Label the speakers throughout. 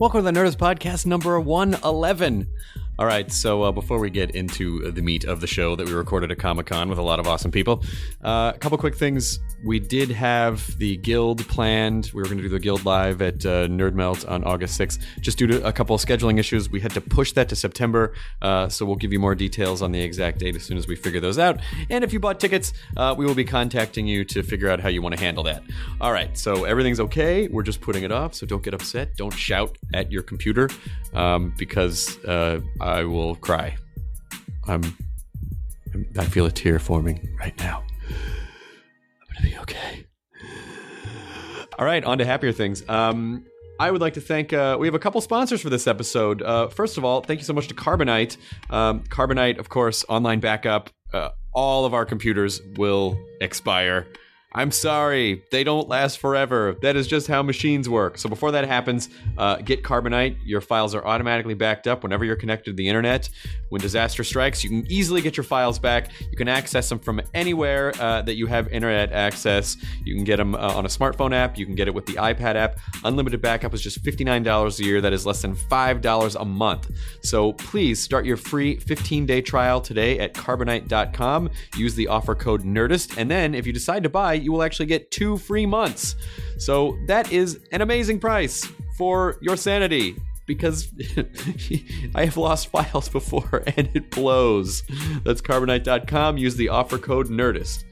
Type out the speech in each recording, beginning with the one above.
Speaker 1: Welcome to the Nerdist Podcast number 111. All right, so uh, before we get into the meat of the show that we recorded at Comic Con with a lot of awesome people, uh, a couple quick things. We did have the guild planned. We were going to do the guild live at uh, Nerd Melt on August 6th. Just due to a couple of scheduling issues, we had to push that to September. Uh, so we'll give you more details on the exact date as soon as we figure those out. And if you bought tickets, uh, we will be contacting you to figure out how you want to handle that. All right, so everything's okay. We're just putting it off, so don't get upset. Don't shout at your computer um, because uh, I will cry. I'm, I'm. I feel a tear forming right now. I'm gonna be okay. All right, on to happier things. Um, I would like to thank. Uh, we have a couple sponsors for this episode. Uh, first of all, thank you so much to Carbonite. Um, Carbonite, of course, online backup. Uh, all of our computers will expire. I'm sorry, they don't last forever. That is just how machines work. So before that happens, uh, get Carbonite. Your files are automatically backed up whenever you're connected to the internet. When disaster strikes, you can easily get your files back. You can access them from anywhere uh, that you have internet access. You can get them uh, on a smartphone app. You can get it with the iPad app. Unlimited backup is just $59 a year. That is less than $5 a month. So please start your free 15 day trial today at carbonite.com. Use the offer code NERDIST. And then if you decide to buy, you will actually get two free months. So that is an amazing price for your sanity because I have lost files before and it blows. That's carbonite.com. Use the offer code NERDIST.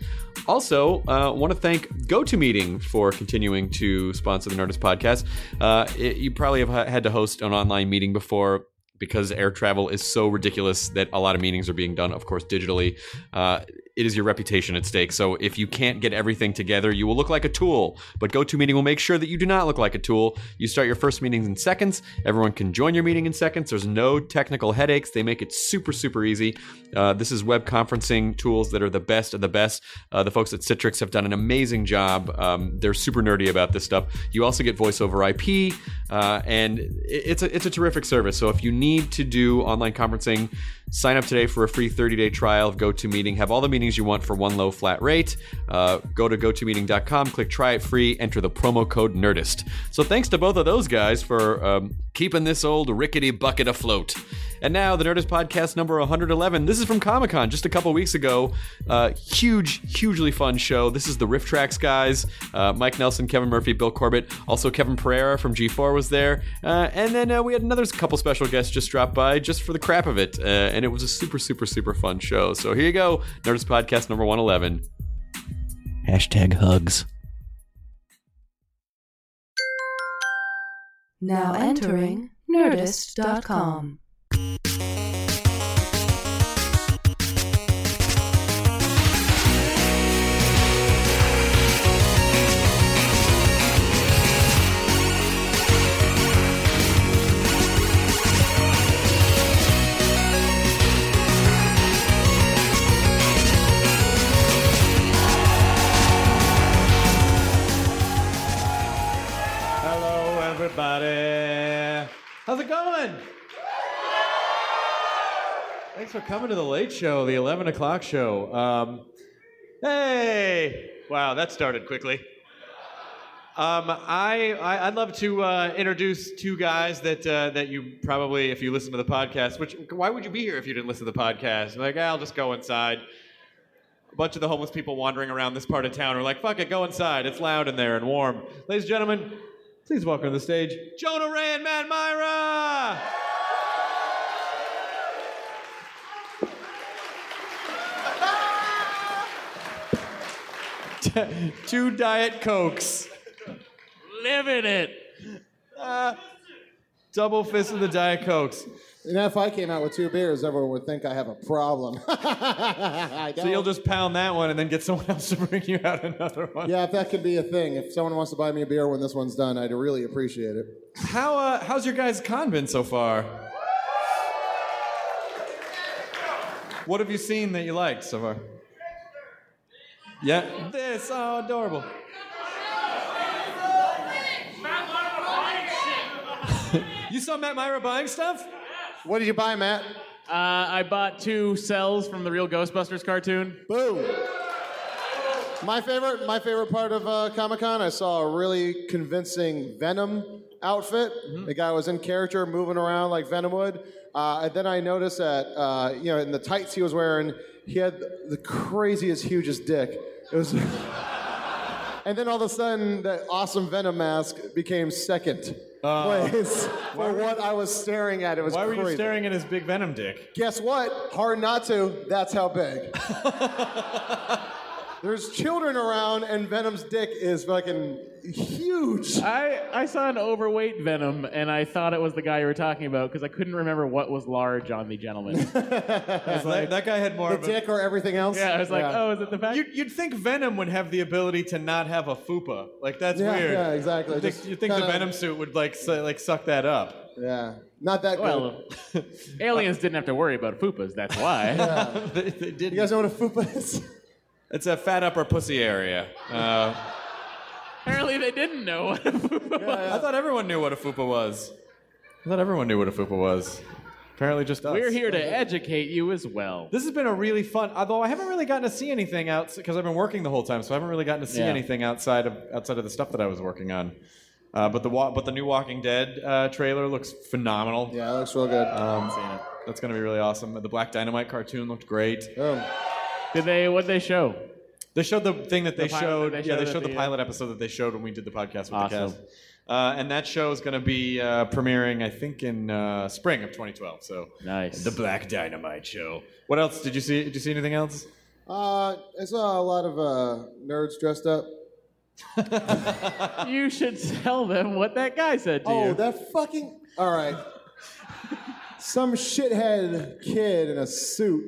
Speaker 1: Also, uh, want to thank GoToMeeting for continuing to sponsor the Nerdist podcast. Uh, it- you probably have ha- had to host an online meeting before because air travel is so ridiculous that a lot of meetings are being done, of course, digitally. Uh, it is your reputation at stake. So if you can't get everything together, you will look like a tool. But GoToMeeting will make sure that you do not look like a tool. You start your first meetings in seconds. Everyone can join your meeting in seconds. There's no technical headaches. They make it super, super easy. Uh, this is web conferencing tools that are the best of the best. Uh, the folks at Citrix have done an amazing job. Um, they're super nerdy about this stuff. You also get voice over IP, uh, and it- it's a, it's a terrific service. So if you need to do online conferencing, sign up today for a free 30 day trial of GoToMeeting. Have all the meetings you want for one low flat rate. Uh, go to gotomeeting.com, click try it free, enter the promo code NERDIST. So thanks to both of those guys for um, keeping this old rickety bucket afloat. And now, the Nerdist Podcast number 111. This is from Comic Con just a couple weeks ago. Uh, huge, hugely fun show. This is the Riff Tracks guys uh, Mike Nelson, Kevin Murphy, Bill Corbett. Also, Kevin Pereira from G4 was there. Uh, and then uh, we had another couple special guests just drop by just for the crap of it. Uh, and it was a super, super, super fun show. So here you go Nerdist Podcast number 111. Hashtag hugs.
Speaker 2: Now entering Nerdist.com.
Speaker 3: Hello, everybody.
Speaker 1: everybody. How's it going? Thanks for coming to the late show, the 11 o'clock show. Um, hey! Wow, that started quickly. Um, I, I I'd love to uh, introduce two guys that uh, that you probably, if you listen to the podcast, which why would you be here if you didn't listen to the podcast? Like, "Ah, I'll just go inside. A bunch of the homeless people wandering around this part of town are like, "Fuck it, go inside. It's loud in there and warm." Ladies and gentlemen, please welcome to the stage Jonah Ray and Matt Myra. two Diet Cokes. Living it. Uh, double fist of the Diet Cokes.
Speaker 4: You know, if I came out with two beers, everyone would think I have a problem. I
Speaker 1: So you'll
Speaker 4: don't.
Speaker 1: just pound that one and then get someone else to bring you out another one.
Speaker 4: yeah, if that could be a thing. If someone wants to buy me a beer when this one's done, I'd really appreciate it.
Speaker 1: How uh, how's your guys' con been so far? What have you seen that you liked so far? Yeah, this oh adorable. you saw Matt Myra buying stuff?
Speaker 4: What did you buy, Matt?
Speaker 5: Uh, I bought two cells from the real Ghostbusters cartoon.
Speaker 4: Boom. My favorite, my favorite part of uh, Comic Con, I saw a really convincing Venom outfit.
Speaker 1: Mm-hmm.
Speaker 4: The guy was in character, moving around like Venom would. Uh, and then I noticed that, uh, you know, in the tights he was wearing, he had the craziest, hugest dick. It was. And then all of a sudden, that awesome Venom mask became second place for what I was staring at. It was
Speaker 1: Uh, Why were
Speaker 4: crazy.
Speaker 1: you staring at his big venom dick?
Speaker 4: Guess what? Hard not to. That's how big. There's children around, and Venom's dick is fucking huge.
Speaker 5: I, I saw an overweight Venom, and I thought it was the guy you were talking about because I couldn't remember what was large on the gentleman.
Speaker 1: that, that guy had more
Speaker 4: The
Speaker 1: of a
Speaker 4: dick or everything else?
Speaker 5: yeah, I was like, oh, is it the fact?
Speaker 1: You'd, you'd think Venom would have the ability to not have a fupa. Like that's
Speaker 4: Yeah,
Speaker 1: weird.
Speaker 4: yeah, exactly.
Speaker 1: You think,
Speaker 4: Just
Speaker 1: you'd think the
Speaker 4: kinda-
Speaker 1: Venom suit would like su- like suck that
Speaker 5: oh.
Speaker 1: up.
Speaker 4: Yeah, not that good.
Speaker 5: well, aliens didn't have to worry about fupas. That's why.
Speaker 1: they, they didn't.
Speaker 4: You guys know what a fupa is?
Speaker 1: it's a fat upper pussy area. Uh,
Speaker 5: Apparently, they didn't know what a fupa was.
Speaker 1: I thought everyone knew what a fupa was. I thought everyone knew what a fupa was. Apparently, just us.
Speaker 5: We're here to educate you as well.
Speaker 1: This has been a really fun. Although I haven't really gotten to see anything out because I've been working the whole time, so I haven't really gotten to see
Speaker 5: Yeah.
Speaker 1: anything outside of outside of the stuff that I was working on. Uh, but the wa- but the new Walking Dead uh, trailer looks phenomenal.
Speaker 4: Yeah, it looks real good.
Speaker 1: Um, that's going to be really awesome. The Black Dynamite cartoon looked great.
Speaker 4: Boom.
Speaker 5: Did they? What they show?
Speaker 1: They showed the thing that they,
Speaker 5: pilot that
Speaker 1: showed,
Speaker 5: they
Speaker 1: Yeah, they
Speaker 5: showed at
Speaker 1: showed the,
Speaker 5: the, uh,
Speaker 1: pilot episode that they showed when we did the podcast with
Speaker 5: Awesome.
Speaker 1: the cast. Uh, and that show is going to be uh, premiering, I think, in uh, spring of 2012. So
Speaker 5: Nice.
Speaker 1: the Black Dynamite show. What else did you see? Did you see anything else?
Speaker 4: Uh, I saw a lot of uh, nerds dressed up.
Speaker 5: you should tell them what that guy said to
Speaker 4: Oh,
Speaker 5: you.
Speaker 4: that fucking. All right. Some shithead kid in a suit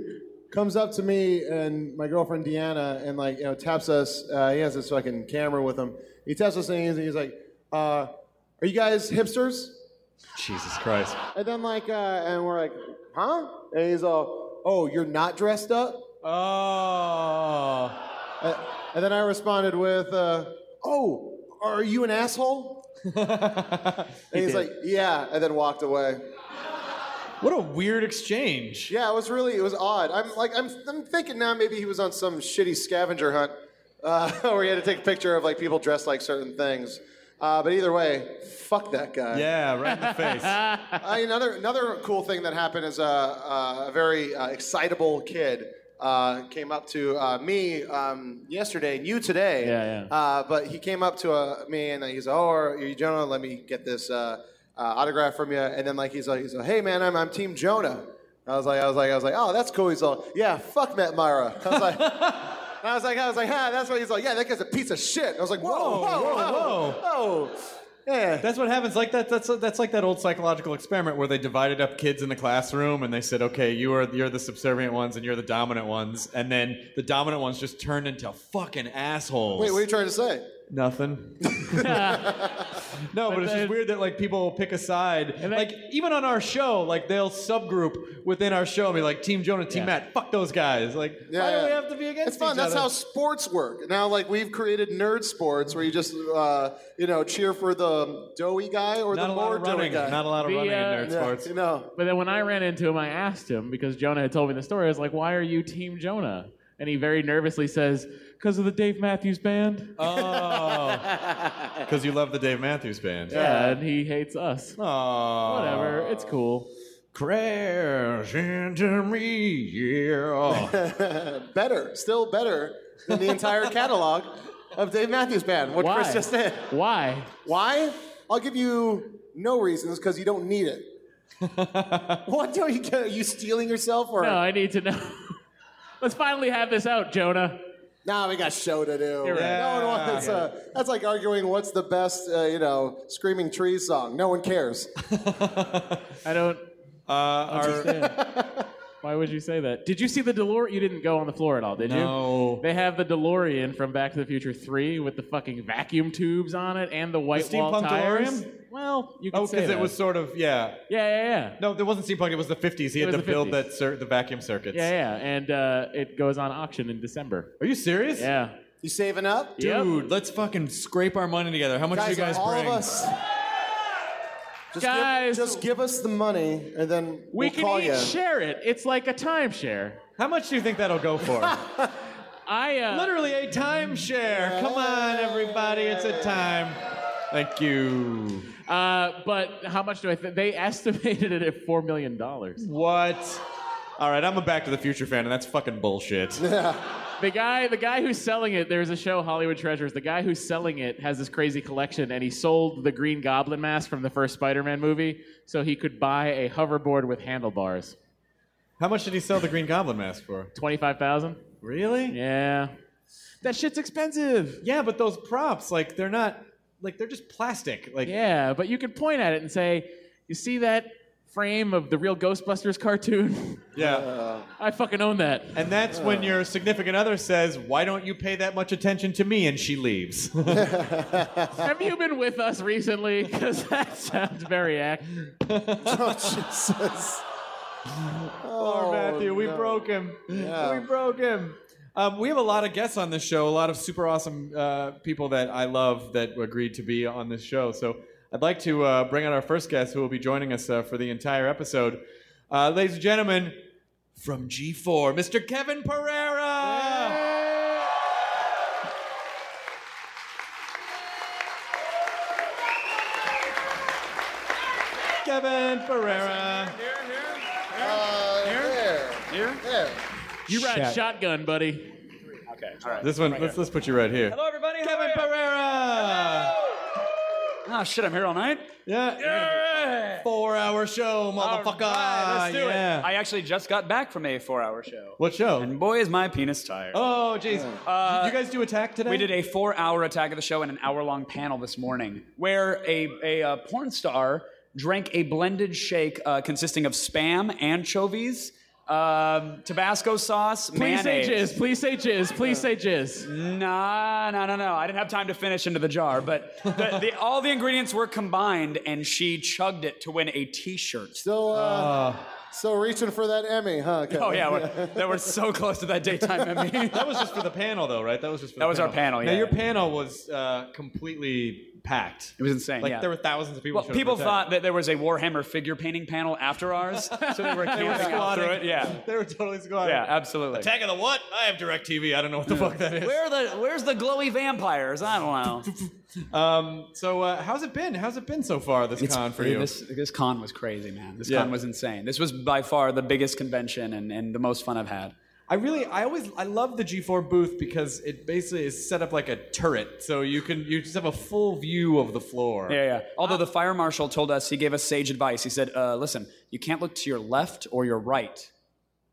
Speaker 4: comes up to me and my girlfriend Deanna and like you know taps us. Uh, he has this fucking camera with him. He taps us and he's, he's like, uh, "Are you guys hipsters?"
Speaker 1: Jesus Christ!
Speaker 4: And then like, uh, and we're like, "Huh?" And he's all, "Oh, you're not dressed up."
Speaker 1: Oh,
Speaker 4: Uh, and then I responded with, uh, "Oh, are you an asshole?" and he's like, "Yeah," and then walked away.
Speaker 1: what a weird exchange.
Speaker 4: Yeah, it was really it was odd. I'm like I'm, I'm thinking now maybe he was on some shitty scavenger hunt uh, where he had to take a picture of like people dressed like certain things. Uh, but either way, fuck that guy.
Speaker 1: Yeah, right in the face.
Speaker 4: I, another another cool thing that happened is uh, uh, a very uh, excitable kid uh, came up to uh, me um, yesterday and you today.
Speaker 5: Yeah, yeah.
Speaker 4: Uh, but he came up to uh, me and he's oh, are you Jonah? Let me get this uh, uh, autograph from you. And then like he's like, he's like hey man, I'm I'm Team Jonah. I was like, I was like, I was like, oh, that's cool. He's all, yeah, fuck Matt Myra. I was like, I was like, I was like, ah, that's what he's like. Yeah, that guy's a piece of shit. I was like, whoa,
Speaker 1: Whoa,
Speaker 4: whoa,
Speaker 1: whoa,
Speaker 4: whoa, whoa. Yeah.
Speaker 1: That's what happens. Like that. That's that's like that old psychological experiment where they divided up kids in the classroom and they said, "Okay, you are you're the subservient ones and you're the dominant ones," and then the dominant ones just turned into fucking assholes.
Speaker 4: Wait, what are you trying to say?
Speaker 1: Nothing. No, but, it's just
Speaker 5: then-
Speaker 1: weird that like people pick a side.
Speaker 5: then-
Speaker 1: like even on our show, like they'll subgroup within our show and be like Team Jonah, Team
Speaker 5: Yeah.
Speaker 1: Matt, fuck those guys. Like why do we have to be against
Speaker 4: It's fun.
Speaker 1: each
Speaker 4: That's
Speaker 1: other?
Speaker 4: how sports work. Now, like we've created nerd sports where you just uh, you know cheer for the doughy guy or
Speaker 1: not a
Speaker 4: the
Speaker 1: lot
Speaker 4: more
Speaker 1: of running.
Speaker 4: doughy guy.
Speaker 1: Not a lot of
Speaker 5: The,
Speaker 1: running in
Speaker 5: uh,
Speaker 1: nerd
Speaker 4: yeah,
Speaker 1: sports.
Speaker 4: You know,
Speaker 5: But then when I ran into him, I asked him because Jonah had told me the story. I was like, "Why are you Team Jonah?" And he very nervously says, "Because of the Dave Matthews Band."
Speaker 1: Oh, because you love the Dave Matthews Band.
Speaker 5: yeah, and he hates us.
Speaker 1: Oh,
Speaker 5: Whatever, it's cool.
Speaker 1: Crash into me, yeah.
Speaker 4: better, still better than the entire catalog of Dave Matthews Band. What
Speaker 5: Why?
Speaker 4: Chris just did.
Speaker 5: Why?
Speaker 4: Why? I'll give you no reasons because you don't need it. what do you get? Are you stealing yourself or?
Speaker 5: No, I need to know. Let's finally have this out, Jonah.
Speaker 4: Nah, we got show to do.
Speaker 5: You're right.
Speaker 4: No one wants. Uh, that's like arguing what's the best, uh, you know, screaming trees song. No one cares.
Speaker 5: I don't.
Speaker 1: Uh, our,
Speaker 5: Why would you say that? Did you see the DeLorean? You didn't go on the floor at all, did
Speaker 1: No.
Speaker 5: you? They have the DeLorean from Back to the Future 3 with the fucking vacuum tubes on it and the white wall
Speaker 1: steampunk
Speaker 5: tires.
Speaker 1: DeLorean?
Speaker 5: Well, you could
Speaker 1: oh,
Speaker 5: say
Speaker 1: because it
Speaker 5: that.
Speaker 1: was sort of yeah.
Speaker 5: Yeah, yeah, yeah.
Speaker 1: No, there wasn't steampunk. It was the 50s. He had
Speaker 5: was
Speaker 1: to
Speaker 5: the
Speaker 1: build
Speaker 5: 50s.
Speaker 1: that cir- the vacuum circuits.
Speaker 5: Yeah, yeah, and uh, it goes on auction in December.
Speaker 1: Are you serious?
Speaker 5: Yeah,
Speaker 4: You saving up? uh,
Speaker 5: Yep.
Speaker 1: Dude, let's fucking scrape our money together. How much do you guys
Speaker 4: all
Speaker 1: bring?
Speaker 4: of us. Just
Speaker 5: Guys.
Speaker 4: give, just give us the money, and then
Speaker 5: we
Speaker 4: will
Speaker 5: can
Speaker 4: call
Speaker 5: each
Speaker 4: you.
Speaker 5: share it. It's like a timeshare.
Speaker 1: How much do you think that'll go for?
Speaker 5: I uh,
Speaker 1: Literally a timeshare. Come on, everybody, it's a time. Thank you.
Speaker 5: Uh, but how much do I? think they estimated it at four million dollars.
Speaker 1: What? All right, I'm a Back to the Future fan, and that's fucking bullshit.
Speaker 5: The guy, the guy who's selling it, there's a show, Hollywood Treasures. The guy who's selling it has this crazy collection, and he sold the Green Goblin mask from the first Spider-Man movie, so he could buy a hoverboard with handlebars.
Speaker 1: How much did he sell the Green Goblin mask for?
Speaker 5: Twenty-five thousand.
Speaker 1: Really?
Speaker 5: Yeah, that shit's expensive.
Speaker 1: Yeah, but those props, like, they're not, like, they're just plastic. Like,
Speaker 5: Yeah, but you could point at it and say, "You see that frame of the real Ghostbusters cartoon?
Speaker 1: yeah.
Speaker 5: Uh, I fucking own that." Uh.
Speaker 1: and that's when your significant other says, "Why don't you pay that much attention to me?" and she leaves.
Speaker 5: Have you been with us recently? Because that sounds very accurate.
Speaker 4: Oh, Jesus.
Speaker 1: Poor Matthew, we
Speaker 4: no.
Speaker 1: broke him. We broke him. Um, we have a lot of guests on this show, a lot of super awesome uh, people that I love that agreed to be on this show. So I'd like to uh, bring out our first guest who will be joining us uh, for the entire episode. Uh, ladies and gentlemen, from G4, Mr. Kevin Pereira. Kevin Pereira.
Speaker 4: Uh, there. There.
Speaker 5: You ride
Speaker 1: Shot.
Speaker 5: shotgun, buddy.
Speaker 1: This one, let's, let's put you right here.
Speaker 6: Hello, everybody. How
Speaker 1: Kevin
Speaker 6: are ya?
Speaker 1: Pereira.
Speaker 6: Ah, shit, I'm here all night.
Speaker 1: Yeah. Four hour show, motherfucker.
Speaker 6: Alright, let's do
Speaker 1: yeah.
Speaker 6: it. I actually just got back from a four-hour show.
Speaker 1: what show?
Speaker 6: And boy, is my penis tired.
Speaker 1: oh, jeez. did you guys do attack today?
Speaker 6: Uh, We did a four-hour attack of the show and an hour-long panel this morning, where a a uh, porn star drank a blended shake uh, consisting of spam, anchovies, um, Tabasco sauce,
Speaker 5: Please
Speaker 6: mayonnaise.
Speaker 5: say jizz. Please say jizz. Please say jizz.
Speaker 6: Nah, no, no, no. I didn't have time to finish into the jar, but the, the, all the ingredients were combined, and she chugged it to win a T-shirt.
Speaker 4: So, uh, so reaching for that Emmy, huh? Kevin?
Speaker 6: Oh yeah, we're, that we're so close to that daytime Emmy.
Speaker 1: That was just for the panel, though, right? That was just for
Speaker 6: That
Speaker 1: the
Speaker 6: was our panel,
Speaker 1: Now,
Speaker 6: yeah.
Speaker 1: your panel was uh, completely packed.
Speaker 6: It was insane,
Speaker 1: Like,
Speaker 6: yeah.
Speaker 1: there were thousands of people.
Speaker 6: Well,
Speaker 1: showed up
Speaker 6: people
Speaker 1: for attack.
Speaker 6: thought that there was a Warhammer figure painting panel after ours, so they were
Speaker 1: They
Speaker 6: camping
Speaker 1: were
Speaker 6: out
Speaker 1: squatting.
Speaker 6: through it. Yeah,
Speaker 1: They were totally squatting.
Speaker 6: yeah, absolutely.
Speaker 1: Attack of the what? I have direct TV. I don't know what the fuck that is.
Speaker 6: Where are the where's the glowy vampires? I don't know.
Speaker 1: Um, so, uh, how's it been? How's it been so far, this con for you?
Speaker 6: This this con was crazy, man. This
Speaker 1: Yeah.
Speaker 6: con was insane. This was by far the biggest convention and, and the most fun I've had.
Speaker 1: I really, I always, I love the G4 booth because it basically is set up like a turret, so you can, you just have a full view of the floor.
Speaker 6: Yeah, yeah. Although the fire marshal told us, he gave us sage advice. He said, uh, listen, you can't look to your left or your right,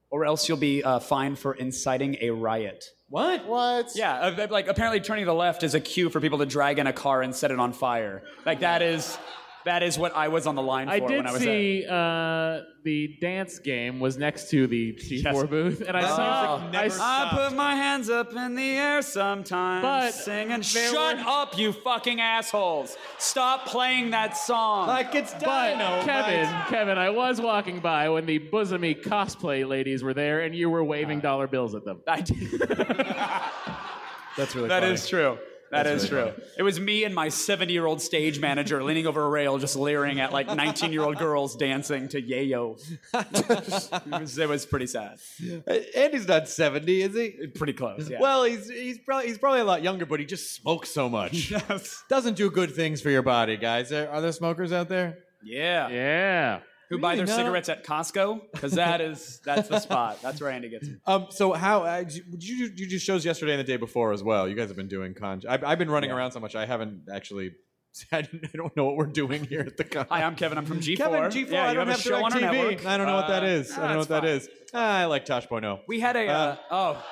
Speaker 6: or else you'll be uh, fined for inciting a riot.
Speaker 1: What?
Speaker 4: What?
Speaker 6: Yeah, uh, like apparently turning to the left is a cue for people to drag in a car and set it on fire. Like that is. That is what I was on the line for
Speaker 5: I
Speaker 6: when
Speaker 5: did
Speaker 6: I was
Speaker 5: see uh, the dance game was next to the T4 booth, and I saw.
Speaker 1: music
Speaker 5: I
Speaker 1: never
Speaker 5: saw
Speaker 6: I put my hands up in the air sometimes,
Speaker 5: But
Speaker 6: singing.
Speaker 5: there
Speaker 6: Shut
Speaker 5: were-
Speaker 6: up, you fucking assholes! Stop playing that song.
Speaker 1: Like it's
Speaker 5: but
Speaker 1: dynamite.
Speaker 5: Kevin, Kevin, I was walking by when the bosomy cosplay ladies were there, and you were waving dollar bills at them.
Speaker 6: I did.
Speaker 7: That's really
Speaker 6: That
Speaker 7: funny.
Speaker 6: is true. That's true. It was me and my 70 year old stage manager leaning over a rail, just leering at like 19 year old girls dancing to Yayo. it, was, it was pretty sad.
Speaker 1: Uh, Andy's not seventy, is he?
Speaker 6: Pretty close. Yeah.
Speaker 1: Well, he's he's probably he's probably a lot younger, but he just smokes so much.
Speaker 6: Yes.
Speaker 1: Doesn't do good things for your body, guys. Are, are there smokers out there?
Speaker 6: yeah.
Speaker 5: Yeah.
Speaker 6: Who buy
Speaker 1: Really
Speaker 6: their
Speaker 1: not?
Speaker 6: cigarettes at Costco? Because that is that's the spot. That's where Andy gets them.
Speaker 1: Um, so how uh, did you, did you you do shows yesterday and the day before as well? You guys have been doing con. I've, I've been running around so much. I haven't actually. I don't know what we're doing here at the con.
Speaker 6: Hi, I'm Kevin. I'm from G4.
Speaker 1: Kevin G4.
Speaker 6: Yeah,
Speaker 1: I
Speaker 6: you have
Speaker 1: don't have,
Speaker 6: a show on our
Speaker 1: DirecTV.
Speaker 6: network.
Speaker 1: I don't know what that
Speaker 6: Uh,
Speaker 1: is. I
Speaker 6: no,
Speaker 1: don't know what
Speaker 6: it's
Speaker 1: that
Speaker 6: fine.
Speaker 1: is. Ah, I like Tosh Bono.
Speaker 6: We had a uh, oh,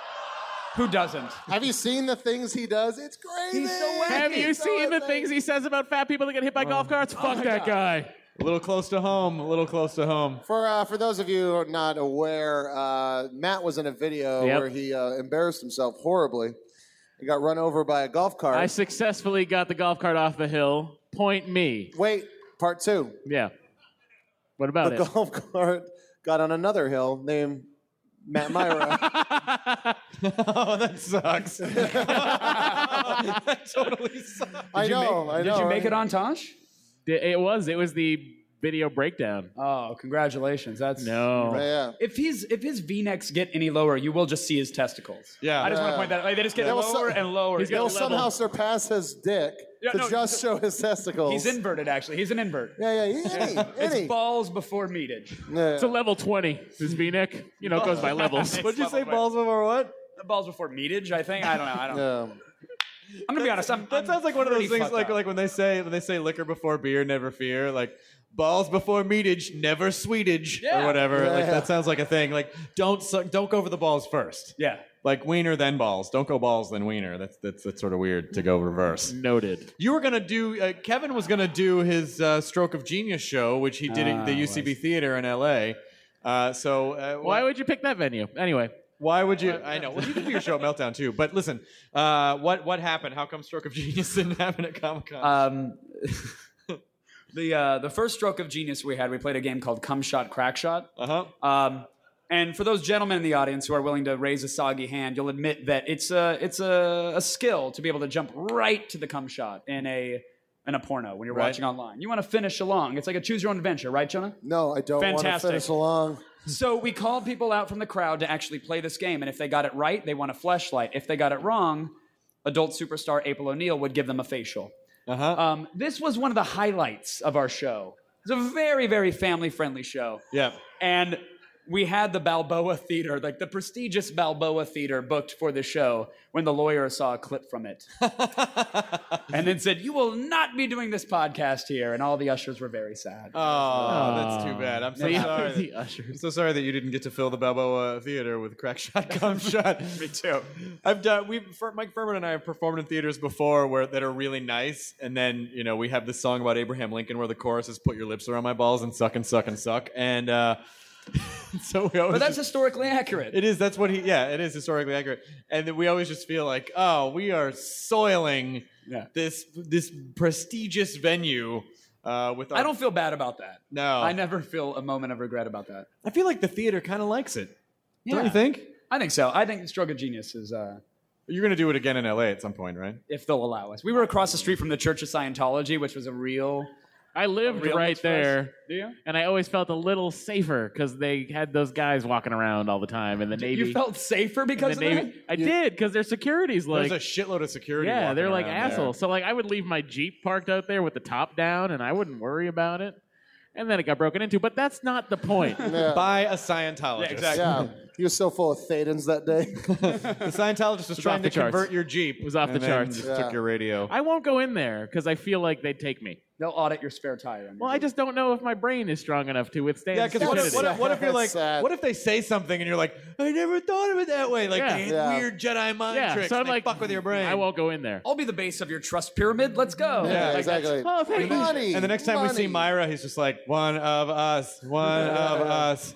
Speaker 6: who doesn't?
Speaker 4: Have you seen the things he does? It's crazy.
Speaker 6: He's so wacky.
Speaker 5: Have you
Speaker 4: So
Speaker 5: seen the
Speaker 4: insane.
Speaker 5: things he says about fat people that get hit by golf carts? Fuck that guy.
Speaker 1: A little close to home. A little close to home.
Speaker 4: For uh, for those of you who are not aware, uh, Matt was in a video
Speaker 5: Yep.
Speaker 4: where he uh, embarrassed himself horribly. He got run over by a golf cart.
Speaker 5: I successfully got the golf cart off the hill. Point me.
Speaker 4: Wait, part two.
Speaker 5: Yeah. What about
Speaker 4: The
Speaker 5: it?
Speaker 4: golf cart got on another hill named Matt Myra.
Speaker 1: Oh, that sucks. that totally sucks.
Speaker 4: I know. Oh, I know.
Speaker 6: Did you make
Speaker 4: right?
Speaker 6: it on Tosh?
Speaker 5: It it was. It was the video breakdown.
Speaker 6: Oh, congratulations. That's
Speaker 5: No.
Speaker 4: Oh. Yeah.
Speaker 6: If his if his V necks get any lower, you will just see his testicles.
Speaker 1: Yeah.
Speaker 6: I just want to point that. out. They just get
Speaker 4: That
Speaker 6: lower
Speaker 4: was so-
Speaker 6: and lower.
Speaker 5: He's
Speaker 6: He's,
Speaker 5: got-
Speaker 4: He'll
Speaker 5: level.
Speaker 4: somehow surpass his dick
Speaker 6: Yeah,
Speaker 4: to
Speaker 6: no,
Speaker 4: just show his testicles.
Speaker 6: inverted actually. He's an invert.
Speaker 4: Yeah, yeah, any, any.
Speaker 6: It's balls before meatage.
Speaker 4: Yeah.
Speaker 5: It's a level 20, this v neck. You know, it goes by levels.
Speaker 6: It's
Speaker 1: Would you say
Speaker 6: level
Speaker 1: balls over what?
Speaker 6: Balls before meatage. I think. I don't know. I don't. know.
Speaker 4: Yeah.
Speaker 6: I'm gonna be honest. I'm,
Speaker 1: That sounds like one of those things, like
Speaker 6: like.
Speaker 1: like when they say when they say liquor before beer, never fear. Like balls before meatage, never sweetage,
Speaker 6: Yeah.
Speaker 1: or whatever. like
Speaker 4: Yeah.
Speaker 1: that sounds like a thing. Like don't suck, don't go for the balls first.
Speaker 6: Yeah.
Speaker 1: Like wiener then balls. Don't go balls then wiener. That's that's, that's sort of weird to go reverse.
Speaker 5: Noted.
Speaker 1: You were gonna do. Uh, Kevin was gonna do his uh, stroke of genius show, which he did at the UCB theater in LA. Uh, so uh,
Speaker 5: Why would you pick that venue? Anyway,
Speaker 1: why would you? I know. Well, you could do your show at Meltdown too. But listen, uh, what what happened? How come Stroke of Genius didn't happen at Comic Con?
Speaker 6: Um, the uh, the first stroke of genius we had, we played a game called Cum Shot Crack Shot.
Speaker 1: Uh-huh.
Speaker 6: Um, and for those gentlemen in the audience who are willing to raise a soggy hand, you'll admit that it's a it's a, a skill to be able to jump right to the cum shot in a in a porno when you're
Speaker 1: Right.
Speaker 6: watching online. You want to finish along. It's like a choose your own adventure, right, Jonah?
Speaker 4: No, I don't want to
Speaker 6: Fantastic.
Speaker 4: finish along.
Speaker 6: So we called people out from the crowd to actually play this game, and if they got it right, they won a fleshlight. If they got it wrong, adult superstar April O'Neil would give them a facial.
Speaker 1: Uh-huh.
Speaker 6: Um, this was one of the highlights of our show. It's a very, very family-friendly show.
Speaker 1: yeah.
Speaker 6: And we had the Balboa Theater, like the prestigious Balboa Theater, booked for the show when the lawyer saw a clip from it. and then said, You will not be doing this podcast here. And all the ushers were very sad.
Speaker 1: Oh, that's too bad. I'm so
Speaker 5: the,
Speaker 1: sorry.
Speaker 5: the
Speaker 1: that-
Speaker 5: ushers.
Speaker 1: I'm so sorry that you didn't get to fill the Balboa Theater with crack shot, cum shot.
Speaker 6: Me too.
Speaker 1: I've done. We have Mike Furman and I have performed in theaters before where that are really nice, and then you know we have this song about Abraham Lincoln where the chorus is "Put your lips around my balls and suck and suck and suck," and uh, so we always.
Speaker 6: But that's
Speaker 1: just-
Speaker 6: historically accurate.
Speaker 1: it is. That's what he. Yeah, it is historically accurate, and then we always just feel like, oh, we are soiling
Speaker 6: Yeah.
Speaker 1: this this prestigious venue uh, with. Our,
Speaker 6: I don't feel bad about that.
Speaker 1: No.
Speaker 6: I never feel a moment of regret about that.
Speaker 1: I feel like the theater kind of likes it. Don't
Speaker 6: Yeah.
Speaker 1: you think?
Speaker 6: I think so. I think Stroke of Genius is. Uh,
Speaker 1: You're gonna do it again in LA at some point, right?
Speaker 6: if they'll allow us. We were across the street from the Church of Scientology, which was a real.
Speaker 5: I lived
Speaker 6: Real
Speaker 5: right
Speaker 6: much for us.
Speaker 5: there,
Speaker 6: Do you?
Speaker 5: and I always felt a little safer because they had those guys walking around all the time in the Navy.
Speaker 6: You felt safer
Speaker 5: in
Speaker 6: because
Speaker 5: the
Speaker 6: of
Speaker 5: Navy. I did because their security's like.
Speaker 1: There's a shitload of security.
Speaker 5: yeah,
Speaker 1: walking
Speaker 5: they're like
Speaker 1: around there.
Speaker 5: assholes. So like, I would leave my Jeep parked out there with the top down, and I wouldn't worry about it. And then it got broken into, but that's not the point.
Speaker 4: Yeah.
Speaker 1: by a Scientologist.
Speaker 6: Yeah, exactly.
Speaker 4: Yeah. He was so full of thetans that day.
Speaker 1: The Scientologist was trying
Speaker 5: off
Speaker 1: to
Speaker 5: the charts.
Speaker 1: convert your Jeep. It
Speaker 5: was off the charts.
Speaker 1: Just took your radio.
Speaker 5: I won't go in there because I feel like they'd take me.
Speaker 6: They'll audit your spare tire. on your
Speaker 5: Well, I
Speaker 6: Jeep.
Speaker 5: just don't know if my brain is strong enough to withstand.
Speaker 1: Yeah, because what, if-
Speaker 5: stupidity.
Speaker 1: what, if- what if you're
Speaker 4: That's
Speaker 1: like,
Speaker 4: sad.
Speaker 1: what if they say something and you're like, I never thought of it that way. Like
Speaker 5: Yeah.
Speaker 1: they had
Speaker 4: Yeah.
Speaker 1: weird Jedi mind
Speaker 5: yeah,
Speaker 1: tricks.
Speaker 5: so
Speaker 1: and
Speaker 5: I'm
Speaker 1: they
Speaker 5: like,
Speaker 1: fuck with your brain.
Speaker 5: I won't go in there.
Speaker 6: I'll be the base of your trust pyramid. Let's go.
Speaker 4: yeah,
Speaker 5: like that's-
Speaker 4: exactly.
Speaker 5: Oh, hey.
Speaker 4: money.
Speaker 1: And the next time we see
Speaker 4: money.
Speaker 1: Myra, he's just like, one of us, one of us.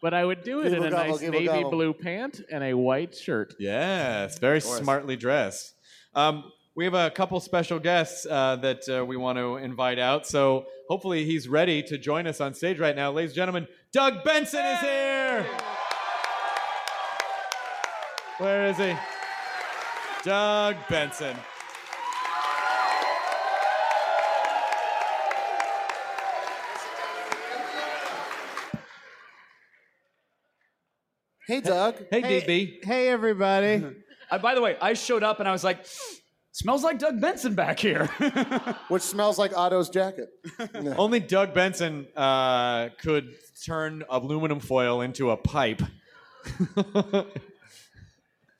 Speaker 5: But I would do it in
Speaker 4: Gibble
Speaker 5: a
Speaker 4: gobble,
Speaker 5: nice
Speaker 4: gibble
Speaker 5: navy
Speaker 4: gobble.
Speaker 5: blue pant and a white shirt.
Speaker 1: Yes, very smartly dressed. Um, we have a couple special guests uh, that uh, we want to invite out. So hopefully he's ready to join us on stage right now. Ladies and gentlemen, Doug Benson is here. Where is he? Doug Benson.
Speaker 4: Hey, Doug.
Speaker 1: Hey, DB.
Speaker 8: Hey, everybody.
Speaker 6: I, by the way, I showed up and I was like, smells like Doug Benson back here.
Speaker 4: Which smells like Otto's jacket.
Speaker 1: Only Doug Benson uh, could turn aluminum foil into a pipe.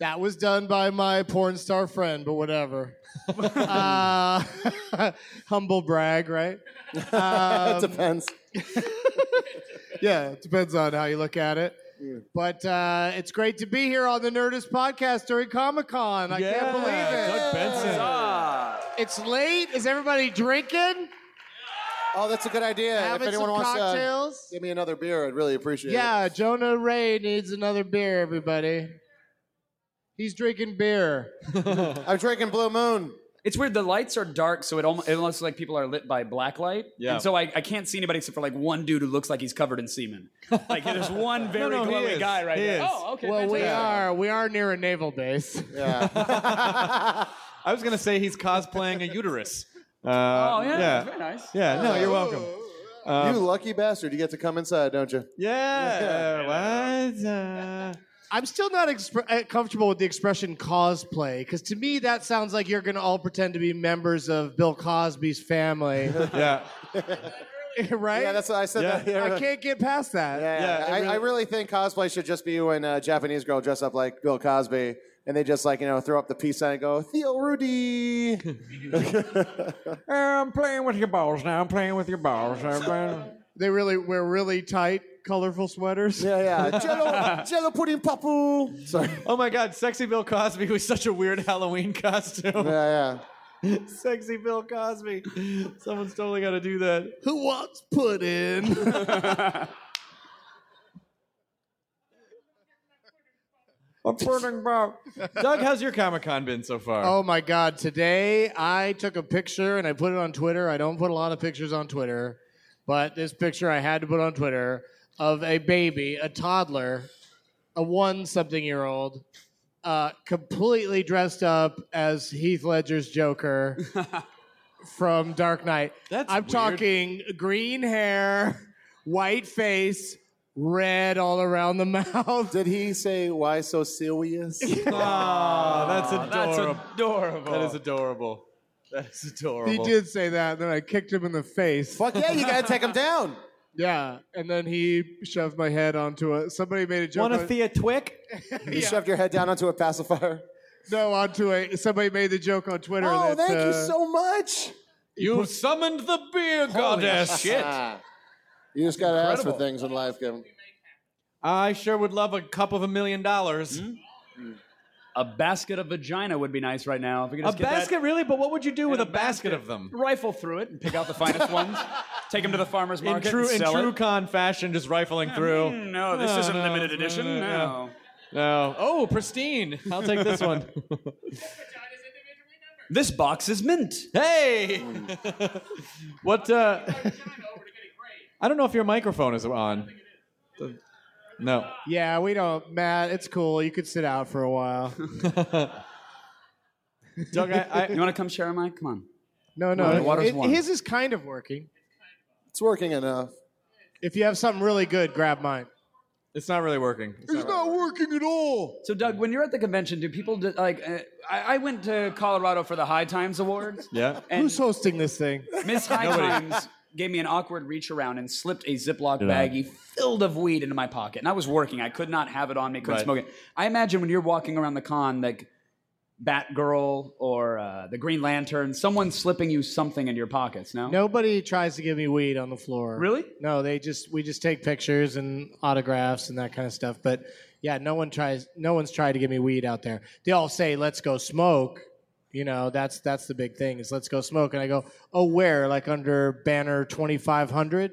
Speaker 8: That was done by my porn star friend, but whatever. uh, humble brag, right?
Speaker 4: That depends.
Speaker 8: Yeah, it depends on how you look at it. But uh, it's great to be here on the Nerdist podcast during Comic Con. I can't believe it.
Speaker 1: Doug Benson.
Speaker 8: It's late. Is everybody drinking?
Speaker 4: Oh, that's a good idea.
Speaker 8: Having
Speaker 4: if anyone
Speaker 8: some
Speaker 4: wants to
Speaker 8: cocktails?
Speaker 4: give me another beer, I'd really appreciate it.
Speaker 8: Yeah, Jonah Ray needs another beer, everybody. He's drinking beer.
Speaker 4: I'm drinking Blue Moon.
Speaker 6: it's weird. The lights are dark, so it almost it looks like people are lit by black light.
Speaker 1: Yeah.
Speaker 6: And so I, I can't see anybody except for like one dude who looks like he's covered in semen. Like there's one very
Speaker 1: no, he
Speaker 6: glowy
Speaker 1: is.
Speaker 6: guy right
Speaker 1: He
Speaker 6: there.
Speaker 1: is.
Speaker 6: Oh, okay.
Speaker 8: Well, we
Speaker 6: fantastic.
Speaker 8: are we are near a naval base.
Speaker 1: I was going to say he's cosplaying a uterus. Uh,
Speaker 6: Oh yeah,
Speaker 1: yeah.
Speaker 6: that's very nice.
Speaker 1: Yeah, no, you're welcome.
Speaker 4: Oh.
Speaker 1: Uh,
Speaker 4: you lucky bastard. You get to come inside, don't you?
Speaker 1: Yeah, what? Uh,
Speaker 8: I'm still not expre- uh, comfortable with the expression cosplay because to me that sounds like you're going to all pretend to be members of Bill Cosby's family,
Speaker 1: yeah,
Speaker 8: right?
Speaker 4: Yeah, that's what I said.
Speaker 1: Yeah.
Speaker 4: That, yeah,
Speaker 8: I can't get past that.
Speaker 4: yeah,
Speaker 1: Yeah, it
Speaker 4: I, I really think cosplay should just be when a Japanese girl dress up like Bill Cosby and they just like, you know, throw up the peace sign and go, Theo Rudy.
Speaker 1: Eh, I'm playing with your balls now. I'm playing with your balls.
Speaker 8: They really wear really tight, colorful sweaters.
Speaker 4: yeah, yeah. Jello, Jello pudding papu. Sorry.
Speaker 1: oh my God, sexy Bill Cosby was such a weird Halloween costume.
Speaker 4: Yeah, yeah.
Speaker 1: sexy Bill Cosby. Someone's totally got to do that.
Speaker 8: Who wants pudding?
Speaker 1: I'm burning bro. Doug, how's your Comic Con been so far?
Speaker 8: oh my God! Today I took a picture and I put it on Twitter. I don't put a lot of pictures on Twitter, but this picture I had to put on Twitter of a baby, a toddler, a one-something-year-old. uh, completely dressed up as Heath Ledger's Joker from Dark Knight.
Speaker 1: That's
Speaker 8: I'm
Speaker 1: weird.
Speaker 8: talking green hair, white face, red all around the mouth.
Speaker 4: Did he say, why so serious?
Speaker 1: Aw, that's
Speaker 6: That's
Speaker 1: adorable.
Speaker 6: adorable.
Speaker 1: That is adorable. That is
Speaker 8: He
Speaker 1: adorable.
Speaker 8: did say that, and then I kicked him in the face.
Speaker 4: Fuck yeah, you gotta take him down.
Speaker 8: Yeah, and then he shoved my head onto a. Somebody made a joke.
Speaker 1: Want a
Speaker 8: on-
Speaker 1: Thea Twick?
Speaker 4: You shoved your head down onto a pacifier.
Speaker 8: no, onto a. Somebody made the joke on Twitter.
Speaker 4: Oh,
Speaker 8: that,
Speaker 4: thank you
Speaker 8: uh,
Speaker 4: so much.
Speaker 1: You summoned the beer goddess. Shit.
Speaker 4: You just gotta ask for things in life, Kevin.
Speaker 1: I sure would love a cup of a million dollars.
Speaker 4: Hmm?
Speaker 6: A basket of vagina would be nice right now. If we could
Speaker 1: A
Speaker 6: just get that-
Speaker 1: basket, really? But what would you do with a
Speaker 6: a
Speaker 1: basket of them?
Speaker 6: rifle through it and pick out the finest ones. Take them to the farmer's
Speaker 1: In
Speaker 6: market.
Speaker 1: true,
Speaker 6: and
Speaker 1: in
Speaker 6: sell
Speaker 1: true
Speaker 6: it. Hmm,
Speaker 1: con fashion, just rifling through.
Speaker 6: No, this
Speaker 1: No,
Speaker 6: isn't
Speaker 1: no,
Speaker 6: limited
Speaker 1: no,
Speaker 6: edition.
Speaker 1: no,
Speaker 6: No.
Speaker 1: no. No. Oh, pristine. I'll take this one.
Speaker 6: This box is mint.
Speaker 1: hey. what? Uh, I don't know if your microphone is on. No.
Speaker 8: Yeah, we don't. Matt, it's cool. You could sit out for a while. Oh,
Speaker 1: Doug, I, I,
Speaker 6: You want to come share mine? Come on.
Speaker 8: No, no.
Speaker 6: the water's
Speaker 8: it-
Speaker 6: warm.
Speaker 8: his is kind of working.
Speaker 4: It's working enough.
Speaker 8: If you have something really good, grab mine.
Speaker 1: it's not really working. It's not-
Speaker 8: not working at all.
Speaker 6: So, Doug, when you're at the convention, do people do, like? Uh, I, I went to Colorado for the High Times Awards.
Speaker 1: yeah.
Speaker 8: Who's hosting this thing?
Speaker 6: Miss High Times gave me an awkward reach around and slipped a Ziploc baggie filled of weed into my pocket. And I was working. I could not have it on me, couldn't
Speaker 7: Right.
Speaker 6: smoke it. I imagine when you're walking around the con, like Batgirl or uh, the Green Lantern, someone's slipping you something in your pockets, no?
Speaker 8: Nobody tries to give me weed on the floor.
Speaker 6: Really?
Speaker 8: No, they just we just take pictures and autographs and that kind of stuff. But yeah, no one tries. No one's tried to give me weed out there. They all say, "Let's go smoke." You know, that's that's the big thing is let's go smoke. And I go, "Oh, where? Like under banner twenty five hundred?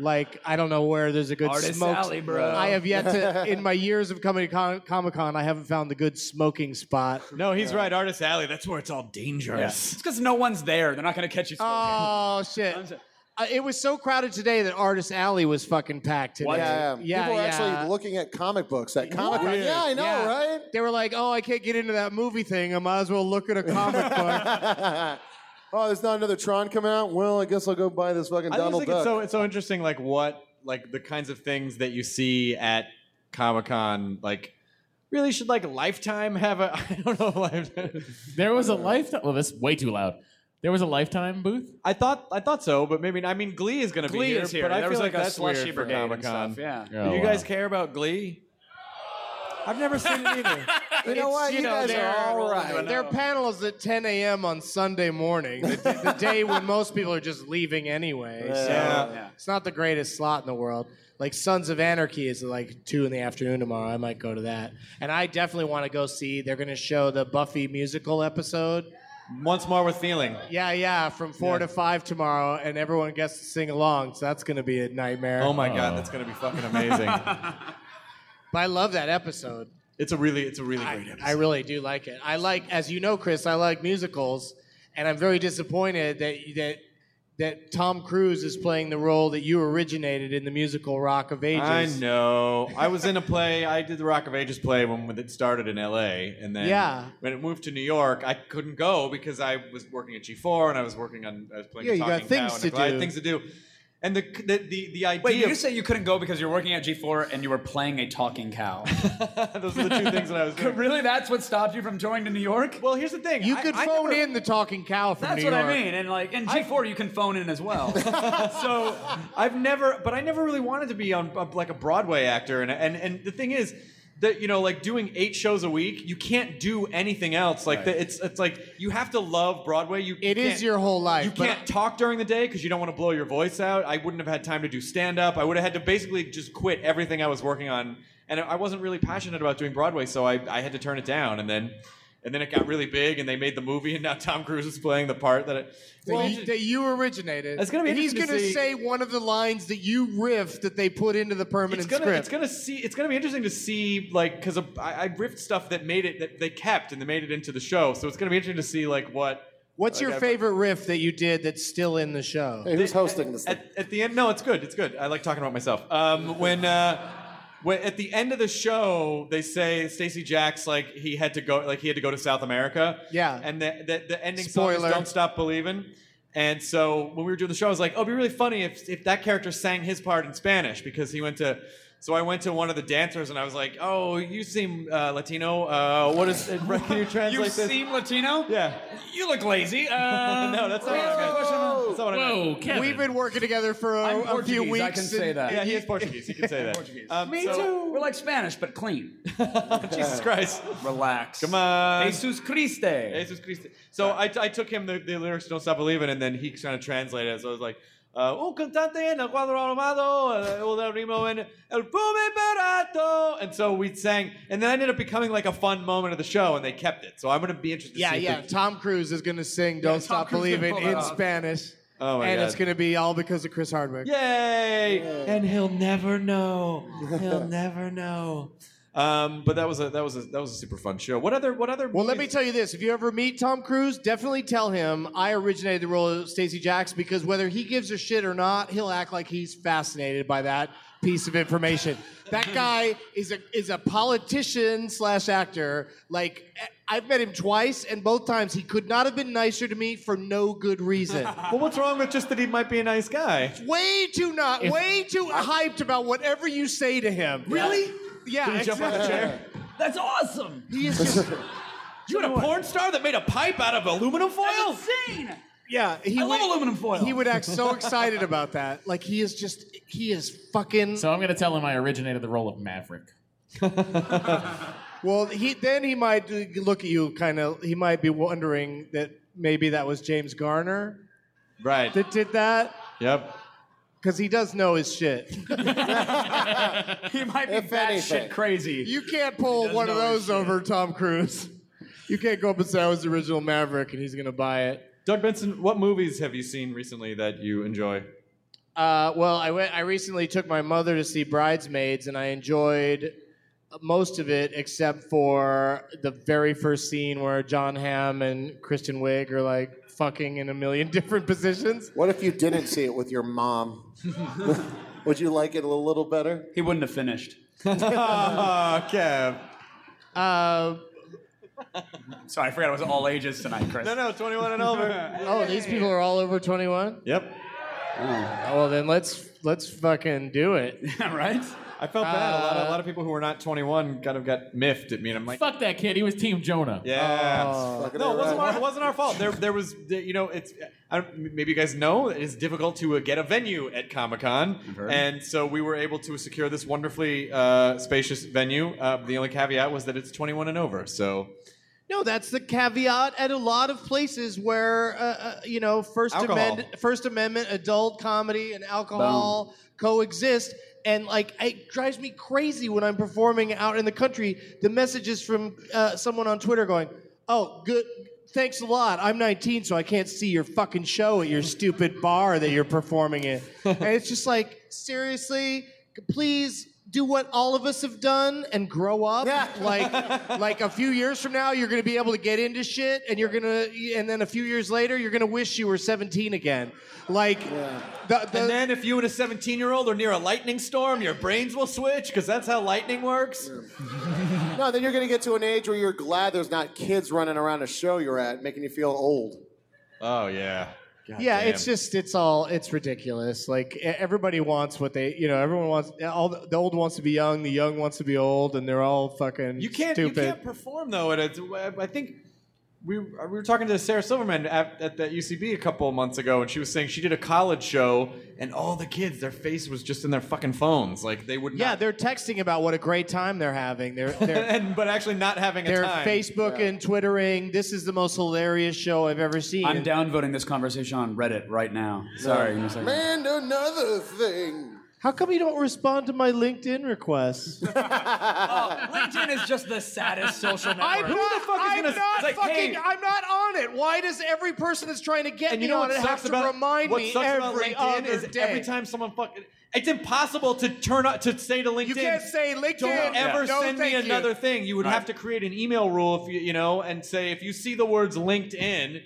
Speaker 8: Like I don't know where there's a good
Speaker 6: Artist
Speaker 8: smoke.
Speaker 6: alley, bro.
Speaker 8: I have yet to in my years of coming to Comic Con, I haven't found the good smoking spot.
Speaker 1: No, he's right. Artist Alley. That's where it's all dangerous.
Speaker 6: It's because no one's there. They're not going to catch you smoking.
Speaker 8: Oh shit! Uh, it was so crowded today that Artist Alley was fucking packed today.
Speaker 4: Yeah, yeah.
Speaker 8: yeah.
Speaker 4: People are
Speaker 8: yeah.
Speaker 4: actually looking at comic books at Comic Con. Yeah, I know,
Speaker 8: Yeah.
Speaker 4: right?
Speaker 8: They were like, "Oh, I can't get into that movie thing. I might as well look at a comic book."
Speaker 4: Oh, there's not another Tron coming out. Well, I guess I'll go buy this fucking
Speaker 1: I just
Speaker 4: Donald
Speaker 1: think it's
Speaker 4: Duck.
Speaker 1: so it's so interesting, like what like the kinds of things that you see at Comic Con, like really should like Lifetime have a I don't know Lifetime.
Speaker 5: There was a lifetime. Well, this is way too loud. There was a lifetime booth.
Speaker 1: I thought I thought so, but maybe I mean Glee is gonna
Speaker 6: Glee
Speaker 1: be here.
Speaker 6: is here.
Speaker 1: But I
Speaker 6: There was,
Speaker 1: feel like,
Speaker 6: like, a
Speaker 1: that's
Speaker 6: slushy
Speaker 1: weird for
Speaker 6: brigade and
Speaker 1: Comic Con.
Speaker 6: stuff, yeah.
Speaker 1: Do you guys care about Glee? I've never seen it either.
Speaker 4: you know what? You,
Speaker 8: you know,
Speaker 4: guys
Speaker 8: they're-
Speaker 4: are all right.
Speaker 8: Their panel is at 10 a.m. on Sunday morning, the, the day when most people are just leaving anyway. So
Speaker 1: Yeah.
Speaker 8: it's not the greatest slot in the world. Like Sons of Anarchy is at like two in the afternoon tomorrow. I might go to that, and I definitely want to go see. They're going to show the Buffy musical episode.
Speaker 1: Once more with feeling.
Speaker 8: Yeah, yeah, from four to five tomorrow, and everyone gets to sing along. So that's going to be a nightmare.
Speaker 1: Oh my god, that's gonna be fucking amazing.
Speaker 8: But I love that episode.
Speaker 1: it's a really it's a really great
Speaker 8: I,
Speaker 1: episode.
Speaker 8: I really do like it. I like, as you know, Chris, I like musicals, and I'm very disappointed that that that Tom Cruise is playing the role that you originated in the musical Rock of Ages.
Speaker 1: I know. I was in a play. I did the Rock of Ages play when, when it started in L.A. and then
Speaker 8: Yeah.
Speaker 1: when it moved to New York, I couldn't go because I was working at G4 and I was working on I was playing.
Speaker 8: Yeah,
Speaker 1: a
Speaker 8: you got
Speaker 1: Talking
Speaker 8: things
Speaker 1: Cow, and
Speaker 8: to
Speaker 1: I
Speaker 8: do.
Speaker 1: had things to do, and the the the, the idea.
Speaker 6: Wait, did you
Speaker 1: of-
Speaker 6: say you couldn't go because you're working at G4 and you were playing a talking cow?
Speaker 1: those are the two things that I was doing.
Speaker 6: really? That's what stopped you from touring to New York?
Speaker 1: Well, here's the thing.
Speaker 8: You
Speaker 1: I-
Speaker 8: could
Speaker 1: I
Speaker 8: phone
Speaker 1: never-
Speaker 8: in the talking cow from
Speaker 6: That's
Speaker 8: New
Speaker 6: what
Speaker 8: York.
Speaker 6: I mean. And like in G4, you can phone in as well.
Speaker 1: so I've never, but I never really wanted to be on on, like a Broadway actor, and and and the thing is that you know, like doing eight shows a week, you can't do anything else. Like the, it's it's like you have to love Broadway. You it
Speaker 8: It
Speaker 1: is
Speaker 8: is your whole life,
Speaker 1: You
Speaker 8: but-
Speaker 1: can't talk during the day because you don't want to blow your voice out. I wouldn't have had time to do stand up. I would have had to basically just quit everything I was working on, and I wasn't really passionate about doing Broadway, so I I had to turn it down, and then. And then it got really big, and they made the movie, and now Tom Cruise is playing the part that it.
Speaker 8: That, you, that you originated.
Speaker 1: It's gonna be
Speaker 8: And He's
Speaker 1: interesting to
Speaker 8: gonna
Speaker 1: see-
Speaker 8: say one of the lines that you riffed that they put into the permanent
Speaker 1: it's gonna
Speaker 8: script.
Speaker 1: it's gonna see it's gonna be interesting to see like because I, I riffed stuff that made it that they kept and they made it into the show so it's gonna be interesting to see like what
Speaker 8: What's your
Speaker 1: I've-
Speaker 8: favorite riff that you did that's still in the show?
Speaker 4: Hey, who's hosting this thing?
Speaker 1: at, at the end no it's good it's good I like talking about myself um when uh when at the end of the show they say Stacy Jacks like he had to go like he had to go to South America
Speaker 8: Yeah.
Speaker 1: and the the, the ending song
Speaker 8: Spoiler.
Speaker 1: is Don't Stop Believing. And so when we were doing the show, I was like, "Oh, it'd be really funny if if that character sang his part in Spanish because he went to." So I went to one of the dancers and I was like, "Oh, you seem uh, Latino. Uh, what is? Can you translate
Speaker 6: you
Speaker 1: this?"
Speaker 6: seem Latino?
Speaker 1: yeah.
Speaker 6: You look lazy. Uh,
Speaker 1: No, that's not
Speaker 6: let
Speaker 1: what
Speaker 6: me ask you
Speaker 1: I
Speaker 6: a
Speaker 1: meant.
Speaker 6: question.
Speaker 1: That's not what I meant.
Speaker 5: Whoa, Kevin.
Speaker 8: We've been working together for a,
Speaker 6: I'm
Speaker 8: a few
Speaker 6: Portuguese,
Speaker 8: weeks.
Speaker 6: I can say
Speaker 8: and-
Speaker 6: that.
Speaker 1: Yeah, he is Portuguese. He can say that. Um,
Speaker 6: Me
Speaker 1: so-
Speaker 6: too. We're like Spanish, but clean.
Speaker 1: Jesus Christ.
Speaker 6: Relax.
Speaker 1: Come on.
Speaker 6: Jesus Christe.
Speaker 1: Jesus Christ. So I, I took him the, the lyrics to Don't Stop Believing, and then he kind of translated it. So I was like, uh, Un cantante en el cuadro armado, uh, el rimo en el pume barato. And so we sang, and then I ended up becoming like a fun moment of the show, and they kept it. So I'm going to be interested to
Speaker 8: Yeah,
Speaker 1: see if
Speaker 8: yeah.
Speaker 1: they-
Speaker 8: Tom Cruise is going to sing "Don't Stop
Speaker 6: Cruise is gonna
Speaker 8: Believing"
Speaker 6: pull that
Speaker 8: in
Speaker 6: off.
Speaker 8: Spanish,
Speaker 1: Oh my
Speaker 8: and
Speaker 1: God.
Speaker 8: it's going to be all because of Chris Hardwick.
Speaker 1: Yay! And he'll never know. He'll never know. Um, but that was a that was a that was a super fun show. What other what other
Speaker 8: Well, let me
Speaker 1: movies-
Speaker 8: tell you this: if you ever meet Tom Cruise, definitely tell him I originated the role of Stacey Jacks because whether he gives a shit or not, he'll act like he's fascinated by that piece of information. That guy is a is a politician slash actor. Like I've met him twice, and both times he could not have been nicer to me for no good reason.
Speaker 1: Well, what's wrong with just that he might be a nice guy?
Speaker 8: way too not way too hyped about whatever you say to him.
Speaker 6: Really?
Speaker 8: Yeah.
Speaker 1: Did he jump on the
Speaker 8: exactly.
Speaker 1: chair?
Speaker 6: That's awesome.
Speaker 8: He is just
Speaker 1: You had a porn star that made a pipe out of aluminum foil?
Speaker 6: That's insane.
Speaker 8: yeah, he
Speaker 6: I
Speaker 8: would,
Speaker 6: love aluminum foil.
Speaker 8: He would act so excited about that. Like he is just he is fucking
Speaker 5: So I'm going to tell him I originated the role of Maverick.
Speaker 8: Well, he then he might uh, look at you kind of. He might be wondering that maybe that was James Garner
Speaker 1: Right.
Speaker 8: that did that
Speaker 1: Yep.
Speaker 8: because he does know his shit.
Speaker 6: He might be
Speaker 4: If anything.
Speaker 6: batshit crazy.
Speaker 8: You can't pull one of
Speaker 6: know his
Speaker 8: those over Tom Cruise. You can't go up and say I was the original Maverick and he's gonna buy it.
Speaker 1: Doug Benson, what movies have you seen recently that you enjoy?
Speaker 8: Uh, well, I went. I recently took my mother to see Bridesmaids, and I enjoyed most of it except for the very first scene where John Hamm and Kristen Wiig are like fucking in a million different positions.
Speaker 4: What if you didn't see it with your mom? Would you like it a little better?
Speaker 6: he wouldn't have finished. Oh,
Speaker 1: Ah, Kev.
Speaker 8: Uh,
Speaker 6: Sorry, I forgot it was all ages tonight, Chris.
Speaker 1: No, no, 21 and over.
Speaker 8: oh, these people are all over twenty-one.
Speaker 1: yep.
Speaker 8: Oh, well, then let's let's fucking do it. Uh,
Speaker 6: right?
Speaker 1: I felt bad. A lot, of, a lot of people who were not 21 kind of got miffed at me, and I'm like,
Speaker 5: Fuck that kid. He was Team Jonah.
Speaker 1: yeah.
Speaker 8: Oh.
Speaker 4: Fucking
Speaker 1: No,
Speaker 4: A
Speaker 1: it wasn't,
Speaker 4: right.
Speaker 1: our, it wasn't our fault. There, there was, you know, it's I don't, maybe you guys know it's difficult to uh, get a venue at Comic Con, and so we were able to secure this wonderfully uh, spacious venue. Uh, the only caveat was that it's 21 and over. So
Speaker 8: No, that's the caveat at a lot of places where uh, uh, you know First
Speaker 1: Alcohol.
Speaker 8: Amendment, First Amendment, adult comedy, and alcohol coexist. And like, it drives me crazy when I'm performing out in the country. The messages from uh, someone on Twitter going, "Oh, good." Thanks a lot. I'm 19, so I can't see your fucking show at your stupid bar that you're performing in. and it's just like, seriously, please do what all of us have done and grow up. Like, like a few years from now, you're gonna be able to get into shit, and you're gonna, and then a few years later, you're gonna wish you were 17 again. Like, the, the,
Speaker 1: And then if you and a 17 year old are near a lightning storm, your brains will switch because that's how lightning works.
Speaker 4: No, then you're going to get to an age where you're glad there's not kids running around a show you're at, making you feel old.
Speaker 1: Oh yeah.
Speaker 8: yeah,
Speaker 1: damn.
Speaker 8: it's just, it's all, it's ridiculous. Like e- everybody wants what they, you know, everyone wants. All the, the old wants to be young, the young wants to be old, and they're all fucking
Speaker 1: You can't.
Speaker 8: stupid.
Speaker 1: You can't perform though. At a, I think we we were talking to Sarah Silverman at, at the UCB a couple of months ago, and she was saying she did a college show, and all the kids, their face was just in their fucking phones, like they would.
Speaker 8: yeah,
Speaker 1: not,
Speaker 8: they're texting about what a great time they're having. They're, they're
Speaker 1: and but actually not having a
Speaker 8: They're
Speaker 1: time.
Speaker 8: Facebook and Twittering. This is the most hilarious show I've ever seen.
Speaker 6: I'm downvoting this conversation on Reddit right now. Sorry. give me a second.
Speaker 4: And another thing.
Speaker 8: How come you don't respond to my LinkedIn requests?
Speaker 6: Oh, LinkedIn is just the saddest social network.
Speaker 8: I'm not,
Speaker 1: is
Speaker 8: I'm
Speaker 1: gonna-
Speaker 8: not
Speaker 1: it's like,
Speaker 8: fucking.
Speaker 1: hey-
Speaker 8: I'm not on it. Why does every person that's trying to get
Speaker 1: And
Speaker 8: me
Speaker 1: you know what
Speaker 8: on it have
Speaker 1: sucks
Speaker 8: to
Speaker 1: about
Speaker 8: remind
Speaker 1: what
Speaker 8: me
Speaker 1: sucks about
Speaker 8: every
Speaker 1: LinkedIn
Speaker 8: other
Speaker 1: is
Speaker 8: day?
Speaker 1: every time someone fucking it's impossible to turn on to say to LinkedIn.
Speaker 8: you can't say LinkedIn.
Speaker 1: Don't ever
Speaker 8: no,
Speaker 1: send me
Speaker 8: thank you."
Speaker 1: another thing. You would have to create an email rule if you you know and say if you see the words LinkedIn,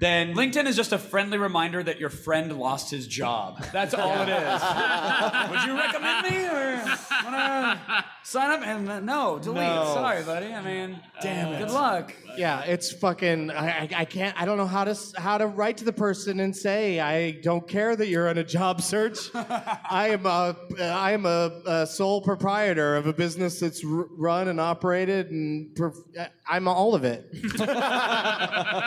Speaker 1: then
Speaker 6: LinkedIn is just a friendly reminder that your friend lost his job. That's all it is. Would you recommend me or wanna sign up? And uh, no, delete.
Speaker 1: No.
Speaker 6: Sorry, buddy. I mean, damn it. Uh, Good luck.
Speaker 8: Yeah, it's fucking. I, I- I can't. I don't know how to s- how to write to the person and say I don't care that you're on a job search. I am a I am a, a sole proprietor of a business that's r- run and operated, and per- I'm all of it.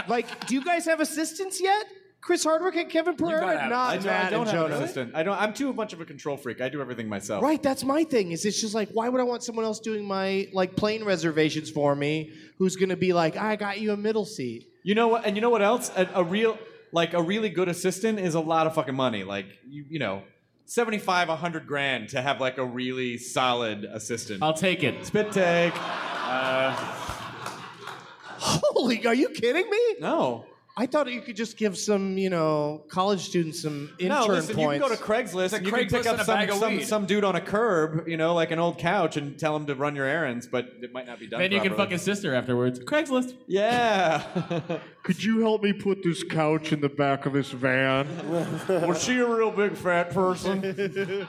Speaker 8: like, do you guys have assistants yet? Chris Hardwick and Kevin
Speaker 6: gotta
Speaker 8: Pereira,
Speaker 6: have-
Speaker 8: not
Speaker 6: I
Speaker 1: No,
Speaker 8: Matt
Speaker 1: I don't
Speaker 8: and
Speaker 1: have
Speaker 8: Jonah.
Speaker 1: an assistant. I don't. I'm too much of a control freak. I do everything myself.
Speaker 8: Right, that's my thing. Is it's just like, why would I want someone else doing my like plane reservations for me? Who's gonna be like, I got you a middle seat.
Speaker 1: You know what? And you know what else? A, a real, like a really good assistant is a lot of fucking money. Like you, you know, seventy five, a hundred grand to have like a really solid assistant.
Speaker 5: I'll take it.
Speaker 1: Spit take.
Speaker 8: Holy, are you kidding me?
Speaker 1: No.
Speaker 8: I thought you could just give some, you know, college students some intern
Speaker 1: No, listen, you
Speaker 8: points.
Speaker 1: can go to Craigslist and you can
Speaker 6: Craigslist
Speaker 1: pick
Speaker 6: and
Speaker 1: up
Speaker 6: a
Speaker 1: some,
Speaker 6: bag of
Speaker 1: some,
Speaker 6: weed.
Speaker 1: some dude on a curb, you know, like an old couch and tell him to run your errands, but it might not be done
Speaker 5: Then you can fuck
Speaker 1: properly.
Speaker 5: his sister afterwards. Craigslist.
Speaker 1: Yeah.
Speaker 8: could you help me put this couch in the back of this van?
Speaker 1: Was she a real big fat person?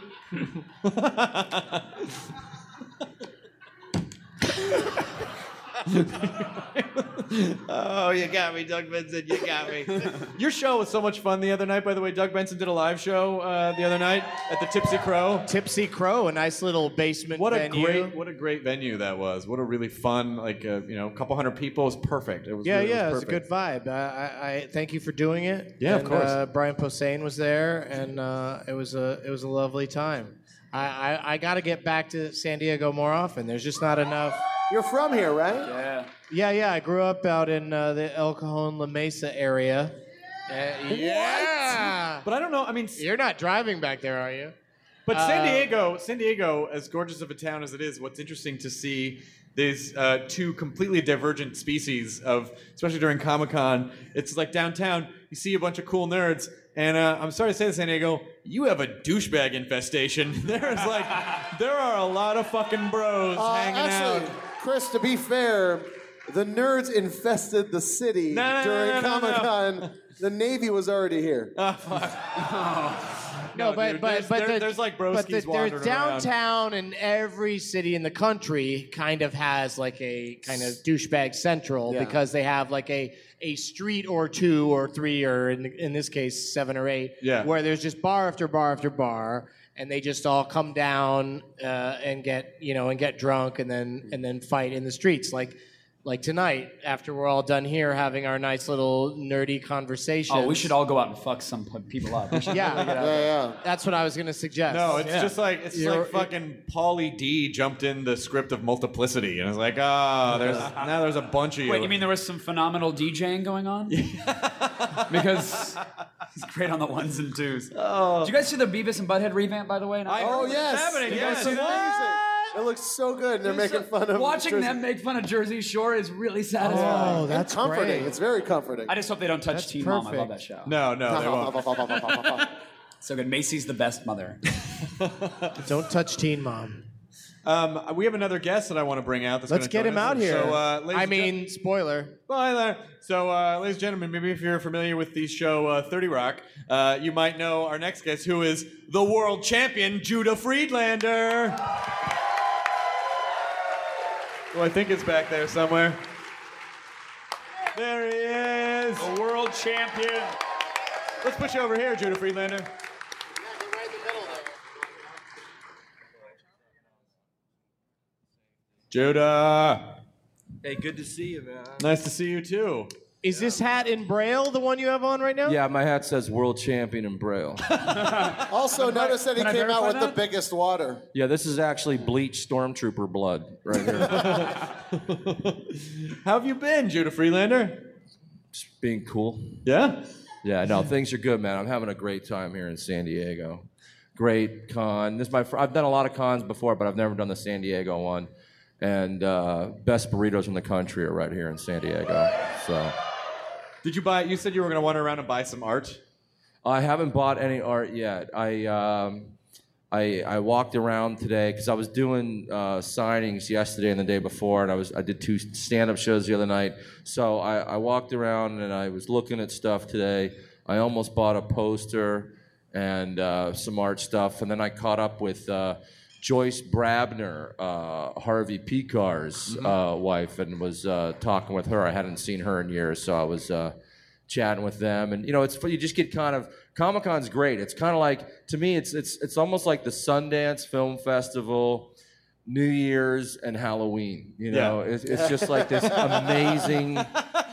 Speaker 1: Oh, you got me, Doug Benson. You got me. Your show was so much fun the other night, by the way. Doug Benson did a live show uh, the other night at the Tipsy Crow.
Speaker 8: Tipsy Crow, a nice little basement
Speaker 1: What a
Speaker 8: venue.
Speaker 1: great, what a great venue that was. What a really fun, like uh, you know, a couple hundred people. It was perfect. It was
Speaker 8: yeah,
Speaker 1: really-
Speaker 8: yeah,
Speaker 1: it
Speaker 8: it's
Speaker 1: was
Speaker 8: a good
Speaker 1: perfect.
Speaker 8: vibe. I, I, I thank you for doing it.
Speaker 1: Yeah, of
Speaker 8: And,
Speaker 1: course.
Speaker 8: Uh, Brian Posehn was there, and uh, it was a it was a lovely time. I, I, I got to get back to San Diego more often. There's just not enough.
Speaker 4: You're from here, right?
Speaker 6: Yeah.
Speaker 8: Yeah, yeah. I grew up out in uh, the El Cajon La Mesa area. Uh, yeah.
Speaker 1: But I don't know. I mean,
Speaker 8: You're not driving back there, are you?
Speaker 1: But
Speaker 8: Uh,
Speaker 1: San Diego, San Diego, as gorgeous of a town as it is, what's interesting to see these uh, two completely divergent species of, especially during Comic Con, it's like downtown you see a bunch of cool nerds, and uh, I'm sorry to say, this, San Diego, you have a douchebag infestation. There's like, there are a lot of fucking bros
Speaker 4: Uh,
Speaker 1: hanging
Speaker 4: actually,
Speaker 1: out.
Speaker 4: Chris, to be fair, the nerds infested the city
Speaker 1: No, no, no, no, no,
Speaker 4: during
Speaker 1: no.
Speaker 4: Comic Con. The Navy was already here.
Speaker 8: No, but
Speaker 1: dude,
Speaker 8: but
Speaker 1: there's-
Speaker 8: but
Speaker 1: there-
Speaker 8: the-
Speaker 1: there's, like,
Speaker 8: but
Speaker 1: broskies
Speaker 8: the,
Speaker 1: wandering
Speaker 8: there's
Speaker 1: around.
Speaker 8: downtown and every city in the country kind of has like a kind of douchebag central because they have like a a street or two or three or in in this case seven or eight
Speaker 1: Yeah.
Speaker 8: where there's just bar after bar after bar and they just all come down uh, and get you know and get drunk and then and then fight in the streets like. Like tonight, after we're all done here having our nice little nerdy conversation.
Speaker 6: Oh, we should all go out and fuck some pu- people up. We should
Speaker 8: Yeah.
Speaker 4: yeah,
Speaker 8: That's what I was gonna suggest.
Speaker 1: No, it's just like it's just
Speaker 8: You're-
Speaker 1: like fucking Paulie D jumped in the script of Multiplicity, and it's like, ah, there's now there's a bunch of you.
Speaker 6: Wait, you mean there was some phenomenal DJing going on? because he's great on the ones and twos. Oh. Did you guys see the Beavis and Butthead revamp, by the way?
Speaker 1: I-
Speaker 4: Oh,
Speaker 1: What's
Speaker 4: yes.
Speaker 1: happening?
Speaker 4: It
Speaker 1: Yes.
Speaker 4: looks amazing. It looks so good, and they're making fun of
Speaker 6: Watching
Speaker 4: Jersey-
Speaker 6: them make fun of Jersey Shore is really satisfying.
Speaker 8: oh, that's
Speaker 4: comforting.
Speaker 8: great.
Speaker 4: It's very comforting.
Speaker 6: I just hope they don't touch Teen Mom. I love
Speaker 8: perfect.
Speaker 6: that show.
Speaker 1: no, no, they won't.
Speaker 6: So good. Macy's the best mother.
Speaker 8: Don't touch Teen Mom.
Speaker 1: Um, we have another guest that I want to bring out. That's
Speaker 8: Let's
Speaker 1: gonna
Speaker 8: get
Speaker 1: join
Speaker 8: him
Speaker 1: us.
Speaker 8: out here.
Speaker 1: So, uh, ladies
Speaker 8: I
Speaker 1: and
Speaker 8: mean,
Speaker 1: gen-
Speaker 8: spoiler.
Speaker 1: spoiler. So, uh, ladies and gentlemen, maybe if you're familiar with the show uh, Thirty Rock, uh, you might know our next guest, who is the world champion Judah Friedlander. Who I think is back there somewhere. There he is.
Speaker 6: World champion.
Speaker 1: Let's put you over here, Judah Friedlander. Judah,
Speaker 9: Hey, good to see you, man.
Speaker 1: nice to see you too.
Speaker 8: Is this hat in Braille the one you have on right now?
Speaker 9: Yeah, my hat says world champion in Braille.
Speaker 4: also, notice that he
Speaker 6: can I
Speaker 4: came out
Speaker 6: verify
Speaker 4: with
Speaker 6: that?
Speaker 4: the biggest water.
Speaker 9: yeah, this is actually bleach stormtrooper blood right here.
Speaker 1: How have you been, Judah Freelander?
Speaker 9: Just being cool.
Speaker 1: Yeah?
Speaker 9: Yeah, no, things are good, man. I'm having a great time here in San Diego. Great con. This is my. Fr- I've done a lot of cons before, but I've never done the San Diego one. And uh, best burritos in the country are right here in San Diego. So
Speaker 1: Did you buy, you said you were going to wander around and buy some art?
Speaker 9: I haven't bought any art yet. I um, I, I walked around today because I was doing uh, signings yesterday and the day before, and I was I did two stand-up shows the other night. So I, I walked around and I was looking at stuff today. I almost bought a poster and uh, some art stuff, and then I caught up with. Uh, Joyce Brabner, uh, Harvey Picar's
Speaker 1: Mm-hmm.
Speaker 9: uh, wife, and was uh, talking with her. I hadn't seen her in years, so I was uh, chatting with them and you know it's you just get kind of Comic Con's great. It's kind of like to me it's it's it's almost like the Sundance Film Festival, New Year's and Halloween. You know,
Speaker 1: Yeah.
Speaker 9: it's, it's just like this amazing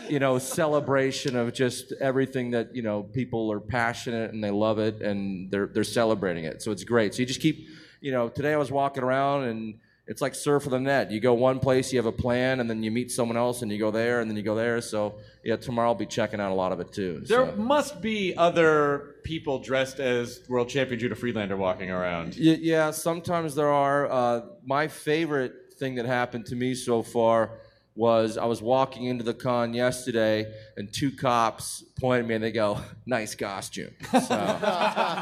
Speaker 9: you know celebration of just everything that you know people are passionate and they love it and they're they're celebrating it. So it's great. So you just keep you know today I was walking around and it's like surf of the net. You go one place, you have a plan, and then you meet someone else, and you go there, and then you go there. So yeah, tomorrow I'll be checking out a lot of it too.
Speaker 1: There
Speaker 9: so.
Speaker 1: must be other people dressed as world champion Judah Friedlander walking around.
Speaker 9: Y- yeah, sometimes there are. Uh, my favorite thing that happened to me so far was I was walking into the con yesterday, and two cops pointed me and they go, "Nice costume." So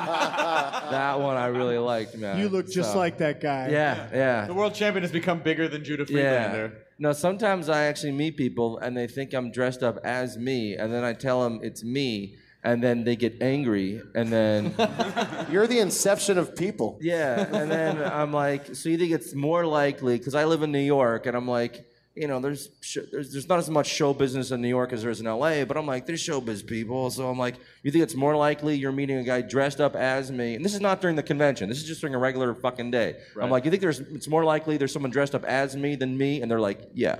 Speaker 9: that one I really liked, man.
Speaker 8: You look just
Speaker 9: So-
Speaker 8: like that guy.
Speaker 9: Yeah, yeah.
Speaker 1: The world champion has become bigger than Judah
Speaker 9: Yeah.
Speaker 1: Friedlander.
Speaker 9: No, sometimes I actually meet people and they think I'm dressed up as me, and then I tell them it's me, and then they get angry, and then
Speaker 4: You're the inception of people.
Speaker 7: uh,
Speaker 9: yeah, and then I'm like, so you think it's more likely because I live in New York, and I'm like, you know, there's sh- there's there's not as much show business in New York as there is in LA, but I'm like, there's showbiz people. So I'm like, you think it's more likely you're meeting a guy dressed up as me? And this is not during the convention. This is just during a regular fucking day. I'm like, you think there's it's more likely there's someone dressed up as me than me? And they're like, yeah.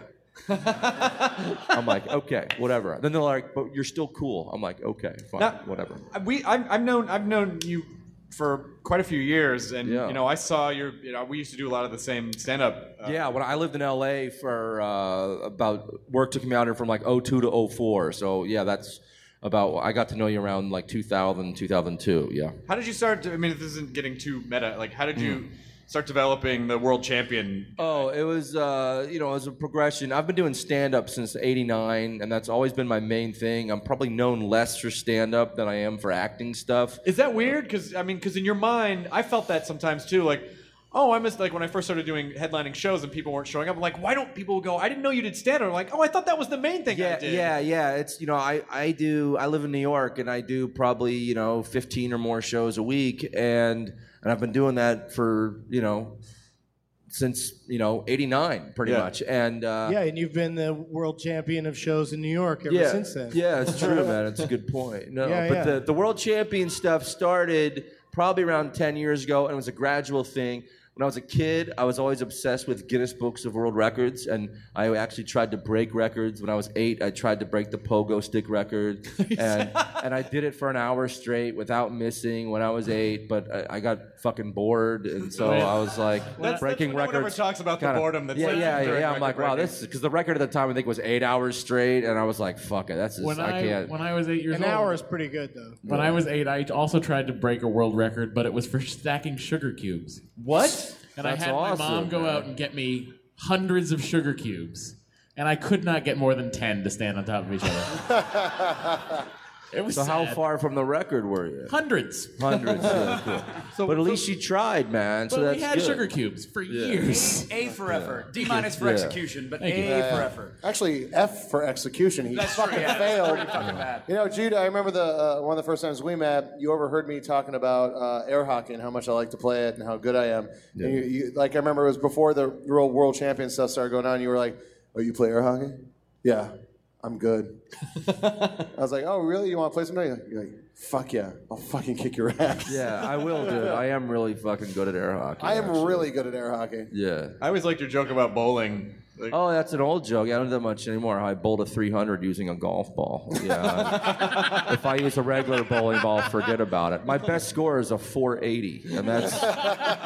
Speaker 9: I'm like, okay, whatever. Then they're like, but you're still cool. I'm like, okay, fine,
Speaker 1: Now-
Speaker 9: whatever.
Speaker 1: I- we I've, I've known I've known you for quite a few years, and
Speaker 9: Yeah.
Speaker 1: you know I saw your you know we used to do a lot of the same stand up.
Speaker 9: Yeah, when I lived in LA for uh, about work took me out here from like 02 to 04. So yeah, that's about I got to know you around like 2000, 2002. Yeah.
Speaker 1: How did you start? To, I mean, if this isn't getting too meta. Like, how did
Speaker 9: Hmm.
Speaker 1: you start developing the world champion?
Speaker 9: Oh, it was uh, you know, it was a progression. I've been doing stand up since '89, and that's always been my main thing. I'm probably known less for stand up than I am for acting stuff.
Speaker 1: Is that weird? Because I mean, because in your mind, I felt that sometimes too. Like, oh, I missed like when I first started doing headlining shows and people weren't showing up. I'm like, why don't people go? I didn't know you did stand up. I'm like, oh, I thought that was the main thing. I
Speaker 9: Yeah,
Speaker 1: did.
Speaker 9: yeah, yeah. It's you know, I I do. I live in New York, and I do probably you know 15 or more shows a week, and and I've been doing that for you know since you know '89 pretty
Speaker 1: Yeah.
Speaker 9: much. And uh,
Speaker 8: yeah, and you've been the world champion of shows in New York ever
Speaker 9: yeah,
Speaker 8: since then.
Speaker 9: Yeah, it's true, man. It's a good point. No,
Speaker 8: Yeah,
Speaker 9: but
Speaker 8: yeah.
Speaker 9: the the world champion stuff started probably around 10 years ago, and it was a gradual thing. When I was a kid, I was always obsessed with Guinness Books of World Records, and I actually tried to break records. When I was eight, I tried to break the pogo stick record, and, and I did it for an hour straight without missing when I was eight. But I, I got fucking bored, and so I was like
Speaker 1: That's- that's
Speaker 9: breaking
Speaker 1: what no one
Speaker 9: records.
Speaker 1: ever talks about the
Speaker 9: kinda-
Speaker 1: boredom that's
Speaker 9: yeah,
Speaker 1: like
Speaker 9: yeah, yeah,
Speaker 1: during
Speaker 9: yeah. I'm like,
Speaker 1: record
Speaker 9: wow,
Speaker 1: breaking.
Speaker 9: this because the record at the time I think was eight hours straight, and I was like, fuck it, that's just,
Speaker 5: When
Speaker 9: I,
Speaker 5: I,
Speaker 9: can't.
Speaker 5: when I was eight years
Speaker 8: An
Speaker 5: old,
Speaker 8: hour is pretty good though.
Speaker 5: when I was eight, I also tried to break a world record, but it was for stacking sugar cubes.
Speaker 1: What?
Speaker 5: And
Speaker 9: That's
Speaker 5: I had
Speaker 9: awesome,
Speaker 5: my mom go
Speaker 9: man.
Speaker 5: out and get me hundreds of sugar cubes, and I could not get more than ten to stand on top of each other. it was
Speaker 9: so how
Speaker 5: sad.
Speaker 9: far from the record were you?
Speaker 5: Hundreds.
Speaker 9: Hundreds. yeah, cool. but at least you tried, man. so
Speaker 5: But
Speaker 9: that's
Speaker 5: we had
Speaker 9: good.
Speaker 5: sugar cubes for years.
Speaker 6: A for effort. D minus for
Speaker 9: Yeah.
Speaker 6: execution, but A for effort.
Speaker 4: Actually, F for execution. He
Speaker 6: That's
Speaker 4: fucking
Speaker 6: true, yeah, that's
Speaker 4: failed.
Speaker 6: pretty fucking bad.
Speaker 4: You know, Jude, I remember the uh, one of the first times we met. You overheard me talking about uh, air hockey and how much I like to play it and how good I am. And you, you, like I remember it was before the real world champion stuff started going on. You were like, "Oh, you play air hockey? Yeah, I'm good." I was like, "Oh, really? You want to play someday?" You're like, "Fuck yeah! I'll fucking kick your ass."
Speaker 9: Yeah, I will, dude. I am really fucking good at air hockey.
Speaker 4: I am
Speaker 9: actually.
Speaker 4: really good at air hockey.
Speaker 9: Yeah.
Speaker 1: I always liked your joke about bowling. Like,
Speaker 9: Oh, that's an old joke. I don't do that much anymore. I bowled a 300 using a golf ball. Yeah. if I use a regular bowling ball, forget about it. My best score is a 480, and that's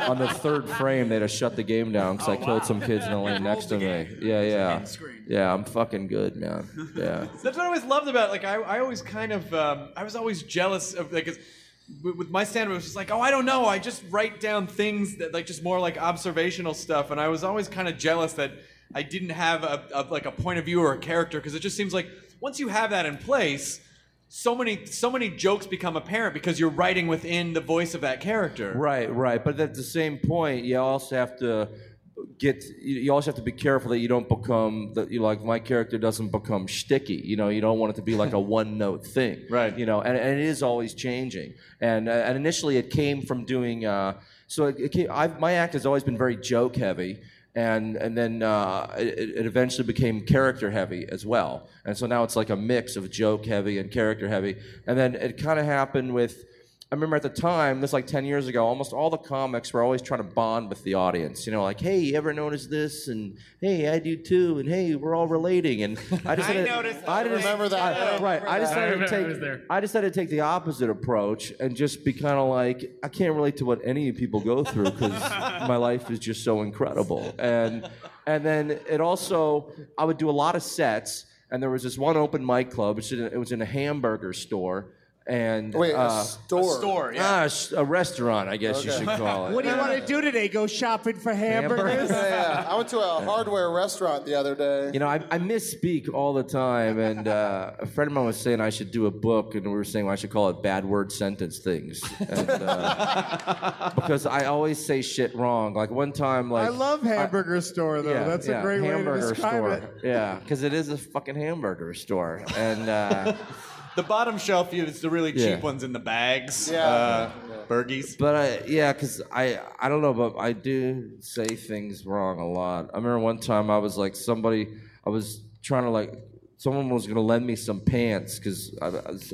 Speaker 9: on the third frame. They'd have shut the game down because I killed some kids in the lane next to me. Yeah, yeah.
Speaker 6: screen.
Speaker 9: Yeah, I'm fucking good, man. Yeah.
Speaker 1: That's what I always loved about it. like I, I always kind of um, I was always jealous of like 'cause with with my stand-up it was just like oh I don't know I just write down things that like just more like observational stuff and I was always kind of jealous that I didn't have a, a like a point of view or a character because it just seems like once you have that in place so many so many jokes become apparent because you're writing within the voice of that character
Speaker 9: Right, right. But at the same point, you also have to get. You you also have to be careful that you don't become that. You like my character doesn't become sticky. You know, you don't want it to be like a one note thing.
Speaker 1: Right.
Speaker 9: You know, and, and it is always changing. And uh, and initially, it came from doing. Uh, so it, it came, I've, my act has always been very joke heavy. And and then uh, it, it eventually became character heavy as well, and so now it's like a mix of joke heavy and character heavy. And then it kind of happened with I remember at the time, this was like 10 years ago, almost all the comics were always trying to bond with the audience. You know, like, hey, you ever notice this? And hey, I do too. And hey, we're all relating. And I just I
Speaker 6: noticed
Speaker 9: I didn't
Speaker 4: Remember that.
Speaker 9: I- right. I decided
Speaker 5: remember
Speaker 9: to
Speaker 5: I
Speaker 9: take.
Speaker 5: was there.
Speaker 9: I decided to take the opposite approach and just be kind of like, I can't relate to what any people go through because my life is just so incredible. And and then it also, I would do a lot of sets, and there was this one open mic club. Which it was in a hamburger store. And
Speaker 4: Wait,
Speaker 9: uh,
Speaker 4: a store.
Speaker 6: Store, yeah.
Speaker 9: Ah, s- a restaurant, I guess you should call it.
Speaker 8: What do you want to do today? Go shopping for hamburgers?
Speaker 4: Yeah, yeah. I went to a hardware restaurant the other day.
Speaker 9: you know, I, I misspeak all the time, and uh, a friend of mine was saying I should do a book, and we were saying well, I should call it "Bad Word Sentence Things," and, uh, because I always say shit wrong. Like one time, like
Speaker 8: I love hamburger store though. That's a great way to
Speaker 9: hamburger
Speaker 8: describe
Speaker 9: store.
Speaker 8: it.
Speaker 9: Yeah, because it is a fucking hamburger store, and. Uh,
Speaker 1: the bottom shelf is the really cheap
Speaker 9: Yeah.
Speaker 1: ones in the bags
Speaker 4: Yeah.
Speaker 1: Uh, Burgies.
Speaker 9: But I, yeah, because I, I don't know, but I do say things wrong a lot. I remember one time I was like, somebody, I was trying to like, someone was gonna lend me some pants because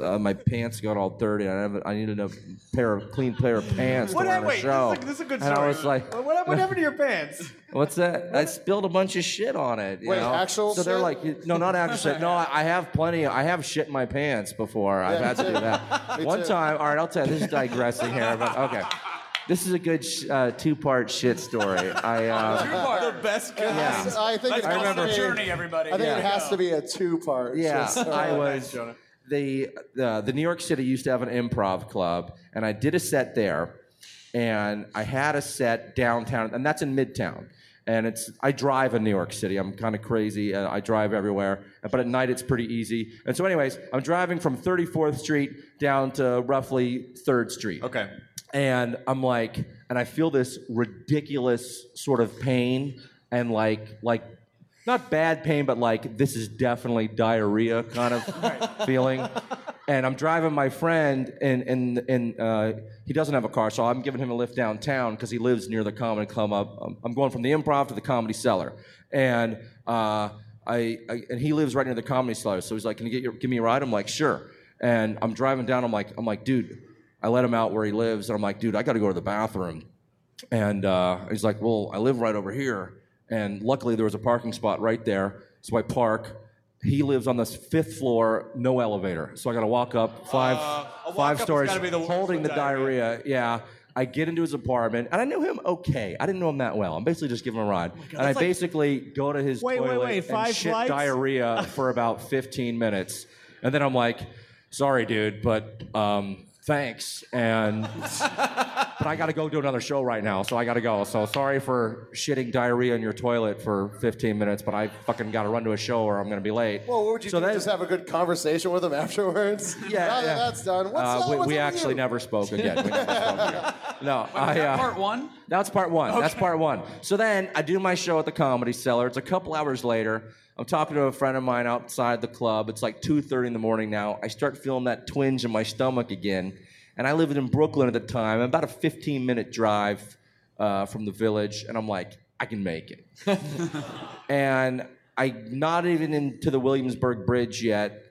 Speaker 9: uh, my pants got all dirty. And I have, I needed a pair of clean pair of pants
Speaker 1: What
Speaker 9: to wear on
Speaker 1: happened?
Speaker 9: a
Speaker 1: Wait,
Speaker 9: show.
Speaker 1: this, is a, this is a good
Speaker 9: and
Speaker 1: story.
Speaker 9: I was like,
Speaker 1: what, what, what happened to your pants?
Speaker 9: What's that? I spilled a bunch of shit on it. You
Speaker 4: Wait,
Speaker 9: know?
Speaker 4: actual
Speaker 9: So they're
Speaker 4: shit?
Speaker 9: like, you- no, not actual shit. No, I, I have plenty. I have shit in my pants before. I've
Speaker 4: Yeah,
Speaker 9: had to
Speaker 4: me
Speaker 9: do
Speaker 4: too.
Speaker 9: that.
Speaker 4: Me
Speaker 9: One
Speaker 4: too.
Speaker 9: time, all right, I'll tell you, this is digressing here, but okay. This is a good sh- uh, two part shit story. I, uh,
Speaker 1: the best guys.
Speaker 4: Yes, I think it
Speaker 6: Let's
Speaker 4: has
Speaker 6: go
Speaker 4: to
Speaker 6: on
Speaker 4: be-
Speaker 6: a journey, everybody.
Speaker 4: I think it has to be a two-part.
Speaker 9: yeah,
Speaker 4: Just-
Speaker 9: I
Speaker 1: Thanks,
Speaker 9: was.
Speaker 1: Jonah.
Speaker 9: the uh, the New York City used to have an improv club, and I did a set there, and I had a set downtown, and that's in Midtown. And it's I drive in New York City. I'm kind of crazy. Uh, I drive everywhere, but at night it's pretty easy. And so, anyways, I'm driving from 34th Street down to roughly 3rd Street
Speaker 1: Okay.
Speaker 9: and I'm like, and I feel this ridiculous sort of pain and like like not bad pain, but like this is definitely diarrhea kind of feeling. And I'm driving my friend, and and and uh, he doesn't have a car, so I'm giving him a lift downtown because he lives near the Comedy Club. I'm, I'm going from the Improv to the Comedy Cellar, and uh, I, I and he lives right near the Comedy Cellar, so he's like, "Can you get your, give me a ride?" I'm like, "Sure." And I'm driving down. I'm like, I'm like, dude, I let him out where he lives, and I'm like, dude, I got to go to the bathroom. And uh, he's like, well, I live right over here. And luckily, there was a parking spot right there. So I park. He lives on the fifth floor, no elevator. So I got to walk up five,
Speaker 1: Uh, a walk up
Speaker 9: five
Speaker 1: has
Speaker 9: stories,
Speaker 1: gotta be the worst
Speaker 9: holding
Speaker 1: with
Speaker 9: the diarrhea. Yeah. I get into his apartment, and I knew him okay. I didn't know him that well. I'm basically just giving him a ride.
Speaker 1: Oh
Speaker 9: and I basically go to his
Speaker 8: Wait, wait,
Speaker 9: toilet
Speaker 8: wait,
Speaker 9: and
Speaker 8: five
Speaker 9: shit
Speaker 8: flights?
Speaker 9: diarrhea for about 15 minutes. And then I'm like, sorry, dude, but um, thanks. And but I got to go do another show right now, so I got to go. So sorry for shitting diarrhea in your toilet for 15 minutes, but I fucking got to run to a show or I'm going to be late.
Speaker 4: Well, what would you
Speaker 9: so
Speaker 4: do?
Speaker 9: then-
Speaker 4: Just have a good conversation with him afterwards.
Speaker 9: yeah,
Speaker 4: Now that
Speaker 9: yeah.
Speaker 4: that's done, what's
Speaker 9: Uh,
Speaker 4: up?
Speaker 9: we
Speaker 4: what's
Speaker 9: we
Speaker 4: up with
Speaker 9: actually
Speaker 4: you?
Speaker 9: never spoke again. We never spoke again. No, I, uh,
Speaker 6: Part one.
Speaker 9: That's part one. That's part one. So then I do my show at the Comedy Cellar. It's a couple hours later. I'm talking to a friend of mine outside the club. It's like 2:30 in the morning now. I start feeling that twinge in my stomach again, and I lived in Brooklyn at the time. About a 15-minute drive uh, from the village, and I'm like, I can make it and I not even into the Williamsburg Bridge yet.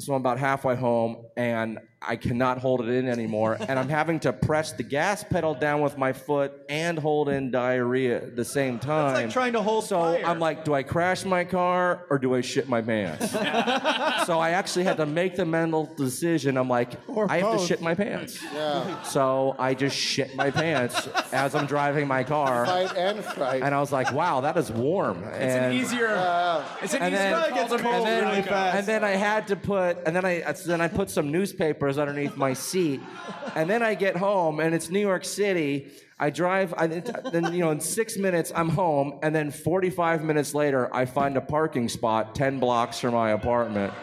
Speaker 9: So I'm about halfway home, and I cannot hold it in anymore. and I'm having to press the gas pedal down with my foot and hold in diarrhea at the same time.
Speaker 1: It's like trying to hold
Speaker 9: So
Speaker 1: fire.
Speaker 9: I'm like, do I crash my car or do I shit my pants? so I actually had to make the mental decision. I'm like,
Speaker 8: Or
Speaker 9: I have to
Speaker 8: both.
Speaker 9: shit my pants. So I just shit my pants as I'm driving my car.
Speaker 4: Fight and fright.
Speaker 9: And I was like, wow, that is warm.
Speaker 6: It's an
Speaker 9: And-
Speaker 6: easier. it's an
Speaker 9: and
Speaker 6: easier
Speaker 9: then,
Speaker 6: call
Speaker 1: gets
Speaker 6: to make.
Speaker 1: cold
Speaker 9: and then-
Speaker 1: really fast.
Speaker 9: and then I had to put, and then I so then I put some newspapers underneath my seat, and then I get home, and it's New York City. I drive, I, then you know, in six minutes I'm home, and then 45 minutes later I find a parking spot 10 blocks from my apartment.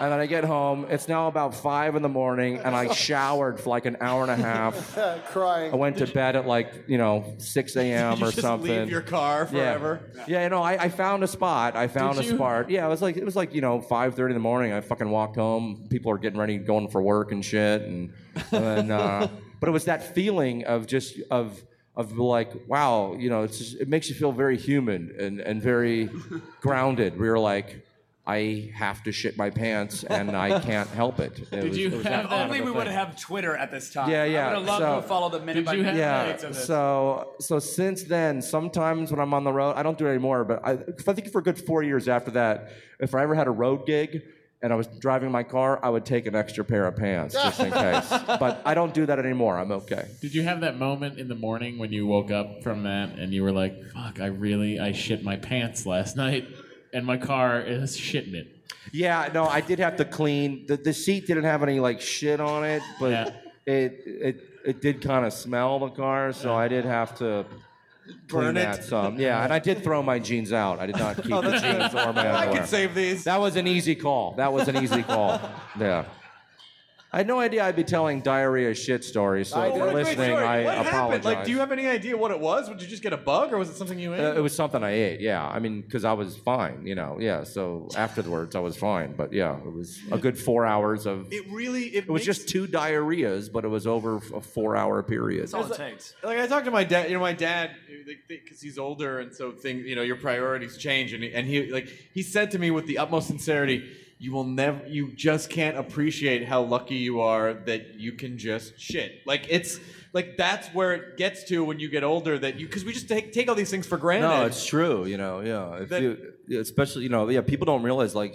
Speaker 9: And then I get home. It's now about five in the morning, and I showered for like an hour and a half.
Speaker 4: crying.
Speaker 9: I went to bed at like you know 6 a.m.
Speaker 1: you
Speaker 9: or
Speaker 1: just
Speaker 9: something.
Speaker 1: leave your car forever.
Speaker 9: Yeah, yeah no, I, I found a spot. I found a spot. Yeah, it was like it was like you know five thirty in the morning. I fucking walked home. People are getting ready, going for work and shit, and, and then, uh, but it was that feeling of just of of like wow, you know, it's just, it makes you feel very human and and very grounded. We were like. I have to shit my pants and I can't help it. It
Speaker 5: Did
Speaker 9: was-
Speaker 5: you
Speaker 9: it was
Speaker 5: have
Speaker 9: that kind
Speaker 5: only
Speaker 9: of
Speaker 6: Only
Speaker 9: a
Speaker 6: we
Speaker 9: thing.
Speaker 6: would have Twitter at this time.
Speaker 9: Yeah,
Speaker 6: I
Speaker 9: yeah,
Speaker 6: would have loved
Speaker 9: so-
Speaker 6: to follow the minute
Speaker 5: Did
Speaker 6: by
Speaker 5: you have-
Speaker 6: minute
Speaker 9: Yeah.
Speaker 6: updates of this.
Speaker 9: So so since then, sometimes when I'm on the road, I don't do it anymore. But I, 'cause I think for a good four years after that, if I ever had a road gig and I was driving my car, I would take an extra pair of pants just in case. but I don't do that anymore. I'm okay.
Speaker 5: Did you have that moment in the morning when you woke up from that and you were like, "Fuck, I really I shit my pants last night, and my car is shitting it."
Speaker 9: Yeah, no, I did have to clean. The, the seat didn't have any like shit on it, but it it it did kind of smell the car, so I did have to. Clean
Speaker 1: Burn it. Oh,
Speaker 9: that some, yeah, and I did throw my jeans out. I did not keep the jeans or my underwear.
Speaker 1: I could save these.
Speaker 9: That was an easy call. That was an easy call. Yeah. I had no idea I'd be telling diarrhea shit stories. So
Speaker 1: Oh,
Speaker 9: if
Speaker 1: what a
Speaker 9: you're
Speaker 1: great
Speaker 9: listening,
Speaker 1: story.
Speaker 9: I
Speaker 1: what
Speaker 9: apologize.
Speaker 1: happened? Like, do you have any idea what it was? Did you just get a bug, or was it something you ate?
Speaker 9: Uh, it was something I ate. Yeah, I mean, because I was fine. You know, yeah. So afterwards, I was fine. But yeah, it was a good four hours of. It,
Speaker 1: It really. It,
Speaker 9: was
Speaker 1: makes-
Speaker 9: just two diarrheas, but it was over a four-hour period.
Speaker 6: That's all it takes.
Speaker 1: Like I talked to my dad, you know, my dad, because he's older, and so things, you know, your priorities change, and he, and he, like, he said to me with the utmost sincerity, "You will never, you just can't appreciate how lucky you are that you can just shit." Like it's, like that's where it gets to when you get older that you, because we just take take all these things for granted.
Speaker 9: No, it's true. You know, yeah. If
Speaker 1: That-
Speaker 9: you- yeah, especially, you know, yeah. People don't realize, like,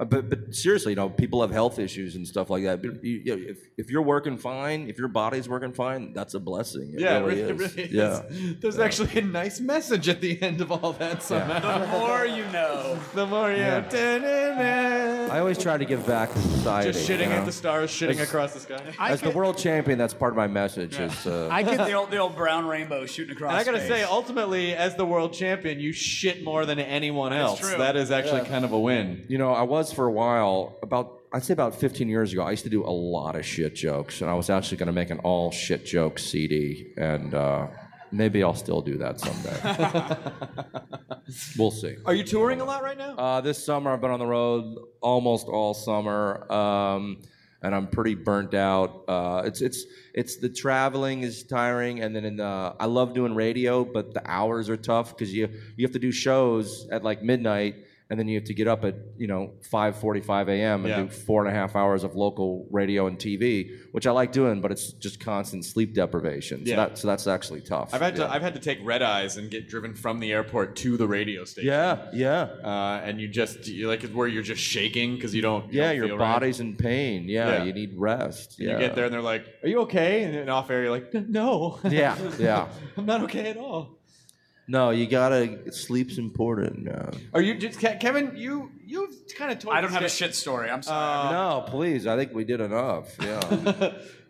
Speaker 9: uh, but but seriously, you know, people have health issues and stuff like that. But you, you know, if if you're working fine, if your body's working fine, that's a blessing. It
Speaker 1: yeah,
Speaker 9: really
Speaker 1: it
Speaker 9: is.
Speaker 1: really is.
Speaker 9: Yeah.
Speaker 1: There's actually a nice message at the end of all that somehow.
Speaker 6: The more you know.
Speaker 1: The more you.
Speaker 9: Yeah. I always try to give back to society.
Speaker 1: Just
Speaker 9: you
Speaker 1: shitting
Speaker 9: know?
Speaker 1: at the stars, shitting
Speaker 9: It's-
Speaker 1: across the sky.
Speaker 9: As the world champion, that's part of my message. Is uh,
Speaker 8: I could
Speaker 6: the, old, the old brown rainbow shooting across.
Speaker 1: And I gotta
Speaker 6: space.
Speaker 1: say, ultimately, as the world champion, you shit more than anyone else.
Speaker 6: true.
Speaker 1: That is actually kind of a win.
Speaker 9: You know, I was for a while about I'd say about 15 years ago. I used to do a lot of shit jokes, and I was actually going to make an all shit joke CD, and uh, maybe I'll still do that someday. we'll see.
Speaker 1: Are you touring a lot right now?
Speaker 9: Uh, this summer, I've been on the road almost all summer, um, and I'm pretty burnt out. Uh, it's it's it's the traveling is tiring, and then in the, I love doing radio, but the hours are tough because you you have to do shows at like midnight, and then you have to get up at you know 5:45 a.m. and
Speaker 1: Yeah.
Speaker 9: do four and a half hours of local radio and TV, which I like doing, but it's just constant sleep deprivation. So,
Speaker 1: Yeah.
Speaker 9: that, so that's actually tough.
Speaker 1: I've had
Speaker 9: yeah.
Speaker 1: to I've had to take red eyes and get driven from the airport to the radio station.
Speaker 9: yeah, yeah.
Speaker 1: Uh, and you just you like it's where you're just shaking because you don't. you
Speaker 9: Yeah,
Speaker 1: don't
Speaker 9: your
Speaker 1: feel right.
Speaker 9: body's in pain. Yeah,
Speaker 1: Yeah.
Speaker 9: you need rest.
Speaker 1: And
Speaker 9: yeah.
Speaker 1: You get there and they're like, "Are you okay?" And then off air, you're like, "N- "No,
Speaker 9: Yeah, yeah.
Speaker 1: I'm not okay at all."
Speaker 9: No, you gotta. Sleep's important. No,
Speaker 1: Are you just Ke- Kevin? You you've kind of told. Uh,
Speaker 6: I don't
Speaker 1: us
Speaker 6: have a
Speaker 1: that-
Speaker 6: shit story. I'm sorry.
Speaker 9: no, please. I think we did enough. Yeah.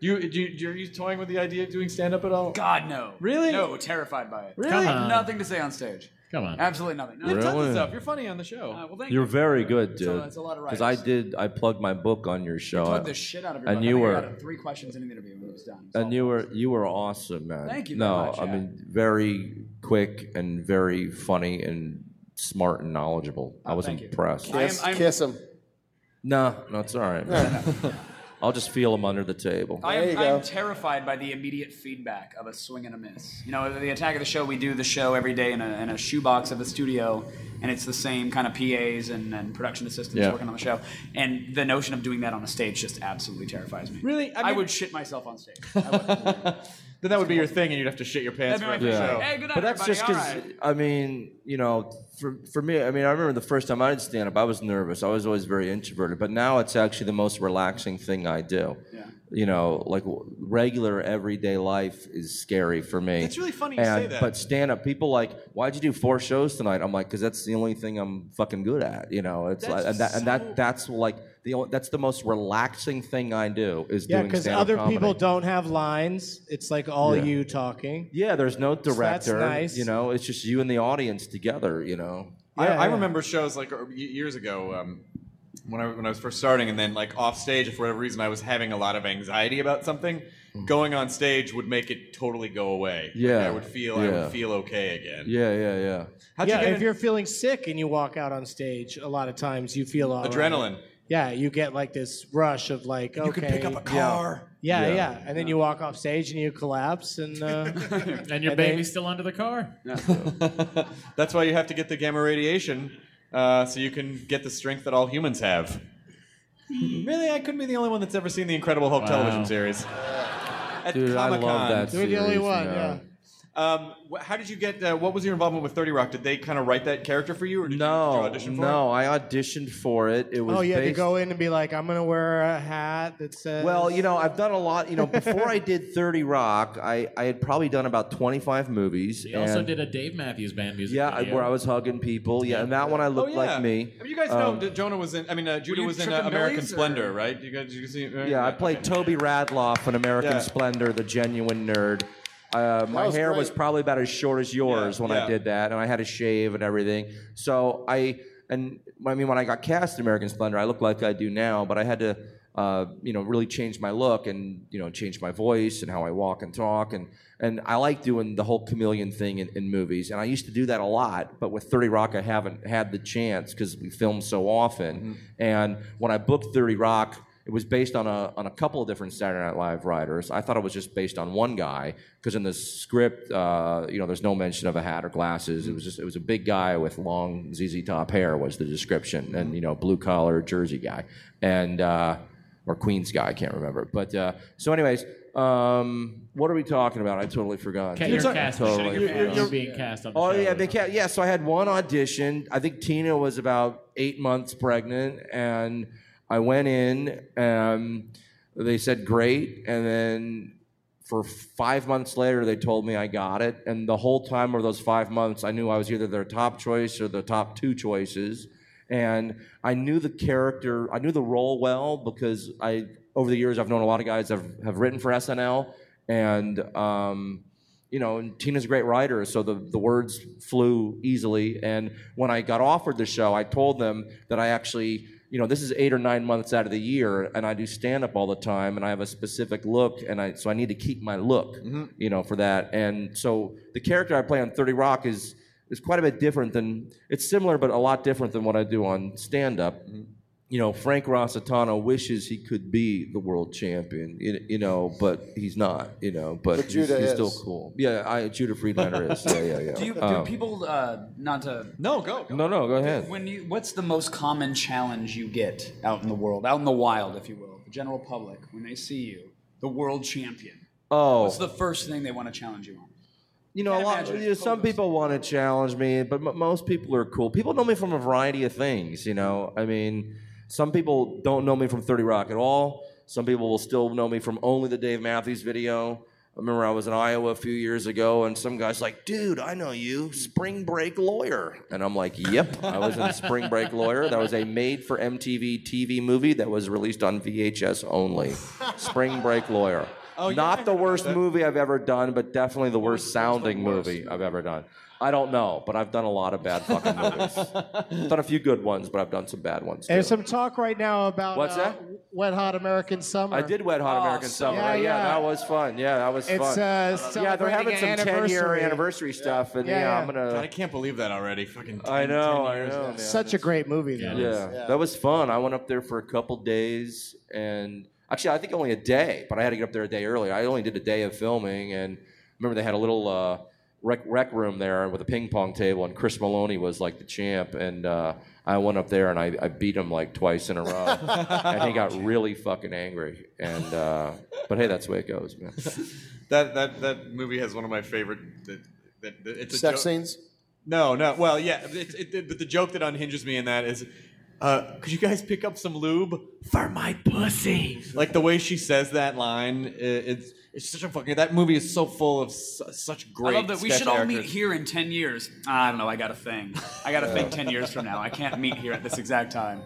Speaker 1: You do. You, are you toying with the idea of doing stand up at all?
Speaker 6: God no.
Speaker 1: Really?
Speaker 6: No. Terrified by it.
Speaker 1: Really?
Speaker 5: Come on.
Speaker 6: Nothing to say on stage.
Speaker 5: Come on.
Speaker 6: Absolutely nothing. No,
Speaker 9: Really?
Speaker 6: it's-
Speaker 1: Tons of stuff. You're funny on the show.
Speaker 6: uh, well, thank
Speaker 9: You're very good, dude.
Speaker 6: That's a- that's a lot of
Speaker 9: I
Speaker 6: writers.
Speaker 9: did. I plugged my book on your show.
Speaker 6: Plugged the shit out of your
Speaker 9: and
Speaker 6: mouth. I
Speaker 9: you
Speaker 6: think I
Speaker 9: were-
Speaker 6: got three questions in an interview when it was done. It was
Speaker 9: and
Speaker 6: all
Speaker 9: you
Speaker 6: bullshit.
Speaker 9: were you were awesome, man.
Speaker 6: Thank you very
Speaker 9: No,
Speaker 6: much,
Speaker 9: I
Speaker 6: yeah.
Speaker 9: mean very quick and very funny and smart and knowledgeable. I was
Speaker 6: Oh, thank you.
Speaker 9: impressed.
Speaker 6: I am,
Speaker 4: Kiss,
Speaker 6: I'm,
Speaker 4: kiss him.
Speaker 9: No, no, it's all right. man. I'll just feel them under the table.
Speaker 6: I
Speaker 4: There
Speaker 6: am,
Speaker 4: you
Speaker 6: I am
Speaker 4: go.
Speaker 6: terrified by the immediate feedback of a swing and a miss. You know, the attack of the show, we do the show every day in a, in a shoebox of a studio, and it's the same kind of PAs and, and production assistants
Speaker 9: Yeah.
Speaker 6: working on the show. And the notion of doing that on a stage just absolutely terrifies me.
Speaker 1: Really? I
Speaker 6: I,
Speaker 1: mean-
Speaker 6: would shit myself on stage. I would.
Speaker 1: Then that would be your thing, and you'd have to shit your pants
Speaker 6: That'd be
Speaker 1: for
Speaker 6: my
Speaker 1: every
Speaker 6: thing.
Speaker 1: show.
Speaker 6: Hey, good night,
Speaker 9: but that's just
Speaker 6: everybody.
Speaker 9: because
Speaker 6: All right.
Speaker 9: I mean, you know, for for me, I mean, I remember the first time I did stand up, I was nervous. I was always very introverted, but now it's actually the most relaxing thing I do.
Speaker 6: Yeah.
Speaker 9: You know, like w- regular everyday life is scary for me.
Speaker 1: It's really funny you
Speaker 9: and,
Speaker 1: say that.
Speaker 9: But stand up, people like, why'd you do four shows tonight? I'm like, because that's the only thing I'm fucking good at. You know, it's like, and that, and that that's like the only, that's the most relaxing thing I do is
Speaker 8: yeah,
Speaker 9: doing
Speaker 8: because
Speaker 9: stand up
Speaker 8: other
Speaker 9: comedy.
Speaker 8: people don't have lines. It's like all
Speaker 9: Yeah.
Speaker 8: you talking.
Speaker 9: Yeah, there's no director.
Speaker 8: nice.
Speaker 9: You know, it's just you and the audience together. You know.
Speaker 1: I,
Speaker 8: Yeah,
Speaker 1: I
Speaker 8: yeah.
Speaker 1: remember shows like uh, y- years ago um, when I when I was first starting, and then like off stage, if for whatever reason I was having a lot of anxiety about something,
Speaker 8: Mm.
Speaker 1: going on stage would make it totally go away. Like,
Speaker 9: Yeah.
Speaker 1: I would feel I
Speaker 9: Yeah.
Speaker 1: would feel okay again.
Speaker 9: Yeah, yeah, yeah.
Speaker 1: How'd
Speaker 8: Yeah,
Speaker 1: you get
Speaker 8: if
Speaker 1: in-
Speaker 8: you're feeling sick and you walk out on stage, a lot of times you feel all right.
Speaker 1: adrenaline?
Speaker 8: Yeah, you get like this rush of like, okay,
Speaker 1: car.
Speaker 8: yeah, yeah, and then you walk off stage and you collapse, and uh,
Speaker 5: And your
Speaker 8: And they-
Speaker 5: baby's still under the car.
Speaker 1: That's why you have to get the gamma radiation, uh, so you can get the strength that all humans have. Really, I couldn't be the only one that's ever seen the Incredible Hulk television series. At
Speaker 9: Dude,
Speaker 1: Comic-Con.
Speaker 9: I love that.
Speaker 8: you're the only
Speaker 9: series,
Speaker 8: one.
Speaker 9: man.
Speaker 8: Yeah.
Speaker 1: Um, wh- how did you get? Uh, what was your involvement with Thirty Rock? Did they kind of write that character for you, or did you,
Speaker 9: No,
Speaker 1: did you audition for
Speaker 9: no, I auditioned for it. It was
Speaker 8: Oh, you had to
Speaker 9: based-
Speaker 8: go in and be like, I'm gonna wear a hat that says.
Speaker 9: Well, you know, I've done a lot. You know, before I did Thirty Rock, I, I had probably done about twenty five movies.
Speaker 5: He also
Speaker 9: and-
Speaker 5: did a Dave Matthews Band music
Speaker 9: Yeah, I-
Speaker 5: video.
Speaker 9: where I was hugging people. Yeah, and that one I
Speaker 1: it? Oh
Speaker 9: looked
Speaker 1: yeah,
Speaker 9: like me. Um,
Speaker 1: I mean, you guys know that Jonah was in. I mean, uh, Judah
Speaker 6: you
Speaker 1: was in uh,
Speaker 6: Trick and
Speaker 1: American
Speaker 6: Millies, or-
Speaker 1: Splendor, right? You guys, you see? uh,
Speaker 9: Yeah, I played Toby Radloff in American
Speaker 1: Yeah.
Speaker 9: Splendor, the genuine nerd. Uh, my
Speaker 4: was
Speaker 9: hair was
Speaker 4: great.
Speaker 9: probably about as short as yours
Speaker 1: Yeah,
Speaker 9: when
Speaker 1: yeah.
Speaker 9: I did that, and I had a shave and everything. So I and I mean, when I got cast in American Splendor, I looked like I do now, but I had to uh, you know, really changed my look and you know, changed my voice and how I walk and talk and and I like doing the whole chameleon thing in, in movies. And I used to do that a lot, but with Thirty Rock, I haven't had the chance because we film so often.
Speaker 4: Mm-hmm.
Speaker 9: And when I booked Thirty Rock, it was based on a on a couple of different Saturday Night Live writers. I thought it was just based on one guy because in the script, uh, you know, there's no mention of a hat or glasses. It was just it was a big guy with long ZZ Top hair was the description, and you know, blue collar Jersey guy, and uh, or Queens guy, I can't remember. But uh, so, anyways, um, what are we talking about? I totally forgot.
Speaker 5: Ca- Your
Speaker 9: Totally
Speaker 5: cast.
Speaker 9: forgot.
Speaker 5: You're, being cast on the
Speaker 9: Oh
Speaker 5: show.
Speaker 9: yeah, they can't. Yeah, so I had one audition. I think Tina was about eight months pregnant, and I went in. Um, they said great, and then for five months later, they told me I got it. And the whole time over those five months, I knew I was either their top choice or the top two choices. And I knew the character, I knew the role well because I, over the years, I've known a lot of guys that have, have written for SNL. And, um, you know, and Tina's a great writer, so the, the words flew easily. And when I got offered the show, I told them that I actually, you know, this is eight or nine months out of the year, and I do stand up all the time, and I have a specific look, and I so I need to keep my look, you know, for that. And so the character I play on Thirty Rock is is quite a bit different than it's similar, but a lot different than what I do on stand up you know, Frank Rossitano wishes he could be the world champion, you you know, but he's not, you know, but,
Speaker 4: But
Speaker 9: he's,
Speaker 4: Judah
Speaker 9: he's
Speaker 4: is.
Speaker 9: still cool. Yeah, I, Judah Friedlander is. Yeah, yeah, yeah.
Speaker 6: Do you do
Speaker 9: Um,
Speaker 6: people uh, not to
Speaker 1: No, go.
Speaker 9: no, no, go ahead.
Speaker 6: when you what's the most common challenge you get out in the world, out in the wild, if you will, the general public when they see you, the world champion?
Speaker 9: Oh,
Speaker 6: What's the first thing they want to challenge you on?
Speaker 9: you know, a lot,
Speaker 6: imagine.
Speaker 9: you know, some people want to challenge me, but m- most people are cool. People know me from a variety of things, you know. I mean, some people don't know me from 30 Rock at all. Some people will still know me from only the Dave Matthews video. I remember I was in Iowa a few years ago, and some guy's like, dude, I know you, Spring Break Lawyer. And I'm like, yep, I was in Spring Break Lawyer. That was a made for MTV TV movie that was released on VHS only. Spring Break Lawyer.
Speaker 1: Oh,
Speaker 9: Not the worst movie I've ever done, but definitely the worst sounding movie I've ever done. I don't know, but I've done a lot of bad fucking movies. I've done a few good ones, but I've done some bad ones. Too.
Speaker 8: There's some talk right now about
Speaker 9: What's
Speaker 8: uh,
Speaker 9: that?
Speaker 8: Wet Hot American Summer.
Speaker 9: I did Wet Hot
Speaker 1: Oh,
Speaker 9: American Summer.
Speaker 8: Yeah,
Speaker 9: Yeah,
Speaker 8: yeah.
Speaker 9: that was fun. Yeah, that was
Speaker 8: It's
Speaker 9: fun.
Speaker 8: uh,
Speaker 9: yeah, they're having some
Speaker 8: celebrating an
Speaker 9: 10 year
Speaker 8: anniversary.
Speaker 9: anniversary stuff, and yeah,
Speaker 8: Yeah,
Speaker 9: I'm gonna.
Speaker 1: God, I can't believe that already. Fucking. 10,
Speaker 9: I know,
Speaker 1: 10
Speaker 9: I
Speaker 1: years.
Speaker 9: know. man.
Speaker 8: Such a great movie, though.
Speaker 9: Yeah, that was fun. I went up there for a couple days, and actually, I think only a day, but I had to get up there a day early. I only did a day of filming, and remember they had a little uh, rec rec room there with a ping pong table, and Chris Maloney was like the champ, and uh, I went up there and I, I beat him like twice in a row, and he got really fucking angry. And uh, but hey, that's the way it goes, man.
Speaker 1: That that that movie has one of my favorite. That, that, that- it's a
Speaker 4: Sex
Speaker 1: joke-
Speaker 4: scenes.
Speaker 1: No, no. Well, yeah. It, it, it- but the joke that unhinges me in that is, uh, could you guys pick up some lube for my pussy? Like the way she says that line, i it's it's such a fucking. That movie is so full of su- such great.
Speaker 6: I love that we
Speaker 1: sketch
Speaker 6: should all meet
Speaker 1: actors.
Speaker 6: here in 10 years. Ah, I don't know, I got a thing. I got a thing 10 years from now. I can't meet here at this exact time.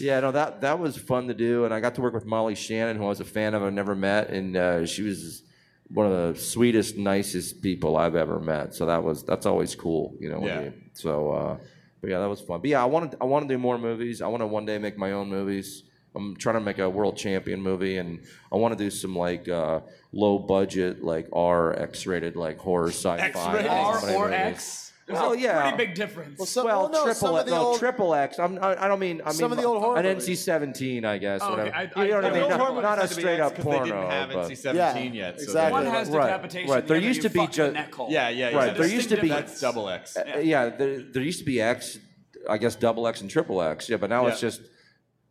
Speaker 9: Yeah, no, that that was fun to do, and I got to work with Molly Shannon, who I was a fan of, I've never met, and uh, she was one of the sweetest, nicest people I've ever met. So that was that's always cool, you know. when
Speaker 1: Yeah.
Speaker 9: you- so, uh, but yeah, that was fun. But yeah, I wanted I want to do more movies. I want to one day make my own movies. I'm trying to make a world champion movie, and I want to do some like uh, low budget, like R X rated, like horror sci-fi.
Speaker 1: X-rated.
Speaker 9: comedy
Speaker 6: R or
Speaker 9: movies.
Speaker 6: X? There's
Speaker 9: Well,
Speaker 6: a
Speaker 9: yeah.
Speaker 6: pretty big difference.
Speaker 4: some-
Speaker 9: Well,
Speaker 4: well, no,
Speaker 9: triple
Speaker 4: some of
Speaker 9: X.
Speaker 4: the
Speaker 9: No,
Speaker 4: old-
Speaker 9: triple X. I'm, I, I don't mean. I mean
Speaker 4: Some of the old horror
Speaker 9: An
Speaker 4: movies.
Speaker 9: NC-17, I guess.
Speaker 6: Oh, okay.
Speaker 9: whatever.
Speaker 6: I-
Speaker 9: you
Speaker 6: I-
Speaker 9: know what I
Speaker 6: the
Speaker 9: mean?
Speaker 6: old
Speaker 9: Not,
Speaker 6: horror
Speaker 1: Horror movies
Speaker 9: not a
Speaker 1: had to be X
Speaker 9: straight up
Speaker 1: 'cause they
Speaker 9: porno.
Speaker 1: didn't have
Speaker 9: but-
Speaker 1: NC-17
Speaker 4: Yeah,
Speaker 1: yet. So
Speaker 4: exactly.
Speaker 6: One
Speaker 4: Right,
Speaker 6: has
Speaker 9: right,
Speaker 6: decapitation.
Speaker 9: right.
Speaker 6: The
Speaker 9: There
Speaker 6: other
Speaker 9: used
Speaker 6: you
Speaker 9: to be
Speaker 6: fuck
Speaker 9: ju-
Speaker 6: the neck hole.
Speaker 1: yeah, yeah, yeah.
Speaker 9: Right,
Speaker 1: It's a
Speaker 9: there used to
Speaker 1: distinct
Speaker 9: be-
Speaker 1: difference. that's double X.
Speaker 9: Uh, yeah, there, there used to be X, I guess double X and triple X. Yeah, but now it's
Speaker 1: Yeah.
Speaker 9: just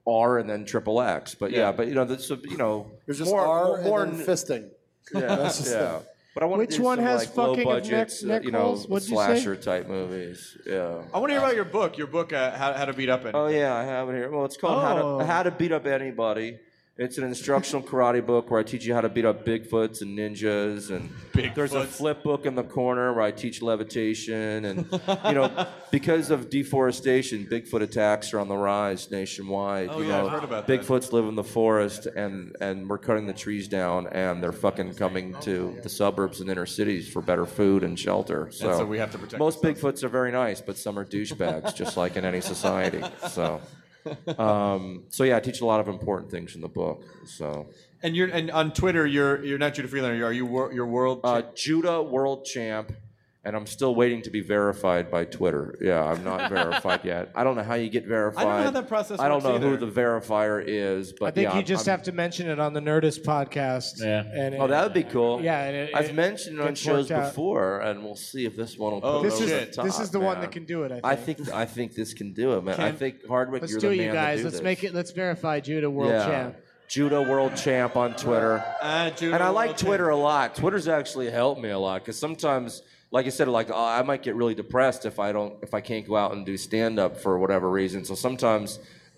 Speaker 9: R and then triple X. But yeah,
Speaker 1: Yeah.
Speaker 9: but you know, that's, you know,
Speaker 4: There's just
Speaker 9: more,
Speaker 4: R
Speaker 9: more,
Speaker 4: and
Speaker 9: more
Speaker 4: then
Speaker 9: n-
Speaker 4: fisting.
Speaker 9: Yeah,
Speaker 4: just
Speaker 9: yeah. But I want
Speaker 8: Which one has
Speaker 9: like, low
Speaker 8: fucking of
Speaker 9: budget, uh,
Speaker 8: neck- neck
Speaker 9: you know,
Speaker 8: rolls? What'd you say?
Speaker 9: slasher type movies. Yeah.
Speaker 1: I want to hear about your book. Your book, uh, how, how to beat up.
Speaker 9: Oh yeah, I have it here. Well, it's called how,
Speaker 8: Oh.
Speaker 9: to, how to Beat Up Anybody. It's an instructional karate book where I teach you how to beat up bigfoots and ninjas, and there's a
Speaker 1: Bigfoots.
Speaker 9: flip book in the corner where I teach levitation, and you know, because of deforestation, bigfoot attacks are on the rise nationwide.
Speaker 1: Oh,
Speaker 9: you
Speaker 1: yeah,
Speaker 9: know,
Speaker 1: I've heard about that.
Speaker 9: bigfoots live in the forest, and and we're cutting the trees down, and they're fucking coming to the suburbs and inner cities for better food and shelter. So,
Speaker 1: so we have to protect
Speaker 9: most bigfoots are very nice, but some are douchebags, just like in any society. So. um, so yeah, I teach a lot of important things in the book. So
Speaker 1: And you're and on Twitter, you're you're not Judah Freelander. Are you wor- your world?
Speaker 9: uh, Judah World Champ, and I'm still waiting to be verified by Twitter. Yeah, I'm not verified yet. I don't know how you get verified.
Speaker 1: that process
Speaker 9: I don't
Speaker 1: works
Speaker 9: know who
Speaker 1: either.
Speaker 9: the verifier is, but
Speaker 8: I think
Speaker 9: yeah,
Speaker 8: you
Speaker 9: I'm-
Speaker 8: just
Speaker 9: I'm-
Speaker 8: have to mention it on the Nerdist podcast.
Speaker 5: Yeah.
Speaker 8: And
Speaker 9: Oh,
Speaker 8: it-
Speaker 9: that would be cool.
Speaker 8: Yeah, and it-
Speaker 9: I've
Speaker 8: it
Speaker 9: mentioned it on
Speaker 8: gets
Speaker 9: shows
Speaker 8: worked out.
Speaker 9: before, and we'll see if this one will.
Speaker 1: Oh,
Speaker 9: put
Speaker 1: This
Speaker 9: it over
Speaker 1: is-
Speaker 9: the top,
Speaker 8: this is the one that
Speaker 9: man.
Speaker 8: can do it, I
Speaker 9: I
Speaker 8: think.
Speaker 9: think I think this can do it, man. I
Speaker 1: Can-
Speaker 9: think Hardwick,
Speaker 8: Let's
Speaker 9: you're
Speaker 8: do
Speaker 9: the
Speaker 8: it,
Speaker 9: man
Speaker 8: you
Speaker 9: to
Speaker 8: guys.
Speaker 9: do
Speaker 8: Let's
Speaker 9: this.
Speaker 8: make it. Let's verify Judah World
Speaker 9: yeah.
Speaker 8: Champ.
Speaker 9: Judah World Champ on Twitter.
Speaker 1: Ah, Judah
Speaker 9: and I
Speaker 1: World
Speaker 9: like Twitter
Speaker 1: Champ.
Speaker 9: a lot. Twitter's actually helped me a lot because sometimes, like I said, like uh, I might get really depressed if I don't, if I can't go out and do stand up for whatever reason. So sometimes,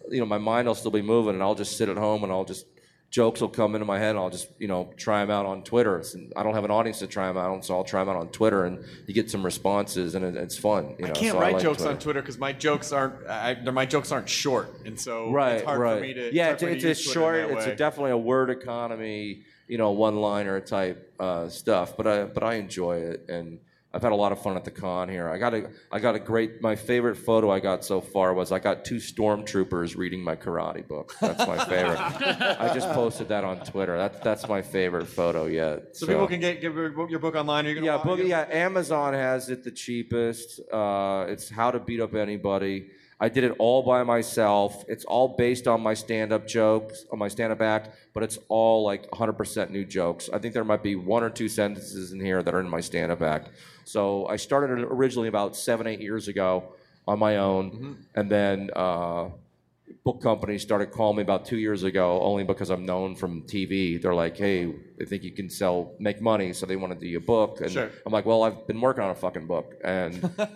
Speaker 9: you know, my mind will still be moving, and I'll just sit at home and I'll just jokes will come into my head, and I'll just you know try them out on Twitter. It's- I don't have an audience to try them out on, so I'll try them out on Twitter, and you get some responses, and it, it's fun. You know?
Speaker 1: I can't
Speaker 9: so
Speaker 1: write
Speaker 9: like
Speaker 1: jokes on Twitter because my jokes aren't I, they're- my jokes aren't short, and so
Speaker 9: right,
Speaker 1: it's hard
Speaker 9: right.
Speaker 1: for me to. it's,
Speaker 9: yeah,
Speaker 1: hard
Speaker 9: it's,
Speaker 1: for me to
Speaker 9: it's
Speaker 1: use Twitter
Speaker 9: short.
Speaker 1: in that
Speaker 9: It's a
Speaker 1: way.
Speaker 9: definitely a word economy, you know, one liner type uh, stuff. But I but I enjoy it, and I've had a lot of fun at the con here. I got a I got a great. My favorite photo I got so far was I got two stormtroopers reading my karate book. That's my favorite. I just posted that on Twitter. That's that's my favorite photo yet.
Speaker 1: so, people can get, get your book- your book online. Are you gonna
Speaker 9: Yeah,
Speaker 1: buy
Speaker 9: book,
Speaker 1: it?
Speaker 9: yeah. Amazon has it the cheapest. Uh, it's how to beat up anybody. I did it all by myself. It's all based on my stand-up jokes, on my stand-up act, but it's all like 100% new jokes. I think there might be one or two sentences in here that are in my stand-up act. So I started it originally about seven, eight years ago on my own, and then. Uh, book companies started calling me about two years ago only because I'm known from TV. They're like, hey, they think you can sell, make money, so they want to do your book. And
Speaker 1: Sure.
Speaker 9: I'm like, well, I've been working on a fucking book. And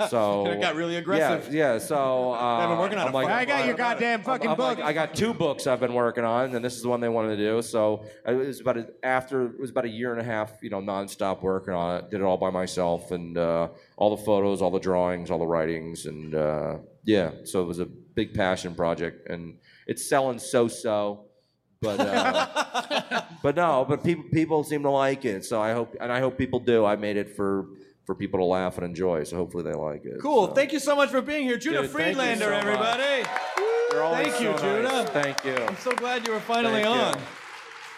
Speaker 9: so.
Speaker 1: And it got really aggressive.
Speaker 9: Yeah, yeah so. Uh,
Speaker 1: I've been working on
Speaker 9: I'm
Speaker 1: a
Speaker 9: like,
Speaker 1: fucking
Speaker 8: I got your goddamn fucking
Speaker 9: I'm
Speaker 8: book.
Speaker 9: like, I got two books I've been working on, and this is the one they wanted to do. So it was about a, after it was about a year and a half, you know, nonstop working on it. Did it all by myself, and uh, all the photos, all the drawings, all the writings, and uh, yeah. So it was a big passion project, and it's selling so-so, but uh, but no, but people people seem to like it. So I hope, and I hope people do. I made it for for people to laugh and enjoy. So hopefully they like it.
Speaker 1: Cool.
Speaker 9: So.
Speaker 1: Thank you so much for being here, Judah
Speaker 9: Dude, thank you
Speaker 1: Friedlander,
Speaker 9: so much.
Speaker 1: everybody.
Speaker 9: You're always
Speaker 1: Thank you,
Speaker 9: so nice.
Speaker 1: Judah.
Speaker 9: Thank you.
Speaker 1: I'm so glad you were finally
Speaker 9: Thank you.
Speaker 1: on.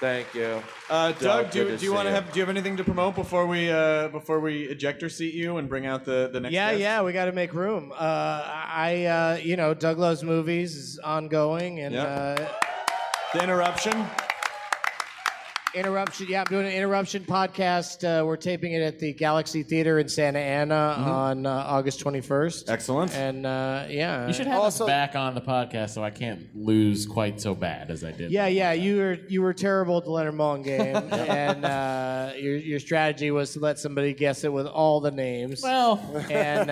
Speaker 9: Thank you.
Speaker 1: Uh,
Speaker 9: Doug,
Speaker 1: Doug,
Speaker 9: good
Speaker 1: do,
Speaker 9: to
Speaker 1: do you
Speaker 9: see
Speaker 1: want to
Speaker 9: you.
Speaker 1: have do you have anything to promote before we uh, before we ejector seat you and bring out the the next?
Speaker 8: Yeah,
Speaker 1: guest?
Speaker 8: yeah, we got to make room. Uh, I, uh, you know, Doug Loves Movies is ongoing, and
Speaker 1: Yeah.
Speaker 8: uh,
Speaker 1: The interruption.
Speaker 8: Interruption. Yeah, I'm doing an interruption podcast. Uh, we're taping it at the Galaxy Theater in Santa Ana
Speaker 1: Mm-hmm.
Speaker 8: on uh, August 21st.
Speaker 1: Excellent.
Speaker 8: And uh, yeah,
Speaker 5: You should have
Speaker 4: Also-
Speaker 5: us back on the podcast so I can't lose quite so bad as I did.
Speaker 8: Yeah, yeah, you were you were terrible at the Leonard Mullen game, and uh, your your strategy was to let somebody guess it with all the names.
Speaker 5: Well,
Speaker 8: and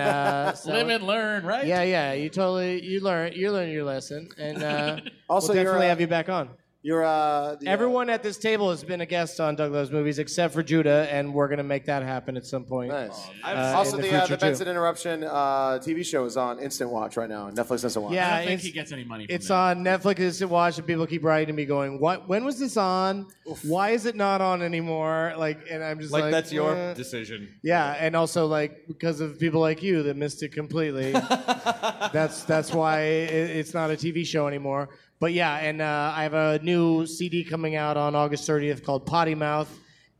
Speaker 8: uh, so-
Speaker 5: live and learn, right?
Speaker 8: yeah, yeah, you totally you learn you learn your lesson, and uh,
Speaker 4: Also,
Speaker 8: we'll
Speaker 4: you're,
Speaker 8: definitely
Speaker 4: uh,
Speaker 8: have you back on.
Speaker 4: You're uh, the, uh,
Speaker 8: Everyone at this table has been a guest on Doug Loves Movies except for Judah, and we're gonna make that happen at some point.
Speaker 4: Nice.
Speaker 8: Uh,
Speaker 4: also,
Speaker 8: in
Speaker 4: the,
Speaker 8: the
Speaker 4: uh, the
Speaker 8: future, too.
Speaker 4: Benson Interruption uh, TV show is on Instant Watch right now on Netflix Instant Watch.
Speaker 8: Yeah,
Speaker 5: I don't think
Speaker 8: it's-
Speaker 5: he gets any money. From
Speaker 8: It's
Speaker 5: that.
Speaker 8: on Netflix. It's in Washington. People keep writing to me, going, "What? When was this on? Why is it not on anymore?" Like, and I'm just
Speaker 1: Like,
Speaker 8: like,
Speaker 1: that's your
Speaker 8: "Eh."
Speaker 1: decision.
Speaker 8: yeah, and also like because of people like you that missed it completely. that's that's why it, it's not a TV show anymore. But yeah, and uh, I have a new CD coming out on August 30th called Potty Mouth,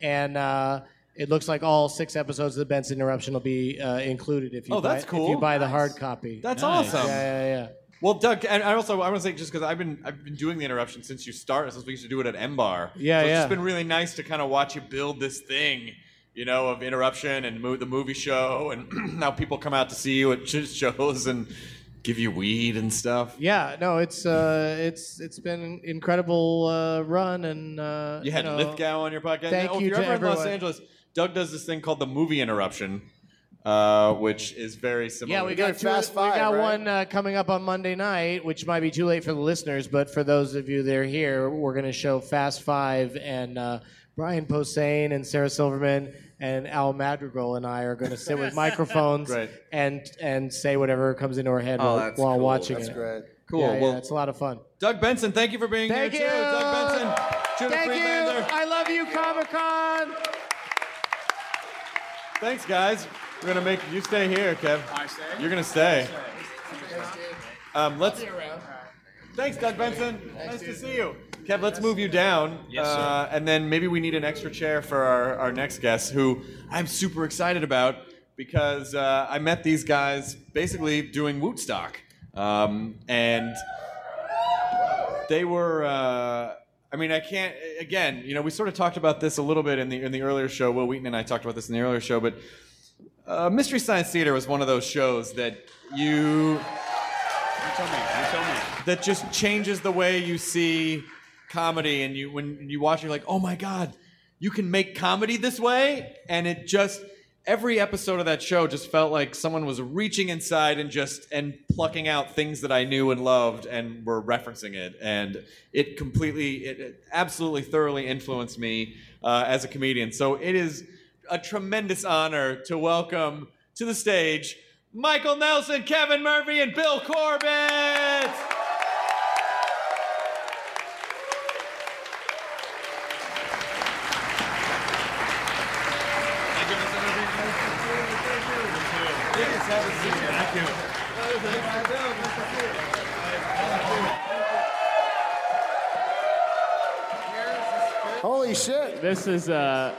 Speaker 8: and uh, it looks like all six episodes of the Benson Interruption will be uh, included if you
Speaker 1: Oh,
Speaker 8: buy,
Speaker 1: that's
Speaker 8: if you
Speaker 1: cool.
Speaker 8: buy the hard copy.
Speaker 1: That's
Speaker 5: Nice.
Speaker 1: awesome.
Speaker 8: yeah, yeah, yeah.
Speaker 1: Well, Doug, and I also I want to say just because I've been I've been doing the interruption since you started since we used to do it at M Bar.
Speaker 8: Yeah,
Speaker 1: so It's
Speaker 8: yeah.
Speaker 1: just been really nice to kind of watch you build this thing, you know, of interruption and mo- the movie show, and now people come out to see you at sh- shows and give you weed and stuff.
Speaker 8: Yeah, no, it's uh, it's it's been an incredible uh, run, and uh,
Speaker 1: You had
Speaker 8: know,
Speaker 1: Lithgow on your podcast.
Speaker 8: thank
Speaker 1: Now, if
Speaker 8: you
Speaker 1: you're
Speaker 8: to
Speaker 1: ever in Los
Speaker 8: everyone.
Speaker 1: Angeles, Doug does this thing called the movie interruption, uh, which is very similar.
Speaker 8: Yeah, we
Speaker 4: Doing
Speaker 8: got two,
Speaker 4: Fast
Speaker 8: we got
Speaker 4: Five, right?
Speaker 8: one uh, coming up on Monday night, which might be too late for the listeners, but for those of you that are here, we're going to show Fast Five, and uh, Brian Posehn and Sarah Silverman and Al Madrigal and I are going to sit with microphones
Speaker 1: Right.
Speaker 8: and and say whatever comes into our head
Speaker 9: Oh,
Speaker 8: while,
Speaker 9: that's
Speaker 8: while
Speaker 9: cool.
Speaker 8: watching
Speaker 4: that's
Speaker 8: it.
Speaker 4: great.
Speaker 1: cool.
Speaker 8: Yeah, yeah,
Speaker 1: well,
Speaker 8: it's a lot of fun.
Speaker 1: Doug Benson, thank you for being
Speaker 8: Thank
Speaker 1: here
Speaker 8: you.
Speaker 1: too. Doug Benson, Judah
Speaker 8: Thank
Speaker 1: Friedlander.
Speaker 8: you. I love you, Comic Con.
Speaker 1: Thanks, guys. We're gonna make you stay here, Kev. I stay. You're gonna stay. Um, let's. Thanks, Doug Benson. nice to see you. Kev, let's move you down. Yes,
Speaker 10: sir.
Speaker 1: Uh, and then maybe we need an extra chair for our, our next guest, who I'm super excited about because uh, I met these guys basically doing Wootstock. Um, and they were uh, i mean i can't again you know we sort of talked about this a little bit in the in the earlier show will wheaton and i talked about this in the earlier show but uh, mystery science theater was one of those shows that you that just changes the way you see comedy and you when you watch it, you're like oh my god you can make comedy this way and it just every episode of that show just felt like someone was reaching inside and just and plucking out things that i knew and loved and were referencing it and it completely it, it absolutely thoroughly influenced me uh, as a comedian so it is a tremendous honor to welcome to the stage michael nelson kevin murphy and bill corbett
Speaker 4: Holy shit!
Speaker 5: This is uh.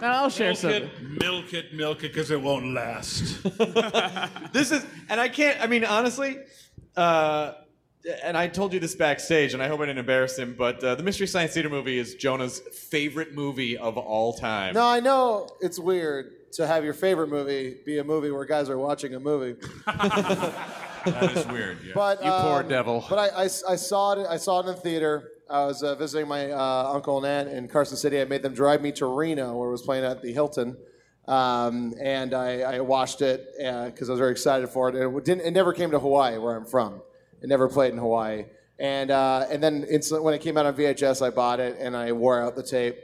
Speaker 5: Now I'll share
Speaker 10: Milk
Speaker 5: some.
Speaker 10: it, milk it, milk it, because it won't last.
Speaker 1: this is and i can't i mean honestly uh, and i told you this backstage and i hope i didn't embarrass him but uh, the mystery science theater movie is jonah's favorite movie of all time
Speaker 4: No, I know it's weird to have your favorite movie be a movie where guys are watching a movie.
Speaker 10: that is weird. Yeah.
Speaker 4: But
Speaker 7: You poor
Speaker 4: um,
Speaker 7: devil.
Speaker 4: But I, I, I saw it. I saw it in the theater. I was uh, visiting my uh, uncle and aunt in Carson City. I made them drive me to Reno, where it was playing at the Hilton, um, and I, I watched it because I was very excited for it. And it didn't. It never came to Hawaii, where I'm from. It never played in Hawaii. And uh, and then it's, when it came out on VHS, I bought it and I wore out the tape.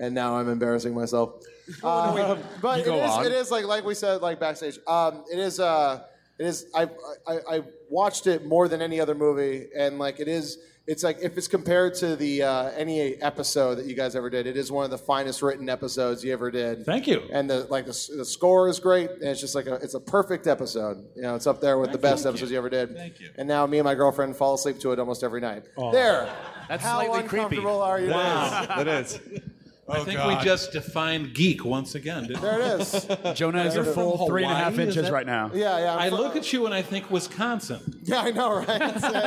Speaker 4: And now I'm embarrassing myself. Um, but it
Speaker 9: go on.
Speaker 4: is, it is like like we said like backstage. Um, it is uh, it is I, I I watched it more than any other movie, and like it is it's like if it's compared to the uh, any episode that you guys ever did, it is one of the finest written episodes you ever did.
Speaker 10: Thank you.
Speaker 4: And the like the, s- the score is great, and it's just like a, it's a perfect episode. You know, it's up there with the best episodes you. ever did.
Speaker 10: Thank you.
Speaker 4: And now me and my girlfriend fall asleep to it almost every night. There.
Speaker 6: That's
Speaker 4: How
Speaker 6: slightly creepy.
Speaker 4: uncomfortable are you?
Speaker 1: wow that is
Speaker 10: I think we just defined geek once again. Didn't
Speaker 4: There it is.
Speaker 6: Jonah is a full
Speaker 10: from
Speaker 6: three and a half
Speaker 10: Hawaii, is
Speaker 6: inches
Speaker 10: that-
Speaker 6: right now.
Speaker 4: Yeah, yeah.
Speaker 10: I look at you and I think Wisconsin.
Speaker 4: Yeah, I know, right?
Speaker 10: Instead of,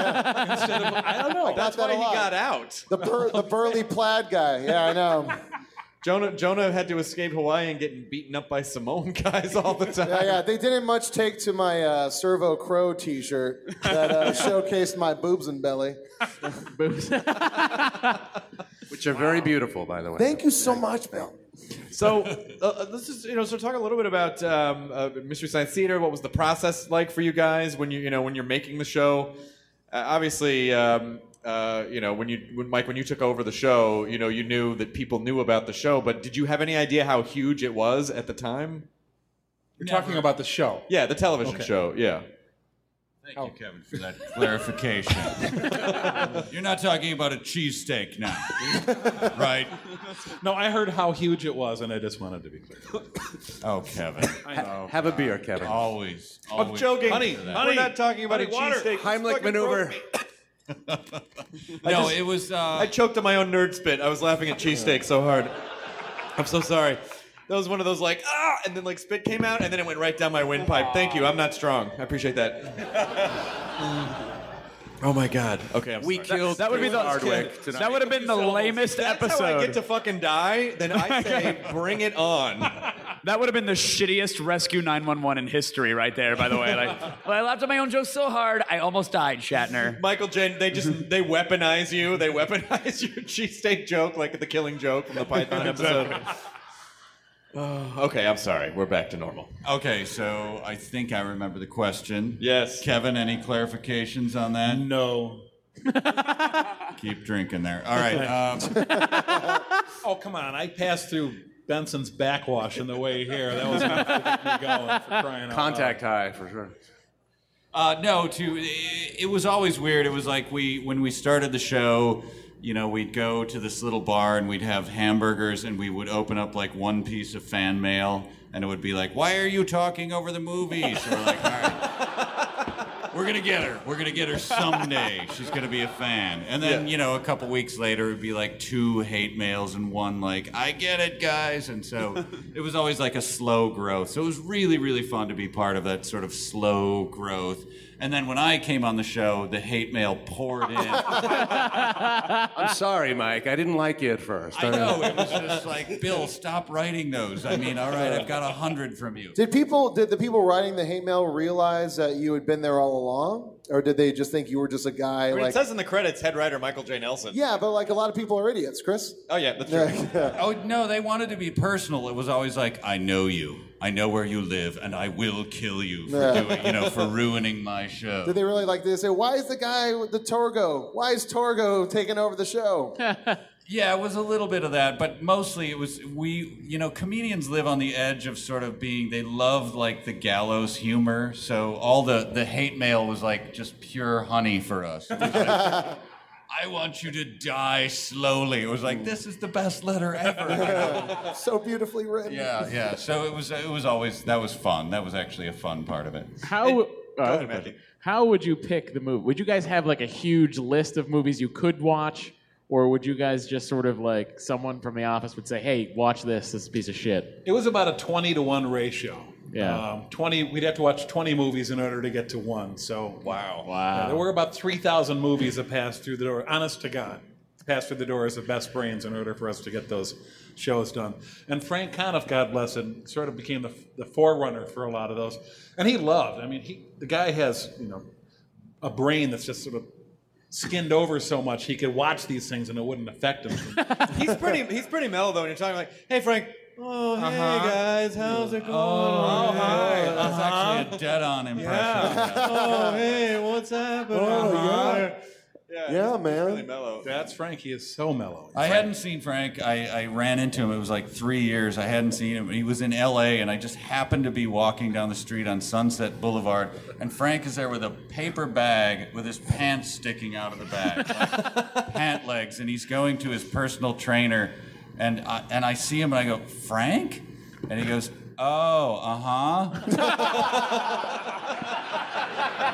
Speaker 10: I don't know.
Speaker 1: that's
Speaker 4: That's that
Speaker 1: why
Speaker 4: a
Speaker 1: he
Speaker 4: lot.
Speaker 1: got out
Speaker 4: the, bur- the burly plaid guy. Yeah, I know.
Speaker 1: jonah jonah had to escape hawaii and getting beaten up by samoan guys all the time
Speaker 4: Yeah, yeah. They didn't much take to my uh, Servo Crow T-shirt that uh, showcased my boobs and belly.
Speaker 9: Which are very beautiful, by the way.
Speaker 4: Thank you so much, Bill.
Speaker 1: So uh, this is you know so talk a little bit about um, uh, Mystery Science Theater. What was the process like for you guys when you you know when you're making the show? Uh, obviously, um, uh, you know when you when Mike when you took over the show, you know you knew that people knew about the show, but did you have any idea how huge it was at the time?
Speaker 10: You're talking about the show. Oh.
Speaker 1: Yeah, the television show. Yeah.
Speaker 10: Thank you, Kevin, for that clarification. You're not talking about a cheesesteak now, right? No, I heard how huge it was, and I just wanted to be clear. Oh, Kevin.
Speaker 9: Have a beer, Kevin.
Speaker 10: Always,
Speaker 1: I'm
Speaker 10: always.
Speaker 1: joking.
Speaker 10: Honey, honey,
Speaker 1: we're not talking about
Speaker 10: honey,
Speaker 1: a
Speaker 10: water.
Speaker 1: cheesesteak.
Speaker 9: Heimlich
Speaker 1: Fucking
Speaker 9: maneuver.
Speaker 1: broke me.
Speaker 10: No, it was. Uh,
Speaker 1: I choked on my own nerd spit. I was laughing at cheesesteak so hard. I'm so sorry. That was one of those like ah, and then like spit came out, and then it went right down my windpipe. Thank you. I'm not strong. I appreciate that. oh my god. Okay, I'm sorry.
Speaker 6: That, that would be the
Speaker 9: Hardwick tonight.
Speaker 6: That would have been the lamest
Speaker 1: That's
Speaker 6: episode.
Speaker 1: how I get to fucking die. Then I say, bring it on.
Speaker 6: That would have been the shittiest rescue 911 in history, right there. By the way, like, well, I laughed at my own joke so hard, I almost died. Shatner.
Speaker 1: Michael Jen, they just they weaponize you. They weaponize your cheesesteak joke, like the killing joke from the Python episode. Oh, okay, I'm sorry. We're back to normal.
Speaker 11: Okay, so I think I remember the question.
Speaker 1: Yes.
Speaker 11: Kevin, any clarifications on that?
Speaker 10: no.
Speaker 11: Keep drinking there. All right. Um,
Speaker 10: Oh, come on. I passed through Benson's backwash on the way here. That was enough to get me going for crying out
Speaker 9: Contact high for sure.
Speaker 11: uh, no, to it was always weird. It was like we when we started the show, you know, we'd go to this little bar and we'd have hamburgers and we would open up like one piece of fan mail and it would be like, "Why are you talking over the movies?" Or like, "All right." We're gonna get her. We're gonna get her someday. She's gonna be a fan. And then you know, a couple weeks later, it'd be like two hate mails and one like I get it, guys. And so it was always like a slow growth. So it was really really fun to be part of that sort of slow growth. And then when I came on the show, the hate mail poured in.
Speaker 12: I'm sorry, Mike. I didn't like you at first.
Speaker 11: I know it was just like Bill, stop writing those. I mean, all right, I've got a hundred from you.
Speaker 4: Did people, did the people writing the hate mail realize that you had been there all along, or did they just think you were just a guy?
Speaker 13: I mean,
Speaker 4: like,
Speaker 13: it says in the credits, head writer Michael J. Nelson.
Speaker 4: yeah, but like a lot of people are idiots, Chris.
Speaker 13: Oh yeah, that's true.
Speaker 11: oh no, they wanted to be personal. It was always like, I know you, I know where you live, and I will kill you for
Speaker 4: Yeah.
Speaker 11: doing, you know, for ruining my show.
Speaker 4: Did they really like they say, why is the guy with the Torgo? Why is Torgo taking over the show?
Speaker 11: Yeah, it was a little bit of that, but mostly it was we, you know, comedians live on the edge of sort of being they love like the gallows humor. So all the the hate mail was like just pure honey for us. It was like, I want you to die slowly. It was like this is the best letter ever. you know?
Speaker 4: so beautifully written.
Speaker 11: yeah, yeah. So it was it was always that was fun. That was actually a fun part of it.
Speaker 5: How? uh, how would you pick the movie? Would you guys have like a huge list of movies you could watch, or would you guys just sort of like someone from the office would say, "Hey, watch this. This is a piece of shit."
Speaker 13: It was about a 20 to 1 ratio.
Speaker 5: Yeah.
Speaker 13: Um, 20, we'd have to watch 20 movies in order to get to one. So, wow.
Speaker 5: Wow.
Speaker 13: there were about 3,000 movies that passed through the door, honest to God, passed through the doors of Best Brains in order for us to get those shows done. And Frank Conniff, God bless him, sort of became the, the forerunner for a lot of those. And he loved, I mean, he the guy has, you know, a brain that's just sort of skinned over so much he could watch these things and it wouldn't affect him.
Speaker 1: he's pretty. He's pretty mellow though. When you're talking like, hey Frank. Oh
Speaker 13: Uh-huh.
Speaker 1: hey guys, how's it going?
Speaker 13: Oh, hi.
Speaker 1: Yeah,
Speaker 13: That's
Speaker 11: actually a dead-on impression.
Speaker 1: Yeah. oh hey, what's happening?
Speaker 13: Oh,
Speaker 1: Uh-huh.
Speaker 13: Yeah,
Speaker 1: Yeah,
Speaker 13: he's
Speaker 1: man.
Speaker 13: Really mellow. That's Frank. He is so mellow.
Speaker 11: I hadn't seen Frank. I, I ran into him. It was like three years. I hadn't seen him. He was in L.A. and I just happened to be walking down the street on Sunset Boulevard, and Frank is there with a paper bag with his pants sticking out of the bag, like pant legs, and he's going to his personal trainer, and I, and I see him and I go Frank, and he goes Oh, uh huh.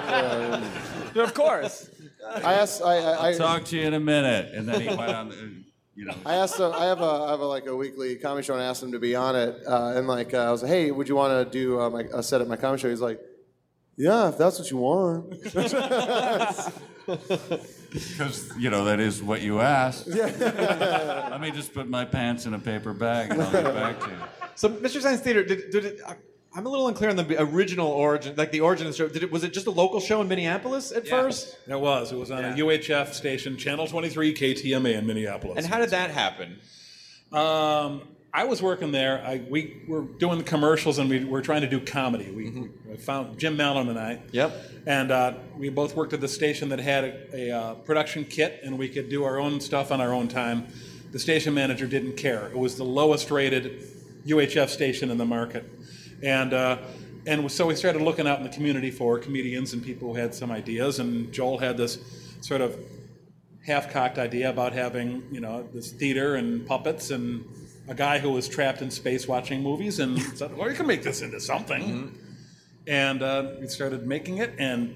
Speaker 13: of course.
Speaker 4: I asked. I, I, I
Speaker 11: I'll talk to you in a minute, and then he went on. the- You know.
Speaker 4: I asked. Him, I have a. I have a, like a weekly comedy show, and I asked him to be on it. Uh, and like, uh, I was like, "Hey, would you want to do uh, my, a set at my comedy show?" He's like, "Yeah, if that's what you want."
Speaker 11: Because you know that is what you asked. Let me just put my pants in a paper bag and I'll get back to you.
Speaker 1: So, Mr. Science Theater, did, did it, I- I'm a little unclear on the original origin, like the origin of the show. Did it was it just a local show in Minneapolis at first?
Speaker 13: It was. It was on a UHF station, Channel 23, KTMA in Minneapolis.
Speaker 1: And how did that happen?
Speaker 13: Um, I was working there. I, we were doing the commercials and we were trying to do comedy. We, we found Jim Malum and I.
Speaker 1: Yep.
Speaker 13: And uh, we both worked at the station that had a, a uh, production kit and we could do our own stuff on our own time. The station manager didn't care. It was the lowest rated UHF station in the market. And, uh, and so we started looking out in the community for comedians and people who had some ideas. And Joel had this sort of half-cocked idea about having you know this theater and puppets and a guy who was trapped in space watching movies and said, "Well, you can make this into something." And uh, we started making it and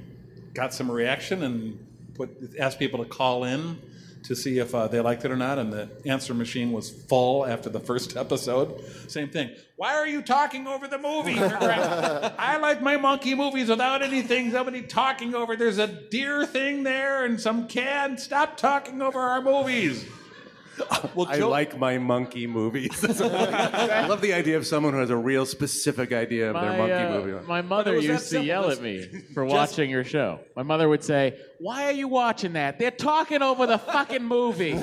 Speaker 13: got some reaction and put asked people to call in to see if uh, they liked it or not. And the answer machine was full after the first episode. Same thing. Why are you talking over the movie? I like my monkey movies without anything, somebody talking over. There's a deer thing there and some cat. Stop talking over our movies. Well,
Speaker 12: I
Speaker 13: Joe-
Speaker 12: like my monkey movies. I love the idea of someone who has a real specific idea of their monkey
Speaker 5: uh,
Speaker 12: movie.
Speaker 5: my mother
Speaker 12: was that
Speaker 5: used to
Speaker 12: simple.
Speaker 5: yell at
Speaker 12: That's-
Speaker 5: me for
Speaker 12: Just-
Speaker 5: watching your show. My mother would say, "Why are you watching that? They're talking over the fucking movie."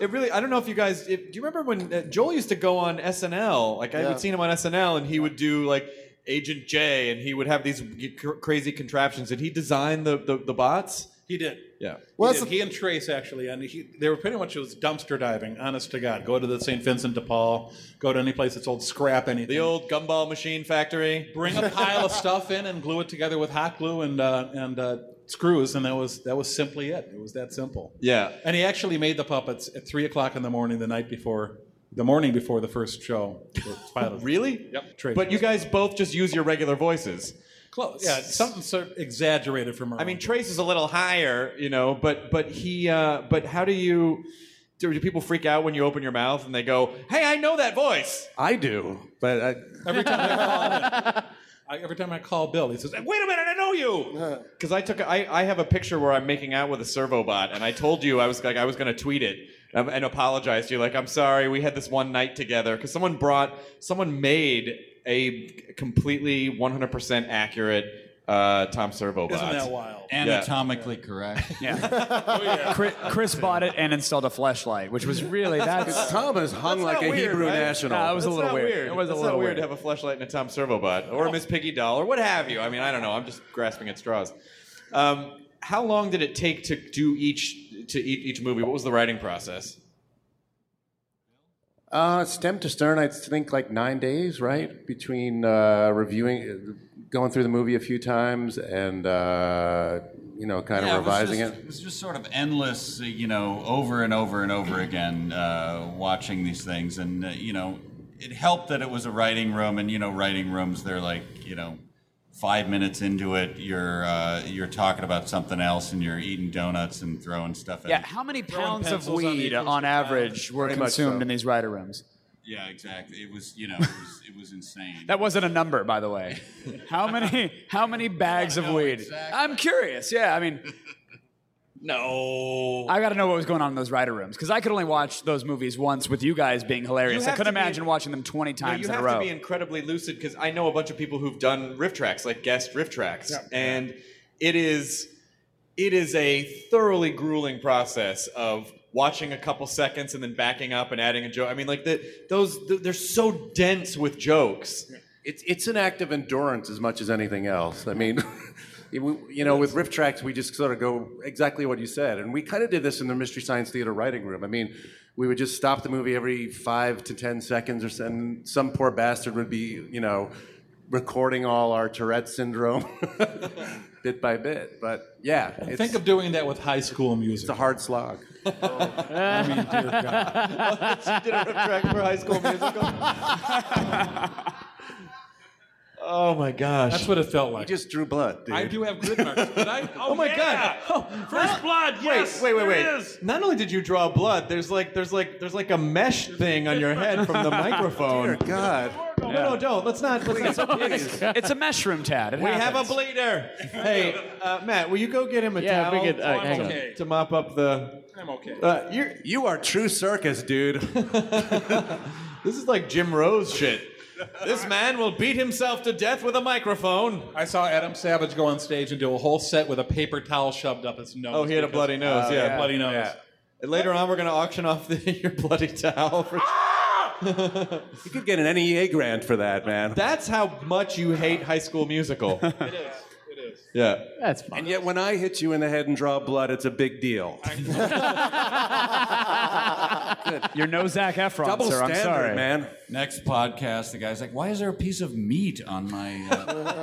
Speaker 1: It really, I don't know if you guys, if, do you remember when uh, Joel used to go on SNL? Like, I
Speaker 5: Yeah.
Speaker 1: had seen him on SNL and he would do like Agent J and he would have these cr- crazy contraptions. Did he design the, the, the bots?
Speaker 13: He did.
Speaker 1: Yeah.
Speaker 13: Well, he, did. He and Trace actually, and he, they were pretty much it was dumpster diving. Honest to God, go to the St. Vincent de Paul, go to any place that's old scrap, anything. The
Speaker 1: old gumball machine factory.
Speaker 13: Bring a pile of stuff in and glue it together with hot glue and uh, and uh, screws, and that was that was simply it. It was that simple.
Speaker 1: Yeah.
Speaker 13: And he actually made the puppets at three o'clock in the morning the night before, the morning before the first show. The pilot.
Speaker 1: Really?
Speaker 13: Yep. Trace.
Speaker 1: But you guys both just use your regular voices. Close.
Speaker 13: Yeah, something sort of exaggerated from.
Speaker 1: I mean, Trace is a little higher, you know, but but he uh, but how do you do, do people freak out when you open your mouth and they go, "Hey, I know that voice."
Speaker 12: I do, but I,
Speaker 1: Every time
Speaker 13: I, every time I call Bill, he says,
Speaker 1: "Wait a minute, I know you."
Speaker 12: Uh-huh.
Speaker 1: Because I took, I, I have a picture where I'm making out with a servo bot, and I told you I was like I was going to tweet it um, and apologize to you, like I'm sorry, we had this one night together because someone brought, someone made a completely 100% accurate uh, Tom Servo bot.
Speaker 11: Anatomically correct.
Speaker 6: Yeah. Chris, Chris bought it and installed a flashlight, which was really that's
Speaker 12: Thomas hung like a Hebrew national.
Speaker 6: No, it was a little weird. It was
Speaker 1: That's
Speaker 6: a little
Speaker 1: not weird to have a flashlight and a Tom Servo bot, or a Miss Piggy doll, or what have you. I mean, I don't know. I'm just grasping at straws. Um, how long did it take to do each to each, each movie? What was the writing process?
Speaker 12: Uh, stem to stern, I think like nine days, right? Between uh, reviewing, going through the movie a few times, and uh, you know, kind
Speaker 11: Yeah,
Speaker 12: of revising
Speaker 11: it. Was just, it was just sort of endless, uh, you know, over and over and over again, uh, watching these things, and uh, you know, it helped that it was a writing room, and you know, writing rooms they're like, you know, five minutes into it, you're uh, you're talking about something else, and you're eating donuts and throwing stuff.
Speaker 6: Yeah,
Speaker 11: At
Speaker 6: how many
Speaker 11: Throwing
Speaker 6: pounds of
Speaker 11: pencils on the
Speaker 6: weed on,
Speaker 11: acoustics
Speaker 6: average were
Speaker 11: Pretty much
Speaker 6: consumed
Speaker 11: so.
Speaker 6: in these writer rooms?
Speaker 11: yeah, exactly. It was, you know, it was, it was insane.
Speaker 6: That wasn't a number, by the way. How many how many bags of weed? I'm curious. Yeah, I mean
Speaker 11: No.
Speaker 6: I got to know what was going on in those writer rooms cuz I could only watch those movies once with you guys being hilarious.
Speaker 1: You
Speaker 6: I
Speaker 1: have
Speaker 6: couldn't
Speaker 1: to be-
Speaker 6: imagine watching them 20
Speaker 1: No,
Speaker 6: times
Speaker 1: you
Speaker 6: in a
Speaker 1: have
Speaker 6: row.
Speaker 1: to be incredibly lucid because I know a bunch of people who've done riff tracks, like guest riff tracks,
Speaker 6: Yeah.
Speaker 1: and it is it is a thoroughly grueling process of watching a couple seconds and then backing up and adding a joke. I mean, like the, those th- they're so dense with jokes.
Speaker 12: It's it's an act of endurance as much as anything else. I mean, it- we- you know, with riff tracks, we just sort of go exactly what you said, and we kind of did this in the Mystery Science Theater writing room. I mean, we would just stop the movie every five to ten seconds, or so, and some poor bastard would be, you know, recording all our Tourette syndrome bit by bit. But yeah, it's,
Speaker 13: Think of doing that with high school music. It's a
Speaker 12: hard slog.
Speaker 13: I mean, dear God.
Speaker 1: did a riff track for High School Musical. oh my gosh,
Speaker 13: that's what it felt like.
Speaker 12: You just drew blood, dude.
Speaker 13: I do have grid marks, but I. Oh,
Speaker 1: my
Speaker 13: yeah!
Speaker 1: god!
Speaker 13: First blood. Yes.
Speaker 1: wait, wait,
Speaker 13: there
Speaker 1: wait,
Speaker 13: it
Speaker 1: wait!
Speaker 13: is.
Speaker 1: Not only did you draw blood, there's like, there's like, there's like a mesh thing on your head from the microphone.
Speaker 12: Dear God.
Speaker 1: No, no, don't. Let's not. Let's not.
Speaker 6: it's,
Speaker 13: Oh,
Speaker 6: it's a mesh room, Tad. It
Speaker 1: We have a
Speaker 6: happens.
Speaker 1: bleeder. Hey, uh, Matt, will you go get him a
Speaker 6: Yeah,
Speaker 1: towel
Speaker 6: we could- uh, hang on.
Speaker 1: to, to mop up the?
Speaker 13: I'm okay.
Speaker 1: Uh, you're,
Speaker 12: you are true circus, dude.
Speaker 1: this is like Jim Rose shit. This man will beat himself to death with a microphone.
Speaker 13: I saw Adam Savage go on stage and do a whole set with a paper towel shoved up his nose.
Speaker 1: Oh, he had a
Speaker 13: because-
Speaker 1: bloody nose.
Speaker 13: Oh,
Speaker 1: yeah,
Speaker 13: bloody nose.
Speaker 1: And Later on, we're gonna auction off the, your bloody towel. For,
Speaker 12: You could get an NEA grant for that, man.
Speaker 1: that's how much you hate High School Musical. it is. It is. Yeah.
Speaker 12: That's fine. And yet, when I hit you in the head and draw blood, it's a big deal.
Speaker 6: You're no Zach Efron,
Speaker 12: Double
Speaker 6: sir. I'm
Speaker 12: standard,
Speaker 6: sorry.
Speaker 12: man.
Speaker 11: Next podcast, the guy's like, "Why is there a piece of meat on my?"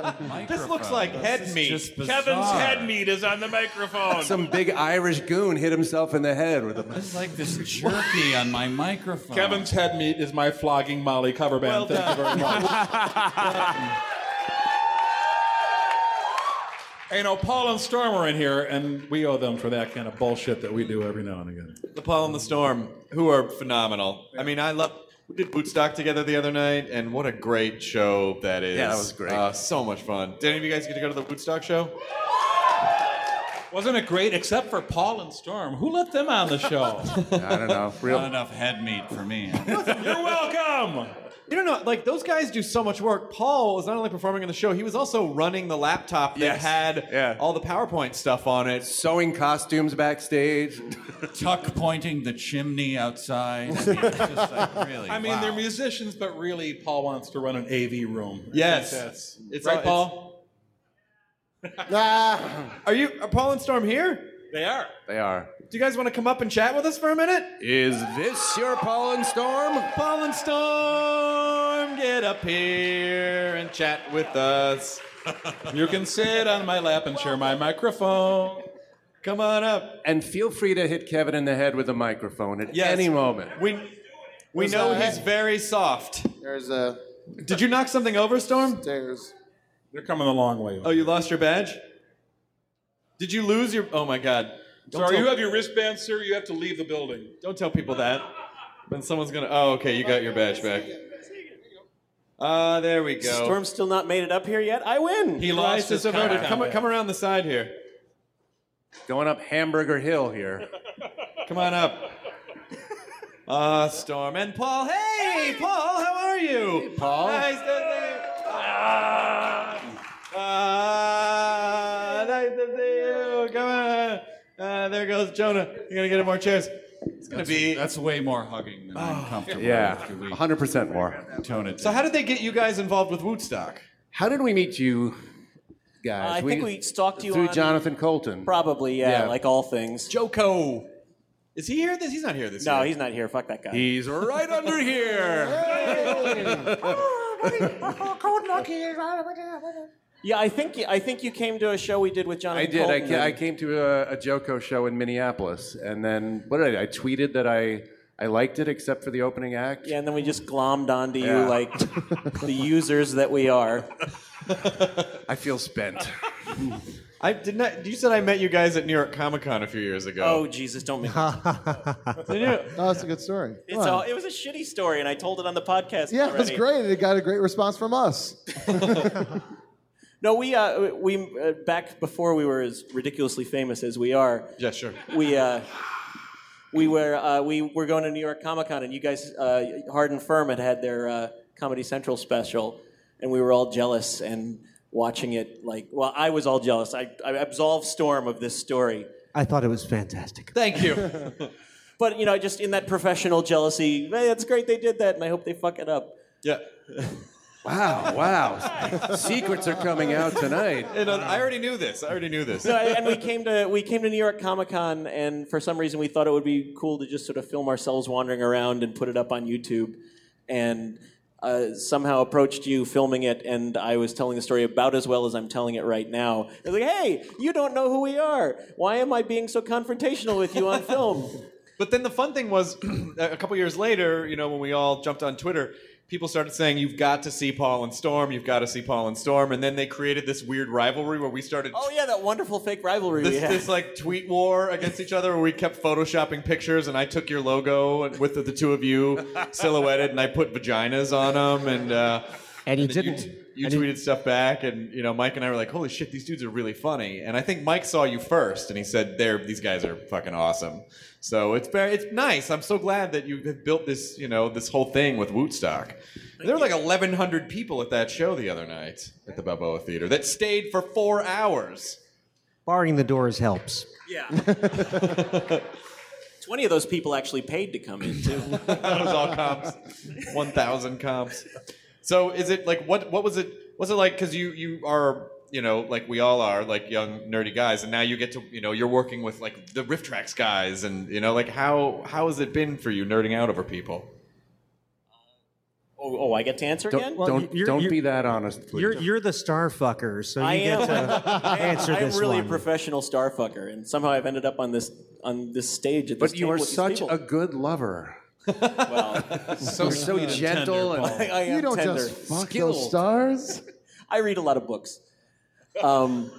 Speaker 11: Uh,
Speaker 1: This looks
Speaker 11: microphone?
Speaker 1: like
Speaker 11: This
Speaker 1: head
Speaker 11: is
Speaker 1: meat.
Speaker 11: just
Speaker 1: Kevin's
Speaker 11: bizarre."
Speaker 1: head
Speaker 14: meat is on the microphone.
Speaker 12: Some big Irish goon hit himself in the head with a.
Speaker 11: It's like this jerky on my microphone.
Speaker 13: Kevin's head meat is my flogging Molly cover band. Thank you very much. You know, Paul and Storm are in here, and we owe them for that kind of bullshit that we do every now and again.
Speaker 1: The Paul and the Storm, who are phenomenal. I mean, I love. We did Bootstock together the other night, and what a great show that is.
Speaker 12: Yeah, that was great.
Speaker 1: Uh, so much fun. Did any of you guys get to go to the Bootstock show?
Speaker 13: Wasn't it great, except for Paul and Storm? Who let them on the show?
Speaker 12: I don't know.
Speaker 11: Not enough head meat for me.
Speaker 13: You're welcome.
Speaker 1: You don't know, like those guys do so much work. Paul was not only performing on the show, he was also running the laptop that
Speaker 12: Yes.
Speaker 1: had all the PowerPoint stuff on it.
Speaker 12: Sewing costumes backstage.
Speaker 11: Tuck pointing the chimney outside. I mean, it's just like, really.
Speaker 13: I mean,
Speaker 11: wow.
Speaker 13: they're musicians, but really, Paul wants to run an AV room. I
Speaker 1: Yes.
Speaker 13: think that's-
Speaker 1: It's
Speaker 13: right,
Speaker 1: all-
Speaker 13: Paul.
Speaker 1: Are you Uh, are Paul and Storm here?
Speaker 13: They are.
Speaker 12: They are.
Speaker 1: Do you guys want to come up and chat with us for a minute?
Speaker 12: Is this your pollen storm?
Speaker 1: Pollen storm, get up here and chat with us.
Speaker 13: You can sit on my lap and share my microphone.
Speaker 1: Come on up.
Speaker 12: And feel free to hit Kevin in the head with a microphone at
Speaker 1: Yes.
Speaker 12: any moment.
Speaker 1: We we
Speaker 12: What's
Speaker 1: know
Speaker 12: that?
Speaker 1: he's very soft.
Speaker 4: There's a
Speaker 1: Did you knock something over, Storm?
Speaker 4: Stairs.
Speaker 13: They're coming a long way.
Speaker 1: Oh, you lost your badge? Did you lose your? Oh my God!
Speaker 13: Sorry, you have your wristband, sir. You have to leave the building.
Speaker 1: Don't tell people that. Then someone's gonna. Oh, okay, you got your badge back. Ah, there we go.
Speaker 14: Storm's still not made it up here yet. I win.
Speaker 1: He lost Crisis his of Odin. Come- come around the side here.
Speaker 12: Going up Hamburger Hill here.
Speaker 1: Come on up. Ah, Storm and Paul. Hey, Paul, how are you?
Speaker 12: Paul.
Speaker 1: Nice to see you. Uh, Ah, nice to see you. Come on. Ah, there goes Jonah. You're gonna get him more chairs. It's gonna be. Ah.
Speaker 11: That's way more hugging than I'm comfortable.
Speaker 12: Yeah,
Speaker 11: after we
Speaker 12: 100% more.
Speaker 11: tone it.
Speaker 1: So how did they get you guys involved with Woodstock?
Speaker 12: How did we meet you guys?
Speaker 14: Uh, I think we stalked you
Speaker 12: through
Speaker 14: on-
Speaker 12: Jonathan Colton.
Speaker 14: Probably, yeah,
Speaker 12: Yeah.
Speaker 14: like all things.
Speaker 1: Joko. Is he here? This he's not here this
Speaker 14: no, year. No, he's not here. Fuck that guy.
Speaker 12: He's right under
Speaker 14: yeah, I think I think you came to a show we did with Jonathan.
Speaker 12: I did. I,
Speaker 14: Colton.
Speaker 12: ca- I came to a, a Joko show in Minneapolis, and then what did I? I tweeted that I I liked it except for the opening act.
Speaker 14: Yeah, and then we just glommed onto
Speaker 12: Yeah.
Speaker 14: you like the users that we are.
Speaker 12: I feel spent.
Speaker 1: I did not. You said I met you guys at New York Comic Con a few years ago.
Speaker 14: Oh, Jesus, don't make
Speaker 4: No, "Oh, that's a good story.
Speaker 14: It's
Speaker 4: Come on.
Speaker 14: all, it was a shitty story, and I told it on the podcast.
Speaker 4: yeah, it
Speaker 14: already.
Speaker 4: was great. It got a great response from us.
Speaker 14: No, we uh, we uh, back before we were as ridiculously famous as we are.
Speaker 1: Yeah, sure.
Speaker 14: We uh, we were uh, we were going to New York Comic Con, and you guys, uh, Hard and Firm, had had their uh, Comedy Central special, and we were all jealous and watching it. Like, well, I was all jealous. I, I absolved Storm of this story.
Speaker 15: I thought it was fantastic.
Speaker 1: Thank you.
Speaker 14: But you know, just in that professional jealousy, hey, it's great they did that, and I hope they fuck it up.
Speaker 1: Yeah.
Speaker 12: wow, wow. Secrets are coming out tonight.
Speaker 1: And uh, I already knew this. I already knew this.
Speaker 14: No, and we came to we came to New York Comic Con, and for some reason we thought it would be cool to just sort of film ourselves wandering around and put it up on YouTube, and uh, somehow approached you filming it, and I was telling the story about as well as I'm telling it right now. I was like, "Hey, you don't know who we are. Why am I being so confrontational with you on film?"
Speaker 1: But then the fun thing was, a couple years later, you know, when we all jumped on Twitter, people started saying, "You've got to see Paul and Storm. You've got to see Paul and Storm." And then they created this weird rivalry where we started
Speaker 14: oh yeah, that wonderful fake rivalry we
Speaker 1: this,
Speaker 14: had.
Speaker 1: this like tweet war against each other where we kept photoshopping pictures, and I took your logo and- with the, the two of you silhouetted, and I put vaginas on them, and uh,
Speaker 15: and you
Speaker 1: then
Speaker 15: didn't.
Speaker 1: You, you tweeted stuff back, and you know Mike and I were like, "Holy shit, these dudes are really funny." And I think Mike saw you first, and he said, "There, these guys are fucking awesome." So it's very, it's nice. I'm so glad that you have built this, you know, this whole thing with Woodstock. There were like 1,100 people at that show the other night at the Balboa Theater that stayed for four hours.
Speaker 15: Barring the doors helps.
Speaker 14: yeah. Twenty of those people actually paid to come in too.
Speaker 1: that was all comps. One thousand comps. So is it like what? What was it? Was it like? Because you you are you know like we all are like young nerdy guys, and now you get to you know you're working with like the riff tracks guys, and you know like how how has it been for you nerding out over people?
Speaker 14: Oh, oh I get to answer again.
Speaker 12: don't don't be that honest, please.
Speaker 15: You're you're the star fucker, so you
Speaker 14: I
Speaker 15: get
Speaker 14: am.
Speaker 15: to
Speaker 14: I am-
Speaker 15: answer
Speaker 14: I'm
Speaker 15: this
Speaker 14: really
Speaker 15: one.
Speaker 14: a professional star fucker, and somehow I've ended up on this on this stage at this
Speaker 12: but you
Speaker 14: table
Speaker 12: are
Speaker 14: with these
Speaker 12: such
Speaker 14: people.
Speaker 12: a good lover.
Speaker 14: well,
Speaker 12: So You're so sweet and gentle tender, and- Paul.
Speaker 14: I, I am
Speaker 12: You don't
Speaker 14: tender.
Speaker 12: just fuck those stars.
Speaker 14: I read a lot of books. Um,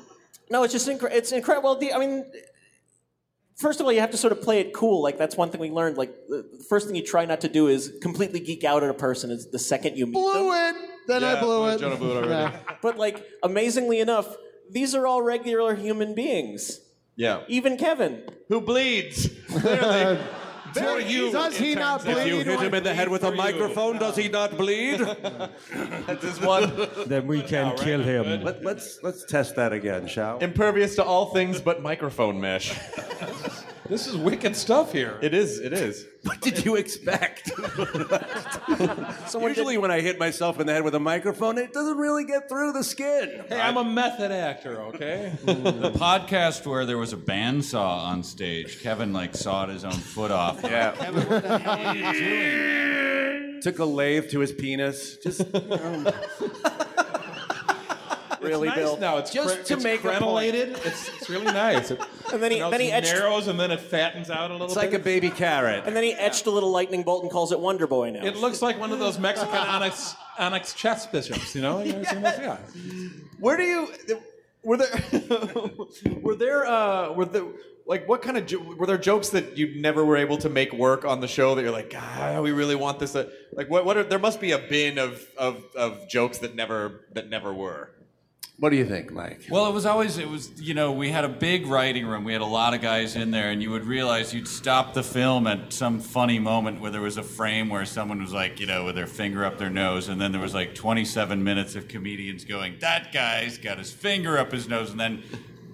Speaker 14: no, it's just incre- it's incredible. The, I mean, first of all, you have to sort of play it cool. Like that's one thing we learned. Like the the first thing you try not to do is completely geek out at a person. Is the second you meet
Speaker 4: blew it. Then I
Speaker 14: Yeah,
Speaker 4: blew
Speaker 14: well,
Speaker 4: it.
Speaker 14: Jonah blew it
Speaker 4: Yeah.
Speaker 14: already. But like, amazingly enough, these are all regular human beings.
Speaker 1: Yeah.
Speaker 14: Even Kevin,
Speaker 1: who bleeds.
Speaker 4: For you, Does he it not turns out.
Speaker 9: If you
Speaker 4: bleed?
Speaker 9: hit him in the head with a microphone, does he not bleed?
Speaker 1: That's his one.
Speaker 15: Then we can kill him.
Speaker 12: Let, let's let's test that again, shall? we?
Speaker 1: Impervious to all things but microphone mesh.
Speaker 13: This is wicked stuff here.
Speaker 1: It is. It is.
Speaker 12: What did you expect? Usually, when I hit myself in the head with a microphone, it doesn't really get through the skin.
Speaker 13: Hey, I'm a method actor, okay?
Speaker 11: the podcast where there was a bandsaw on stage, Kevin like sawed his own foot off.
Speaker 12: Yeah. Took a lathe to his penis. Just
Speaker 14: really,
Speaker 13: nice
Speaker 14: Bill.
Speaker 13: now. It's
Speaker 14: Just
Speaker 13: cre-
Speaker 14: to
Speaker 13: it's
Speaker 14: make a point.
Speaker 13: crenellated. It's, it's really nice. It,
Speaker 14: And then he-
Speaker 13: you know,
Speaker 14: then
Speaker 13: it's
Speaker 14: he etched-
Speaker 13: narrows and then it fattens out a little.
Speaker 12: it's
Speaker 13: bit.
Speaker 12: like a baby carrot.
Speaker 14: and then he etched a little lightning bolt and calls it Wonder Boy now.
Speaker 13: It looks like one of those Mexican on a, onyx chess bishops, you know? Oh, yeah.
Speaker 1: Where do you were there were there uh, were there like what kind of jo- were there jokes that you never were able to make work on the show that you're like God we really want this uh, like what what are, there must be a bin of, of of jokes that never that never were.
Speaker 12: What do you think, Mike?
Speaker 11: Well, it was always it was you know we had a big writing room. We had a lot of guys in there, and you would realize you'd stop the film at some funny moment where there was a frame where someone was like you know with their finger up their nose, and then there was like 27 minutes of comedians going, "That guy's got his finger up his nose," and then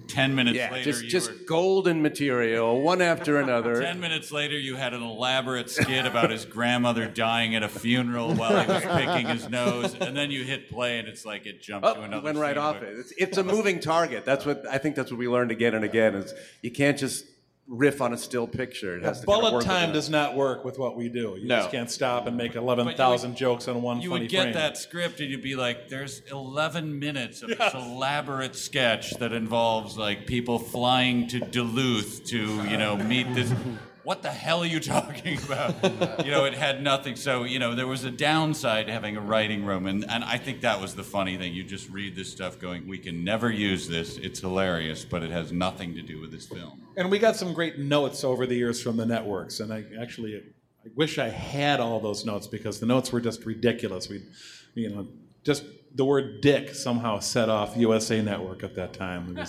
Speaker 11: 10 minutes
Speaker 12: yeah,
Speaker 11: later,
Speaker 12: just
Speaker 11: you
Speaker 12: just golden material, one after another.
Speaker 11: Ten minutes later, you had an elaborate skit about his grandmother dying at a funeral while he was picking his nose, and then you hit play, and it's like it jumped
Speaker 12: Oh,
Speaker 11: to
Speaker 12: it
Speaker 11: another.
Speaker 12: went right
Speaker 11: scene
Speaker 12: off
Speaker 11: where-
Speaker 12: it. It's, it's a moving target. That's what I think. That's what we learned again and again is you can't just riff on a still picture. It has to kind of
Speaker 13: Bullet
Speaker 12: work with
Speaker 13: time
Speaker 12: it.
Speaker 13: does not work with what we do. You
Speaker 12: No.
Speaker 13: just can't stop and make 11,000 jokes on one
Speaker 11: You
Speaker 13: funny
Speaker 11: would get
Speaker 13: frame.
Speaker 11: that script, and you'd be like, "There's 11 minutes of this elaborate sketch that involves like people flying to Duluth to you know meet this." What the hell are you talking about? you know, it had nothing. So you know, there was a downside to having a writing room, and and I think that was the funny thing. You just read this stuff, going, "We can never use this. It's hilarious, but it has nothing to do with this film."
Speaker 13: And we got some great notes over the years from the networks. And I actually, I wish I had all those notes because the notes were just ridiculous. We, you know, just the word "dick" somehow set off USA Network at that time.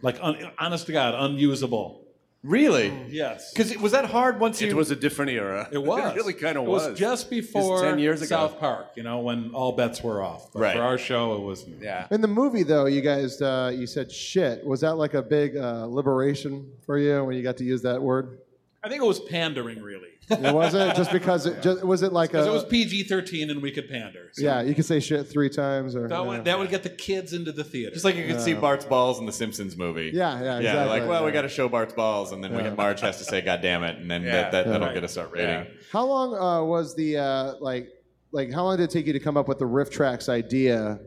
Speaker 13: It was like, un, honest to God, unusable. Oh,
Speaker 1: Really?
Speaker 13: Yes.
Speaker 1: Because was that hard once
Speaker 12: It was a different era.
Speaker 13: It was.
Speaker 12: It really kind of
Speaker 13: It
Speaker 12: was.
Speaker 13: just
Speaker 12: It's
Speaker 13: before
Speaker 12: ten years ago.
Speaker 13: South Park, you know, when all bets were off. But
Speaker 12: Right.
Speaker 13: For our show, it was.
Speaker 12: Yeah.
Speaker 4: In the movie, though, you guys, uh, you said shit. Was that like a big uh, liberation for you when you got to use that word?
Speaker 13: I think it was pandering, really.
Speaker 4: It was it just because it just was it like
Speaker 13: Because
Speaker 4: a
Speaker 13: it was PG 13 and we could pander. so-
Speaker 4: yeah? You could say shit three times or
Speaker 13: That,
Speaker 4: yeah.
Speaker 13: would, that would get the kids into the theater.
Speaker 1: Just like you could see Bart's balls in the Simpsons movie.
Speaker 4: Uh, Yeah, yeah,
Speaker 1: yeah.
Speaker 4: exactly,
Speaker 1: Like, well, we
Speaker 4: yeah.
Speaker 1: got to show Bart's balls, and then we
Speaker 4: Yeah.
Speaker 1: we, Marge has to say, "God damn it," and then
Speaker 4: Yeah.
Speaker 1: that, that,
Speaker 4: Yeah.
Speaker 1: that'll
Speaker 4: Right.
Speaker 1: get us our rating.
Speaker 4: How long uh, was the uh, like like how long did it take you to come up with the riff tracks idea?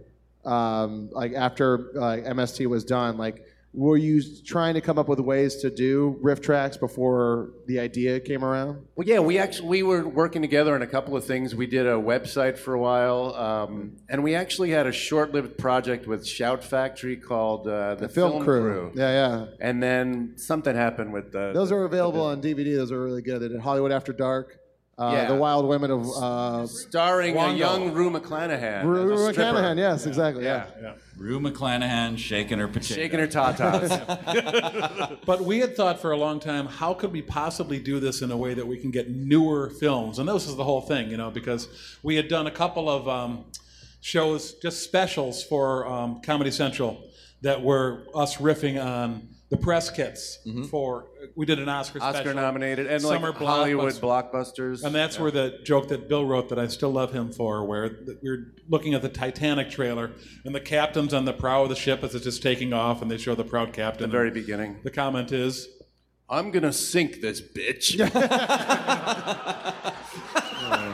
Speaker 4: Um, like after uh, like MST was done, like were you trying to come up with ways to do riff tracks before the idea came around?
Speaker 12: Well, yeah, we actually we were working together on a couple of things. We did a website for a while, um, and we actually had a short-lived project with Shout Factory called uh, the,
Speaker 4: Film Crew. Yeah, yeah.
Speaker 12: And then something happened with the.
Speaker 4: Those are available on DVD. Those are really good. At Hollywood After Dark, uh,
Speaker 12: Yeah.
Speaker 4: The Wild Women of uh,
Speaker 12: starring a
Speaker 4: Wongo.
Speaker 12: young Rue McClanahan.
Speaker 4: Rue-
Speaker 12: as a
Speaker 4: Rue
Speaker 12: stripper.
Speaker 4: McClanahan. Yes, exactly. Yeah.
Speaker 11: Rue McClanahan shaking her potatoes.
Speaker 12: Shaking her tatas.
Speaker 13: But we had thought for a long time, how could we possibly do this in a way that we can get newer films? And this is the whole thing, you know, because we had done a couple of um, shows, just specials for um, Comedy Central that were us riffing on the press kits for. We did an Oscar special,
Speaker 12: Oscar-nominated and, like, Hollywood blockbusters.
Speaker 13: and that's
Speaker 12: Yeah.
Speaker 13: where the joke that Bill wrote that I still love him for, where th- we we're looking at the Titanic trailer and the captain's on the prow of the ship as it's just taking off, and they show the proud captain.
Speaker 12: The very
Speaker 13: and
Speaker 12: beginning.
Speaker 13: The comment is,
Speaker 12: "I'm gonna sink this bitch."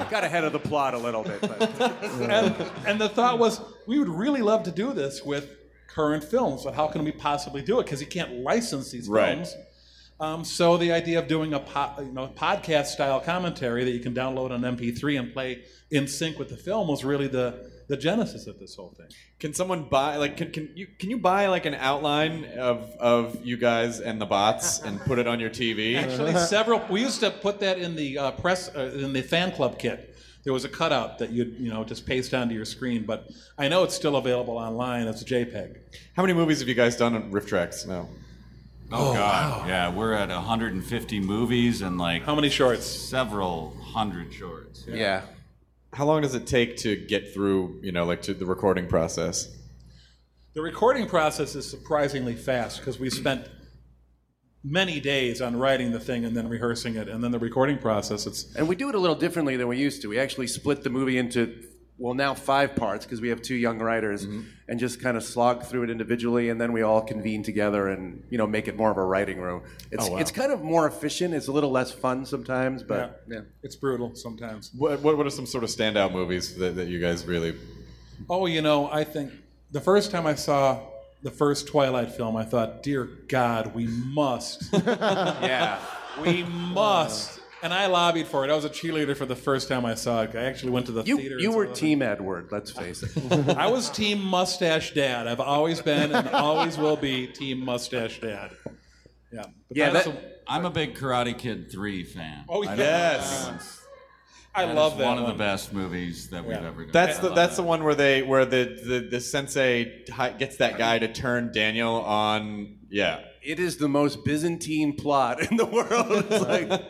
Speaker 12: Got ahead of the plot a little bit.
Speaker 13: and, and the thought was, we would really love to do this with current films, but how can we possibly do it? Because you can't license these
Speaker 1: Right.
Speaker 13: films. Um, so the idea of doing a po- you know podcast style commentary that you can download on MP3 and play in sync with the film was really the the genesis of this whole thing.
Speaker 1: Can someone buy like can, can you can you buy like an outline of of you guys and the bots and put it on your TV?
Speaker 13: Actually, several. We used to put that in the uh, press uh, in the fan club kit. There was a cutout that you'd you know just paste onto your screen, but I know it's still available online as a JPEG.
Speaker 1: How many movies have you guys done on riff tracks now?
Speaker 11: Oh, God! Yeah, we're at 150 movies and like how
Speaker 13: many shorts?
Speaker 11: Several hundred shorts.
Speaker 1: How long does it take to get through, you know, like to the recording process?
Speaker 13: The recording process is surprisingly fast because we spent many days on writing the thing and then rehearsing it, and then the recording process. It's
Speaker 12: And we do it a little differently than we used to. We actually split the movie into, well, now five parts because we have two young writers, and just kind of slog through it individually, and then we all convene together and you know make it more of a writing room. It's
Speaker 13: Oh, wow.
Speaker 12: it's kind of more efficient. It's a little less fun sometimes, but
Speaker 13: yeah, it's brutal sometimes.
Speaker 1: What what, what are some sort of standout movies that, that you guys really
Speaker 13: Oh, you know, I think the first time I saw the first Twilight film, I thought, "Dear God, we must,
Speaker 12: yeah,
Speaker 13: we must And I lobbied for it. I was a cheerleader for the first time I saw it. I actually went to the
Speaker 12: You,
Speaker 13: theater. and
Speaker 12: you
Speaker 13: saw
Speaker 12: were
Speaker 13: it.
Speaker 12: Team Edward, let's face it.
Speaker 13: I was Team Mustache Dad. I've always been and always will be Team Mustache Dad. Yeah. But
Speaker 11: yeah,
Speaker 13: that's
Speaker 11: that,
Speaker 13: a-
Speaker 11: I'm a big Karate Kid 3 fan.
Speaker 13: Oh,
Speaker 11: I don't know if
Speaker 1: yes.
Speaker 11: anyone's-
Speaker 1: I
Speaker 11: is
Speaker 1: love that
Speaker 11: one, of
Speaker 1: one.
Speaker 11: the best movies that we've
Speaker 1: Yeah.
Speaker 11: ever done.
Speaker 1: That's
Speaker 11: I
Speaker 1: the
Speaker 11: love
Speaker 1: that's the one where they where the the, the sensei hi- gets that guy to turn Daniel on. Yeah,
Speaker 12: it is the most Byzantine plot in the world. It's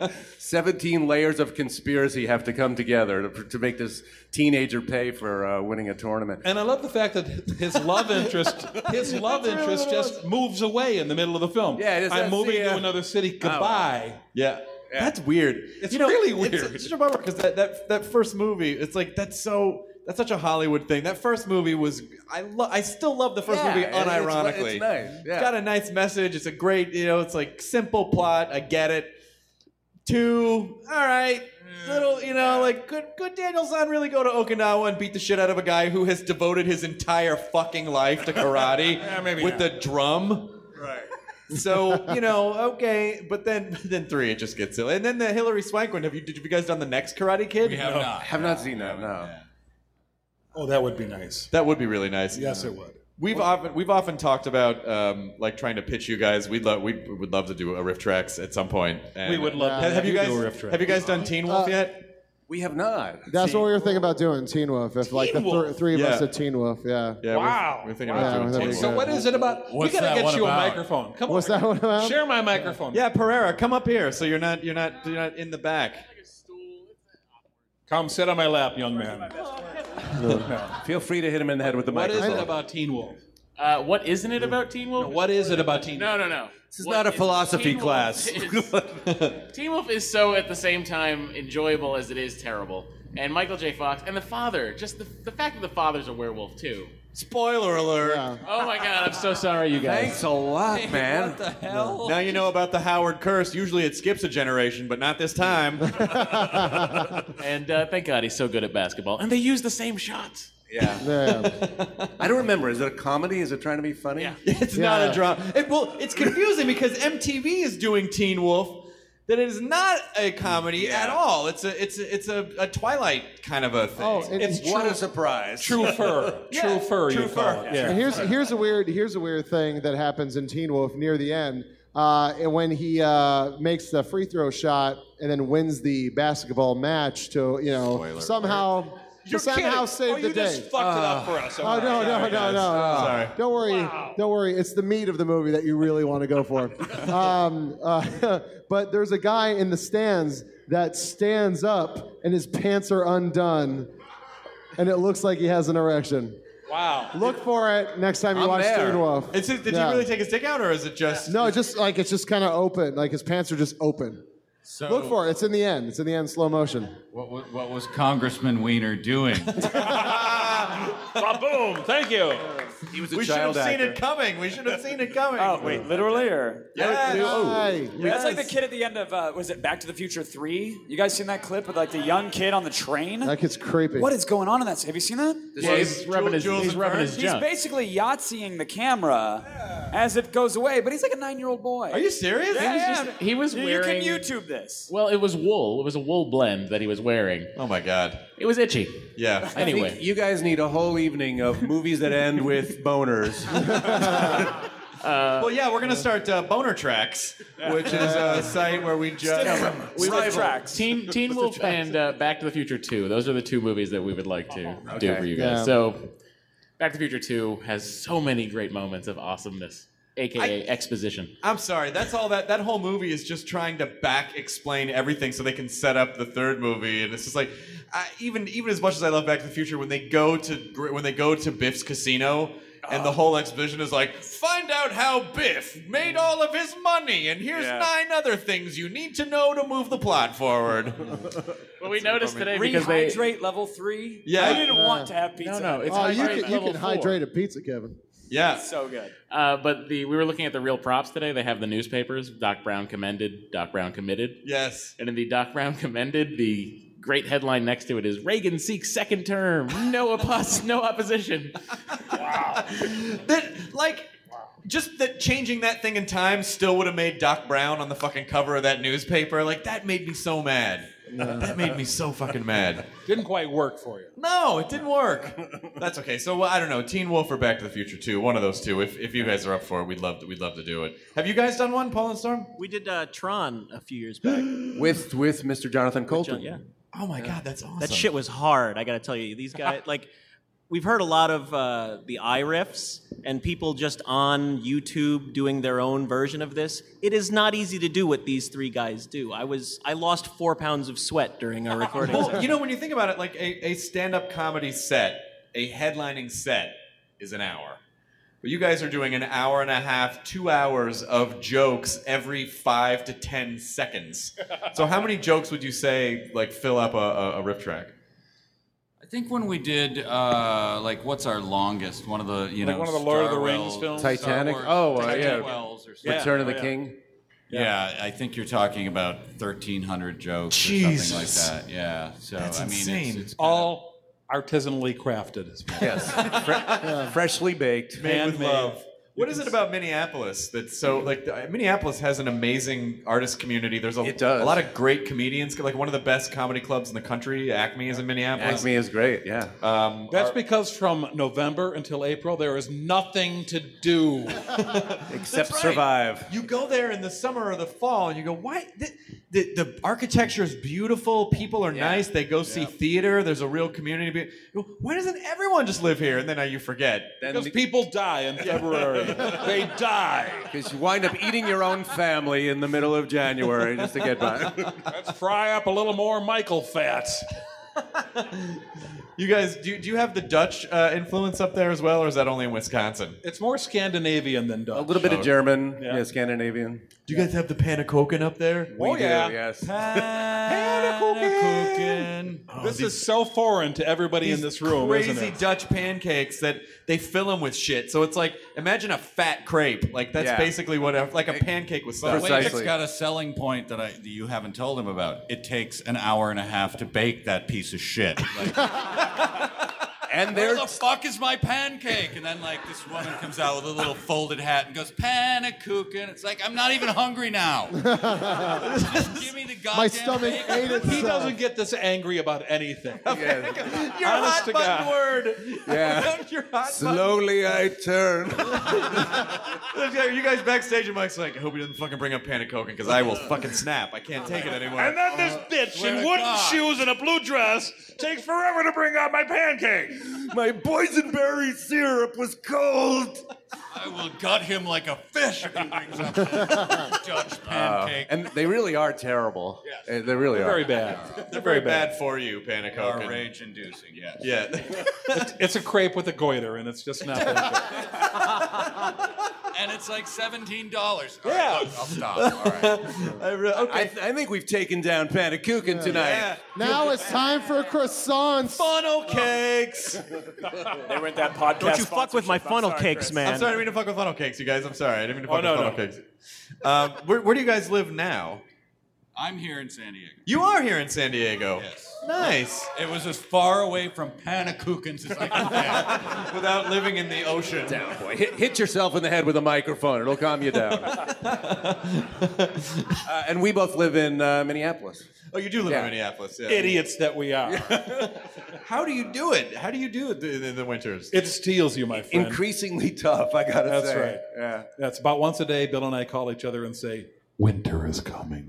Speaker 12: like 17 layers of conspiracy have to come together to, to make this teenager pay for uh, winning a tournament.
Speaker 13: and I love the fact that his love interest, his love
Speaker 1: That's really
Speaker 13: interest
Speaker 1: what it
Speaker 13: just moves away in the middle of the film.
Speaker 1: Yeah, it is.
Speaker 13: I'm
Speaker 1: That's
Speaker 13: moving
Speaker 1: the,
Speaker 13: to
Speaker 1: uh,
Speaker 13: another city.
Speaker 12: Oh.
Speaker 13: Goodbye.
Speaker 1: yeah. That's weird. It's really weird. It's such a bummer because that, that that first movie, it's like that's so that's such a Hollywood thing. That first movie was I lo- I still love the first
Speaker 12: Yeah,
Speaker 1: movie
Speaker 12: it- it's-
Speaker 1: unironically.
Speaker 12: it's nice, yeah.
Speaker 1: It's got a nice message. It's a great, you know, it's like simple plot. I get it. Two, all right, little, you know, like could could Daniel San really go to Okinawa and beat the shit out of a guy who has devoted his entire fucking life to karate
Speaker 13: Yeah, maybe
Speaker 1: with
Speaker 13: not.
Speaker 1: a drum? So you know, okay, but then then three, it just gets silly. And then the Hillary Swank one. Have you did you guys done the next Karate Kid?
Speaker 11: We have No. not.
Speaker 12: Have not seen that. No.
Speaker 13: Oh, that would be nice.
Speaker 1: That would be really nice.
Speaker 13: Yes, it would.
Speaker 1: We've often we've often talked about um, like trying to pitch you guys. We'd love we would love to do a riff tracks at some point. And- uh,
Speaker 13: We would love to
Speaker 1: Have, have you
Speaker 13: have you
Speaker 1: guys
Speaker 13: do a riff track.
Speaker 1: have you guys done Teen Wolf yet?
Speaker 12: We have not.
Speaker 4: That's what we were thinking about doing, Teen Wolf. If like the
Speaker 1: Wolf?
Speaker 4: th- three of us
Speaker 1: Yeah.
Speaker 4: at Teen Wolf, yeah.
Speaker 1: Yeah, we're- Wow. we're thinking about doing
Speaker 4: that'd
Speaker 1: Teen
Speaker 4: be
Speaker 1: Wolf.
Speaker 4: good.
Speaker 1: So what
Speaker 13: What is it about?
Speaker 1: What's
Speaker 13: we gotta
Speaker 1: that
Speaker 13: get
Speaker 1: one
Speaker 13: you
Speaker 1: about?
Speaker 13: a microphone. Come
Speaker 4: What's
Speaker 13: on.
Speaker 4: that one about?
Speaker 13: Share my microphone.
Speaker 1: Yeah, Pereira, come up here. So you're not you're not you're not in the back.
Speaker 13: Come sit on my lap, young man.
Speaker 12: Feel free to hit him in the head with the
Speaker 13: What is
Speaker 12: microphone.
Speaker 13: it about Teen Wolf?
Speaker 5: Uh, what isn't it about Teen Wolf?
Speaker 13: what is it about Teen
Speaker 5: Wolf? No, no, no.
Speaker 12: This is
Speaker 5: What
Speaker 12: not a
Speaker 5: it?
Speaker 12: philosophy
Speaker 5: Teen Wolf
Speaker 12: class.
Speaker 5: is- Teen Wolf is so at the same time enjoyable as it is terrible. And Michael J. Fox and the father, just the, the fact that the father's a werewolf too.
Speaker 1: Spoiler alert.
Speaker 5: Oh my god, I'm so sorry, you guys.
Speaker 1: Thanks a lot, man.
Speaker 5: What the hell?
Speaker 1: Now you know about the Howard curse. Usually it skips a generation, but not this time.
Speaker 5: and uh, thank God he's so good at basketball. And they use the same shots.
Speaker 12: Yeah. I don't remember. Is it a comedy? Is it trying to be funny? Yeah.
Speaker 1: It's not a drama. It- well, it's confusing because MTV is doing Teen Wolf. That it is not a comedy at all. It's a it's a, it's a, a Twilight kind of a thing.
Speaker 4: Oh, it- It's
Speaker 1: what
Speaker 12: a surprise.
Speaker 1: True fur.
Speaker 13: True fur,
Speaker 1: True
Speaker 13: you
Speaker 1: fur.
Speaker 13: call it. Yeah.
Speaker 4: And here's here's a weird here's a weird thing that happens in Teen Wolf near the end, uh, and when he uh, makes the free throw shot and then wins the basketball match to you know somehow to
Speaker 13: You're
Speaker 4: somehow
Speaker 13: kidding.
Speaker 4: save
Speaker 13: Oh,
Speaker 4: the
Speaker 13: you
Speaker 4: day.
Speaker 13: just fucked it up for us.
Speaker 4: Oh
Speaker 13: All
Speaker 4: no
Speaker 13: right.
Speaker 4: no no no,
Speaker 13: Sorry, guys.
Speaker 4: no.
Speaker 13: Sorry.
Speaker 4: Don't worry don't worry. It's the meat of the movie that you really want to go for. um, uh, but there's a guy in the stands that stands up and his pants are undone, and it looks like he has an erection.
Speaker 13: Wow.
Speaker 4: Look for it next time you watch Teen Wolf.
Speaker 1: It's just- did
Speaker 4: Yeah.
Speaker 1: he really take his dick out, or is it just?
Speaker 4: No, just like it's just kind of open. Like his pants are just open.
Speaker 11: So-
Speaker 4: Look for it. It's in the end. It's in the end, slow motion.
Speaker 11: What, wa- what was Congressman Weiner doing?
Speaker 13: Boom! Thank you.
Speaker 12: He was
Speaker 1: we should have seen it coming. We should have seen it coming.
Speaker 14: Oh wait, literally or
Speaker 1: Yes.
Speaker 4: Oh.
Speaker 14: Yes.
Speaker 6: That's like the kid at the end of uh, was it Back to the Future Three? You guys seen that clip with like the young kid on the train?
Speaker 4: That gets creepy.
Speaker 6: What is going on in that? Have you seen that?
Speaker 5: Yeah, he's rubbing his, he's rubbing his
Speaker 6: He's
Speaker 5: junk.
Speaker 6: basically Yahtzeeing the camera as it goes away, but he's like a nine-year-old boy.
Speaker 5: Are you serious?
Speaker 6: Yeah,
Speaker 5: He was
Speaker 6: yeah.
Speaker 5: just- he was
Speaker 6: You-
Speaker 5: wearing-
Speaker 6: You can YouTube this.
Speaker 5: Well, it was wool. It was a wool blend that he was wearing.
Speaker 1: Oh my god.
Speaker 5: It was itchy.
Speaker 1: Yeah.
Speaker 12: I think
Speaker 5: Anyway.
Speaker 12: you guys need a whole evening of movies that end with boners.
Speaker 1: well, yeah, we're gonna start uh, boner tracks, which is uh, a site where we just
Speaker 5: We
Speaker 1: Rival.
Speaker 5: would- Teen, Teen Wolf and uh, Back to the Future 2. Those are the two movies that we would like to do
Speaker 1: Okay.
Speaker 5: for you guys.
Speaker 1: Yeah.
Speaker 5: So, Back to the Future 2 has so many great moments of awesomeness, aka exposition.
Speaker 1: I'm sorry. That's all that that whole movie is just trying to back explain everything so they can set up the third movie, and it's just like I, even even as much as I love Back to the Future, when they go to Gr- when they go to Biff's casino. And the whole exposition is like, find out how Biff made all of his money, and here's
Speaker 5: Yeah.
Speaker 1: nine other things you need to know to move the plot forward.
Speaker 5: Well, we noticed today because they.
Speaker 6: Rehydrate level three.
Speaker 1: Yeah.
Speaker 6: I didn't
Speaker 1: Yeah.
Speaker 6: want to have pizza.
Speaker 5: No, no, it's
Speaker 4: oh, you
Speaker 5: hydrate
Speaker 4: can, you
Speaker 5: level
Speaker 4: can
Speaker 5: four.
Speaker 4: hydrate a pizza, Kevin.
Speaker 1: Yeah.
Speaker 6: so good.
Speaker 5: Uh, but the we were looking at the real props today. They have the newspapers. Doc Brown commended. Doc Brown committed.
Speaker 1: Yes.
Speaker 5: And in the Doc Brown commended, the great headline next to it is Reagan seeks second term. No oppos- no opposition.
Speaker 1: that like just that changing that thing in time still would have made Doc Brown on the fucking cover of that newspaper. Like that made me so mad. That made me so fucking mad.
Speaker 13: Didn't quite work for you.
Speaker 1: No, it didn't work. That's okay. So well, I don't know. Teen Wolf or Back to the Future Two. One of those two. If, if you guys are up for it, we'd love to, we'd love to do it. Have you guys done one, Paul and Storm?
Speaker 14: We did uh, Tron a few years back.
Speaker 12: with with Mr. Jonathan Colton.
Speaker 14: yeah.
Speaker 1: Oh my god, that's awesome.
Speaker 14: That shit was hard. I got to tell you, these guys like we've heard a lot of uh, the eye riffs and people just on YouTube doing their own version of this. It is not easy to do what these three guys do. I was I lost four pounds of sweat during our recording.
Speaker 1: Well, you know, when you think about it, like a, a stand up comedy set, a headlining set is an hour. But you guys are doing an hour and a half, two hours of jokes every five to ten seconds. So, how many jokes would you say, like, fill up a, a, a riff track?
Speaker 11: I think when we did uh, like what's our longest one of the you
Speaker 1: Like
Speaker 11: know
Speaker 1: one of the Lord of the Rings
Speaker 11: Starwell-
Speaker 1: films?
Speaker 12: Titanic.
Speaker 11: Star
Speaker 12: Oh,
Speaker 11: Wars-
Speaker 12: uh,
Speaker 11: Titan
Speaker 12: yeah.
Speaker 11: Wells or something.
Speaker 12: Return of the King.
Speaker 11: Yeah. I think you're talking about 1,300 jokes or
Speaker 13: Jesus.
Speaker 11: something like that. Yeah, so
Speaker 13: That's
Speaker 11: I mean,
Speaker 13: insane.
Speaker 11: It's, it's
Speaker 13: all artisanally crafted. As well.
Speaker 12: Yes, freshly baked,
Speaker 1: Made with love. What is it about Minneapolis that's so like the- Minneapolis has an amazing artist community. There's a, a lot of great comedians. Like one of the best comedy clubs in the country, Acme, is in Minneapolis.
Speaker 12: Acme is great. Yeah.
Speaker 1: Um,
Speaker 13: That's because from November until April, there is nothing to do
Speaker 12: except survive.
Speaker 1: You go there in the summer or the fall, and you go, "Why? The, the, the architecture is beautiful. People are nice. They go see theater. There's a real community. Be- You go, Why doesn't everyone just live here?" And then uh, you forget.
Speaker 13: because people die in February. they die.
Speaker 12: Because you wind up eating your own family in the middle of January just to get by.
Speaker 13: Let's fry up a little more Michael fat.
Speaker 1: you guys, do, do you have the Dutch uh, influence up there as well, or is that only in Wisconsin? Oh.
Speaker 13: It's more Scandinavian than Dutch.
Speaker 12: A little bit of German, yeah, Scandinavian.
Speaker 1: Do you guys have the Panakoken up there?
Speaker 12: We
Speaker 13: Oh,
Speaker 12: do,
Speaker 13: yeah.
Speaker 12: yes.
Speaker 11: Oh,
Speaker 13: this is so foreign to everybody in
Speaker 1: These
Speaker 13: this room,
Speaker 1: crazy
Speaker 13: isn't it?
Speaker 1: Dutch pancakes that they fill them with shit. So it's like imagine a fat crepe. Like that's
Speaker 11: Yeah.
Speaker 1: basically what a, like a pancake with
Speaker 11: But
Speaker 1: stuff.
Speaker 11: Precisely. Wayne's got a selling point that I that you haven't told him about. It takes an hour and a half to bake that piece of shit. Like,
Speaker 12: and
Speaker 11: where the fuck is my pancake? And then like this woman comes out with a little folded hat and goes panakookin. It's like I'm not even hungry now. Give me the goddamn. bacon.
Speaker 13: He doesn't get this angry about anything.
Speaker 1: Your
Speaker 13: Honest
Speaker 1: hot
Speaker 13: to
Speaker 1: button
Speaker 13: God.
Speaker 1: word.
Speaker 12: Yeah.
Speaker 1: Your hot
Speaker 12: Slowly I turn.
Speaker 1: button. You guys backstage, and Mike's like, I hope he doesn't fucking bring up Panakoken because I will fucking snap. I can't take it anymore.
Speaker 16: And then this bitch
Speaker 1: Uh, swear
Speaker 16: in
Speaker 1: to
Speaker 16: wooden
Speaker 1: God.
Speaker 16: shoes and a blue dress takes forever to bring out my pancake.
Speaker 12: My boysenberry syrup was cold.
Speaker 11: I will gut him like a fish if he brings up
Speaker 1: Oh.
Speaker 11: Dutch
Speaker 12: Uh,
Speaker 11: pancake.
Speaker 12: and they really are terrible. Uh, They really are.
Speaker 1: They're very bad for you,
Speaker 11: They are
Speaker 1: Panakoken.
Speaker 11: rage-inducing. Yes.
Speaker 1: Yeah.
Speaker 13: It's- it's a crepe with a goiter, and it's just not. very good.
Speaker 11: and it's like seventeen dollars.
Speaker 13: Yeah.
Speaker 11: I'll stop. All right.
Speaker 1: I,
Speaker 12: I, I think we've taken down Panakukin tonight.
Speaker 4: Now it's time for croissants.
Speaker 1: Funnel cakes.
Speaker 14: they went that podcast. Don't you fuck with my funnel cakes, man.
Speaker 1: I'm sorry, I didn't mean to fuck with funnel cakes, you guys. I'm sorry, I didn't mean to fuck
Speaker 14: Oh,
Speaker 1: with
Speaker 14: no,
Speaker 1: funnel cakes. Um, where, where do you guys live now?
Speaker 11: I'm here in San Diego.
Speaker 1: You are here in San Diego. Nice.
Speaker 11: It was as far away from Panakookins as I could get.
Speaker 1: Without living in the ocean.
Speaker 12: Down, boy. Hit, hit yourself in the head with a microphone. It'll calm you down. Uh, and we both live in uh, Minneapolis.
Speaker 1: Oh, you do live
Speaker 12: Yeah.
Speaker 1: in Minneapolis. Yeah.
Speaker 13: Idiots that we are.
Speaker 1: How do you do it? How do you do it in the, the winters?
Speaker 13: It steals you, my friend.
Speaker 12: Increasingly tough, I gotta
Speaker 13: That's
Speaker 12: say.
Speaker 13: right.
Speaker 12: Yeah.
Speaker 13: That's about once a day. Bill and I call each other and say,
Speaker 10: Winter is coming.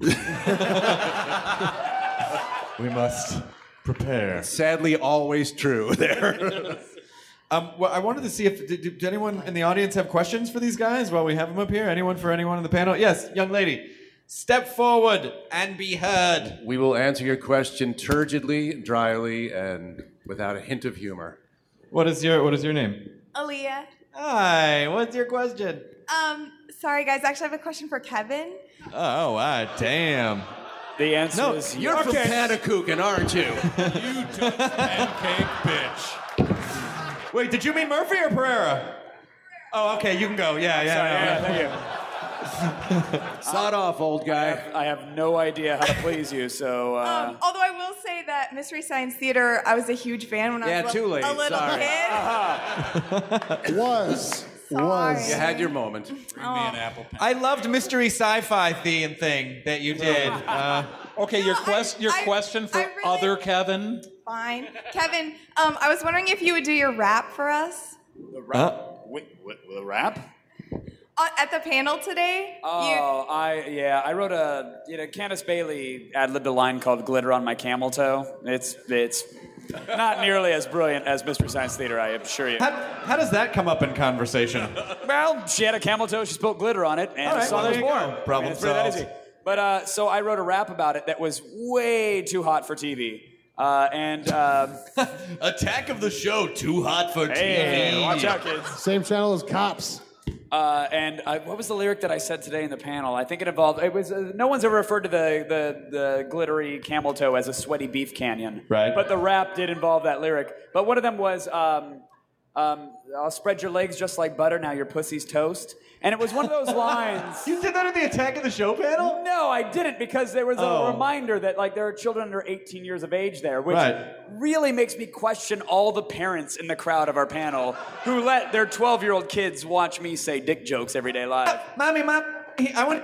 Speaker 1: we must prepare.
Speaker 12: Sadly, always true there.
Speaker 1: Um, well, I wanted to see if did, did anyone in the audience have questions for these guys while we have them up here. Anyone for anyone in the panel? Yes, young lady, step forward and be heard.
Speaker 12: we will answer your question turgidly, dryly, and without a hint of humor.
Speaker 1: What is your What is your name?
Speaker 2: Aaliyah.
Speaker 1: Hi. What's your question?
Speaker 2: Um, sorry guys, actually I have a question for Kevin.
Speaker 1: Oh, wow, damn.
Speaker 14: The answer
Speaker 1: no,
Speaker 12: is you're from Panakukin, aren't you?
Speaker 11: you pancake bitch.
Speaker 1: Wait, did you mean Murphy or Pereira? Oh, okay, you can go. Yeah,
Speaker 16: sorry,
Speaker 1: yeah. no,
Speaker 16: yeah,
Speaker 1: no.
Speaker 16: thank you.
Speaker 12: Sod off, old
Speaker 16: I
Speaker 12: guy.
Speaker 16: have, I have no idea how to please you, so. Uh,
Speaker 2: Um, although I will say that Mystery Science Theater, I was a huge fan when I
Speaker 16: Yeah,
Speaker 2: was
Speaker 16: too late,
Speaker 2: a little
Speaker 16: sorry.
Speaker 2: kid.
Speaker 4: was.
Speaker 2: sorry.
Speaker 12: You had your moment.
Speaker 2: Bring me an
Speaker 12: apple.
Speaker 17: I loved mystery sci-fi theme thing that you did. Uh,
Speaker 13: okay, your quest, your question for other Kevin.
Speaker 2: Fine. Kevin, um, I was wondering if you would do your rap for us
Speaker 6: The rap? Wait, what, the rap?
Speaker 2: uh, at the panel today.
Speaker 6: Oh, I yeah, I wrote a you know Candace Bailey ad libbed a line called "Glitter on My Camel Toe." It's it's not nearly as brilliant as Mystery Science Theater, I assure you.
Speaker 1: How does that come up in conversation?
Speaker 6: Well, she had a camel toe. She spilled glitter on it, and
Speaker 1: All right,
Speaker 6: the song
Speaker 1: well, there
Speaker 6: was
Speaker 1: you
Speaker 6: born.
Speaker 1: go. Problem
Speaker 6: it's pretty that
Speaker 1: solved.
Speaker 6: easy. But uh, so I wrote a rap about it that was way too hot for TV. Uh, and um,
Speaker 11: Attack of the show, too hot for
Speaker 6: Hey,
Speaker 11: TV.
Speaker 6: watch out, kids.
Speaker 4: Same channel as Cops.
Speaker 6: Uh, and I, what was the lyric that I said today in the panel? I think it involved. It was uh, no one's ever referred to the, the the glittery camel toe as a sweaty beef canyon.
Speaker 1: Right.
Speaker 6: But the rap did involve that lyric. But one of them was, um, um, "I'll spread your legs just like butter. Now your pussy's toast." And it was one of those lines.
Speaker 1: you did that at the Attack of the Show panel?
Speaker 6: No, I didn't because there was a
Speaker 1: Oh.
Speaker 6: reminder that like there are children under 18 years of age there, which
Speaker 1: Right.
Speaker 6: really makes me question all the parents in the crowd of our panel who let their 12 year old kids watch me say dick jokes every day live.
Speaker 17: Mommy, mom, I want.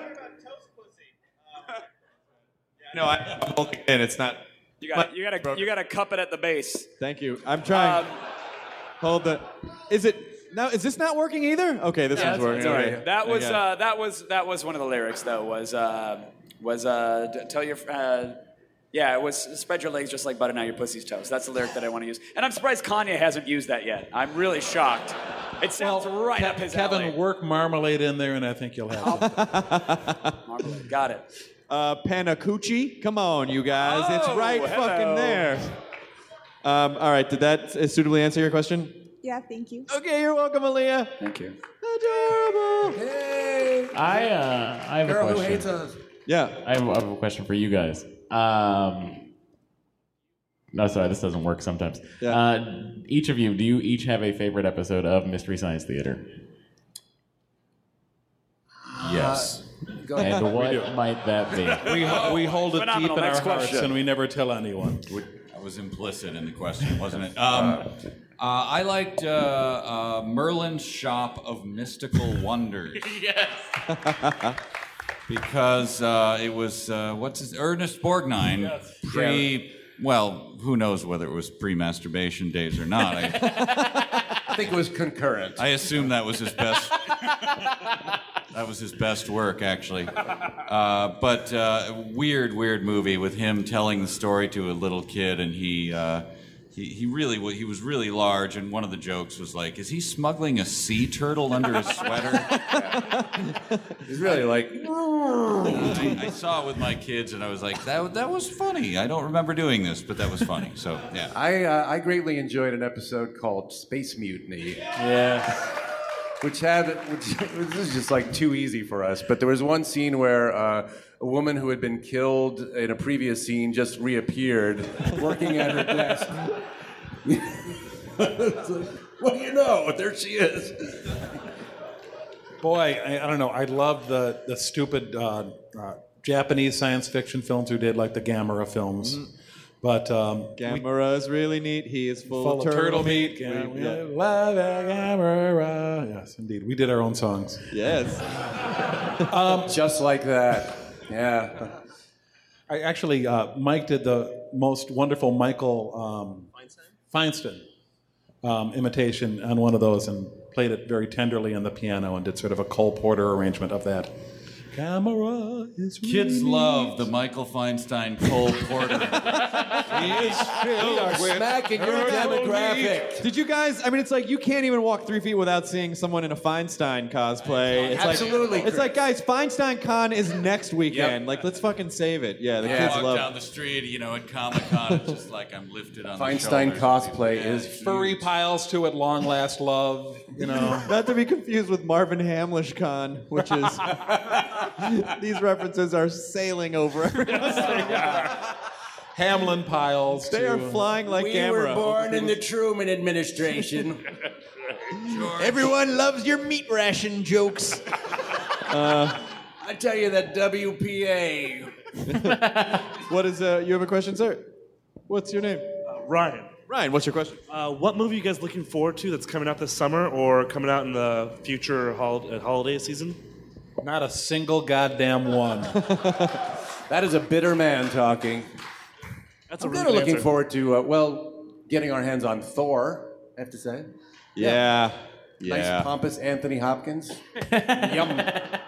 Speaker 1: No, I, I'm holding it in. It's not.
Speaker 6: You got you got to you got to cup it at the base.
Speaker 1: Thank you. I'm
Speaker 6: Um,
Speaker 1: trying. Hold the. Is it now? Is this not working either? Okay, this one's working.
Speaker 6: all
Speaker 1: Okay.
Speaker 6: right. That
Speaker 1: I
Speaker 6: was
Speaker 1: got it.
Speaker 6: uh, that was that was one of the lyrics though was uh, was uh, d- tell your fr- uh, yeah it was spread your legs just like butter now your pussy's toast. That's the lyric that I want to use, and I'm surprised Kanye hasn't used that yet. I'm really shocked. It sounds right up his
Speaker 13: Kevin,
Speaker 6: alley.
Speaker 13: work marmalade in there, and I think you'll have. Some.
Speaker 6: Got it.
Speaker 1: Uh, Panacucci, come on, you guys. it's
Speaker 2: Oh,
Speaker 1: right
Speaker 2: hello.
Speaker 1: fucking there. Um, all right, did that uh, suitably answer your question?
Speaker 2: Yeah, thank you.
Speaker 1: Okay, you're welcome, Aaliyah.
Speaker 6: Thank you.
Speaker 1: Adorable.
Speaker 12: Hey.
Speaker 5: I uh, I have
Speaker 12: Girl
Speaker 5: a
Speaker 12: who
Speaker 5: question.
Speaker 12: hates us.
Speaker 1: Yeah.
Speaker 5: I have, I have a question for you guys. Um, no, sorry, this doesn't work sometimes. Uh, each of you, do you each have a favorite episode of Mystery Science Theater?
Speaker 13: Yes.
Speaker 5: go ahead. And what might that be?
Speaker 13: We, ho- we hold it
Speaker 11: Phenomenal.
Speaker 13: deep in
Speaker 11: Next
Speaker 13: our hearts,
Speaker 11: question.
Speaker 13: and we never tell anyone.
Speaker 11: That was implicit in the question, wasn't it? Um, uh, I liked uh, uh, Merlin's Shop of Mystical Wonders.
Speaker 16: Yes.
Speaker 11: because uh, it was uh, what's his Ernest Borgnine
Speaker 16: Yes.
Speaker 11: pre well who knows whether it was pre masturbation days or not I,
Speaker 12: I think it was concurrent.
Speaker 11: I assume that was his best that was his best work actually uh, but uh, weird weird movie with him telling the story to a little kid and he uh, he, he really wa- he was really large and one of the jokes was like is he smuggling a sea turtle under his sweater
Speaker 12: He's really like.
Speaker 11: I, I saw it with my kids, and I was like, "That that was funny." I don't remember doing this, but that was funny. So yeah,
Speaker 12: I, uh, I greatly enjoyed an episode called Space Mutiny.
Speaker 11: Yeah.
Speaker 12: Which had, which, this is just like too easy for us, but there was one scene where uh, a woman who had been killed in a previous scene just reappeared working at her desk. It's like, what do you know? There she is.
Speaker 13: Boy, I, I don't know. I love the the stupid uh, uh, Japanese science fiction films who did like the Gamera
Speaker 12: Mm-hmm.
Speaker 13: films, but um,
Speaker 1: Gamera is really neat. He is full,
Speaker 13: full of turtle, meat.
Speaker 1: We-
Speaker 13: Gamera,
Speaker 1: yeah.
Speaker 13: love it, Gamera. Yes, indeed. We did our own songs.
Speaker 1: Yes.
Speaker 13: um,
Speaker 12: Just like that. Yeah.
Speaker 13: I actually, uh, Mike did the most wonderful Michael um, Feinstein, um, imitation on one of those and played it very tenderly on the piano and did sort of a Cole Porter arrangement of that. Camera is
Speaker 11: kids love the Michael Feinstein Cole Porter. he is
Speaker 12: filled with turtle meat.
Speaker 1: Did you guys? I mean, it's like you can't even walk three feet without seeing someone in a Feinstein cosplay. It's
Speaker 12: Absolutely,
Speaker 1: Like, it's like, guys, Feinstein Con is next weekend. Like, let's fucking save it. Yeah, the
Speaker 11: Yeah.
Speaker 1: kids
Speaker 11: Walk
Speaker 1: love.
Speaker 11: down the street, you know, at Comic Con, it's just like I'm lifted on
Speaker 12: Feinstein
Speaker 11: The shoulders.
Speaker 12: cosplay is
Speaker 13: Furry piles to at long last love, you know.
Speaker 1: Not to be confused with Marvin Hamlish Con, which is these references are sailing over everyone's
Speaker 13: Hamlin piles.
Speaker 1: They are flying like
Speaker 18: we were
Speaker 1: Gamera.
Speaker 18: born in the Truman administration.
Speaker 1: Everyone loves your meat ration jokes. Uh,
Speaker 18: I tell you that WPA.
Speaker 1: what is uh, you have a question, sir? What's your name?
Speaker 19: Ryan.
Speaker 1: Ryan, what's your question?
Speaker 7: Uh, what movie are you guys looking forward to that's coming out this summer or coming out in the future hol- uh, holiday season?
Speaker 13: Not a single goddamn one.
Speaker 12: that is a bitter man talking.
Speaker 7: That's
Speaker 12: I'm
Speaker 7: a
Speaker 12: kinda
Speaker 7: rude
Speaker 12: looking
Speaker 7: answer.
Speaker 12: forward to uh, well getting our hands on Thor. I have to say.
Speaker 1: Yeah.
Speaker 12: Nice pompous Anthony Hopkins. Yum.
Speaker 13: Well,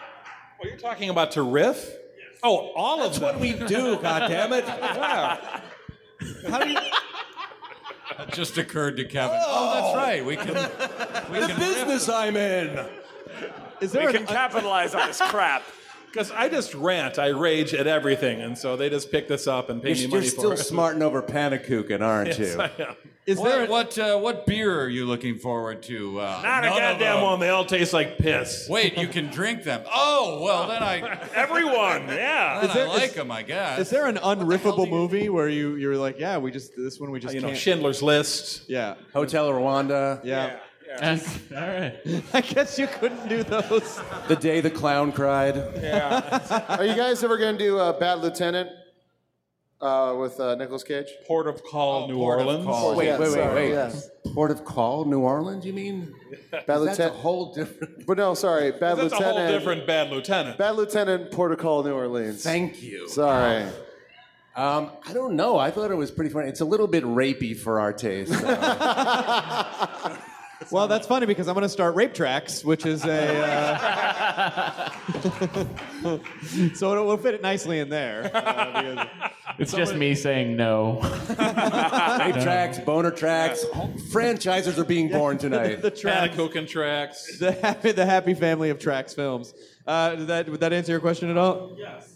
Speaker 13: you're talking about to riff? Oh, all of them. That's what we do, goddammit. Yeah. How do you...
Speaker 11: That just occurred to Kevin. Oh, that's right. We can. We
Speaker 20: The
Speaker 11: can
Speaker 20: business
Speaker 11: I'm in.
Speaker 13: Is
Speaker 20: We can capitalize on this crap.
Speaker 13: Because I just rant, I rage at everything, and so they just pick this up and pay
Speaker 12: You're,
Speaker 13: me
Speaker 12: you're
Speaker 13: money for
Speaker 12: still
Speaker 13: it.
Speaker 12: smarting over Panacookin, aren't
Speaker 13: Yes,
Speaker 12: you?
Speaker 13: I am.
Speaker 11: Is there what uh, what beer are you looking forward to? Uh,
Speaker 20: Not a
Speaker 11: none of
Speaker 20: goddamn
Speaker 11: them.
Speaker 20: one. They all taste like piss.
Speaker 11: Wait, you can drink them. Oh well, then I
Speaker 20: Everyone, yeah.
Speaker 11: Then I like them, I guess.
Speaker 1: Is there an unriffable movie where you you're like, yeah, we just this one we just
Speaker 13: You know,
Speaker 1: can't-
Speaker 13: Schindler's List.
Speaker 1: Yeah.
Speaker 12: Hotel Rwanda.
Speaker 1: Yeah.
Speaker 13: Yeah.
Speaker 1: All right. I guess you couldn't do those.
Speaker 12: The day the clown cried.
Speaker 4: Are you guys ever going to do uh, Bad Lieutenant uh, with uh, Nicolas Cage?
Speaker 13: Port of
Speaker 12: Oh,
Speaker 13: Call, New Orleans.
Speaker 12: Wait,
Speaker 4: Yeah,
Speaker 12: wait, wait,
Speaker 4: sorry,
Speaker 12: wait.
Speaker 4: yeah.
Speaker 12: Port of Call, New Orleans. You mean?
Speaker 4: Bad
Speaker 12: That's a
Speaker 4: Lieutenant.
Speaker 12: whole different.
Speaker 4: But no, sorry, Bad
Speaker 13: That's a
Speaker 4: Lieutenant.
Speaker 13: whole different bad lieutenant.
Speaker 4: Bad Lieutenant, Port of Call, New Orleans.
Speaker 12: Thank you.
Speaker 4: Sorry.
Speaker 12: Um, I don't know. I thought it was pretty funny. It's a little bit rapey for our taste.
Speaker 1: Well, that's funny because I'm going to start Rape Tracks, which is a. Uh... so it'll, it'll fit it nicely in there. uh, because-
Speaker 5: It's just me saying no.
Speaker 12: Rape
Speaker 5: No.
Speaker 12: tracks, boner tracks. Franchises are being born tonight.
Speaker 1: the track.
Speaker 13: Panacoken tracks.
Speaker 1: The happy, the happy family of tracks films. Uh, did that would that answer your question at all?
Speaker 7: Yes.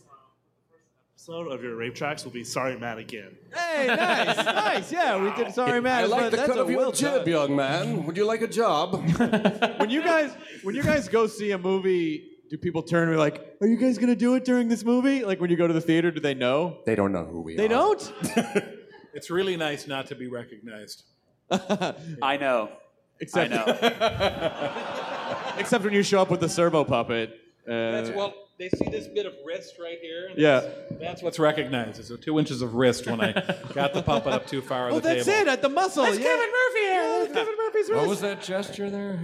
Speaker 7: Episode of your rape tracks will be Sorry Matt again.
Speaker 1: Hey, nice, nice. Yeah, we did. Sorry, man.
Speaker 7: I like
Speaker 1: but
Speaker 7: the
Speaker 1: that's
Speaker 7: cut
Speaker 1: a
Speaker 7: of your
Speaker 1: well
Speaker 7: jib,
Speaker 1: done.
Speaker 12: young man. Would you like a job?
Speaker 1: when you guys when you guys go see a movie, do people turn and be like, "Are you guys going to do it during this movie?" Like when you go to the theater, do they know?
Speaker 12: They don't know who we
Speaker 1: They don't.
Speaker 13: It's really nice not to be recognized.
Speaker 6: I know.
Speaker 1: Except
Speaker 6: I
Speaker 1: know. except when you show up with the servo puppet. Uh,
Speaker 13: That's well. They see this bit of wrist right here. and
Speaker 1: Yeah.
Speaker 13: That's, that's what's recognized. It's the two inches of wrist when I got the puppet up too far.
Speaker 1: Oh,
Speaker 13: of the
Speaker 1: that's
Speaker 13: table.
Speaker 1: it at the muscle.
Speaker 13: That's
Speaker 1: yeah.
Speaker 13: Kevin
Speaker 1: Murphy. Yeah, that's Kevin Murphy's
Speaker 11: What
Speaker 1: wrist.
Speaker 11: was that gesture there?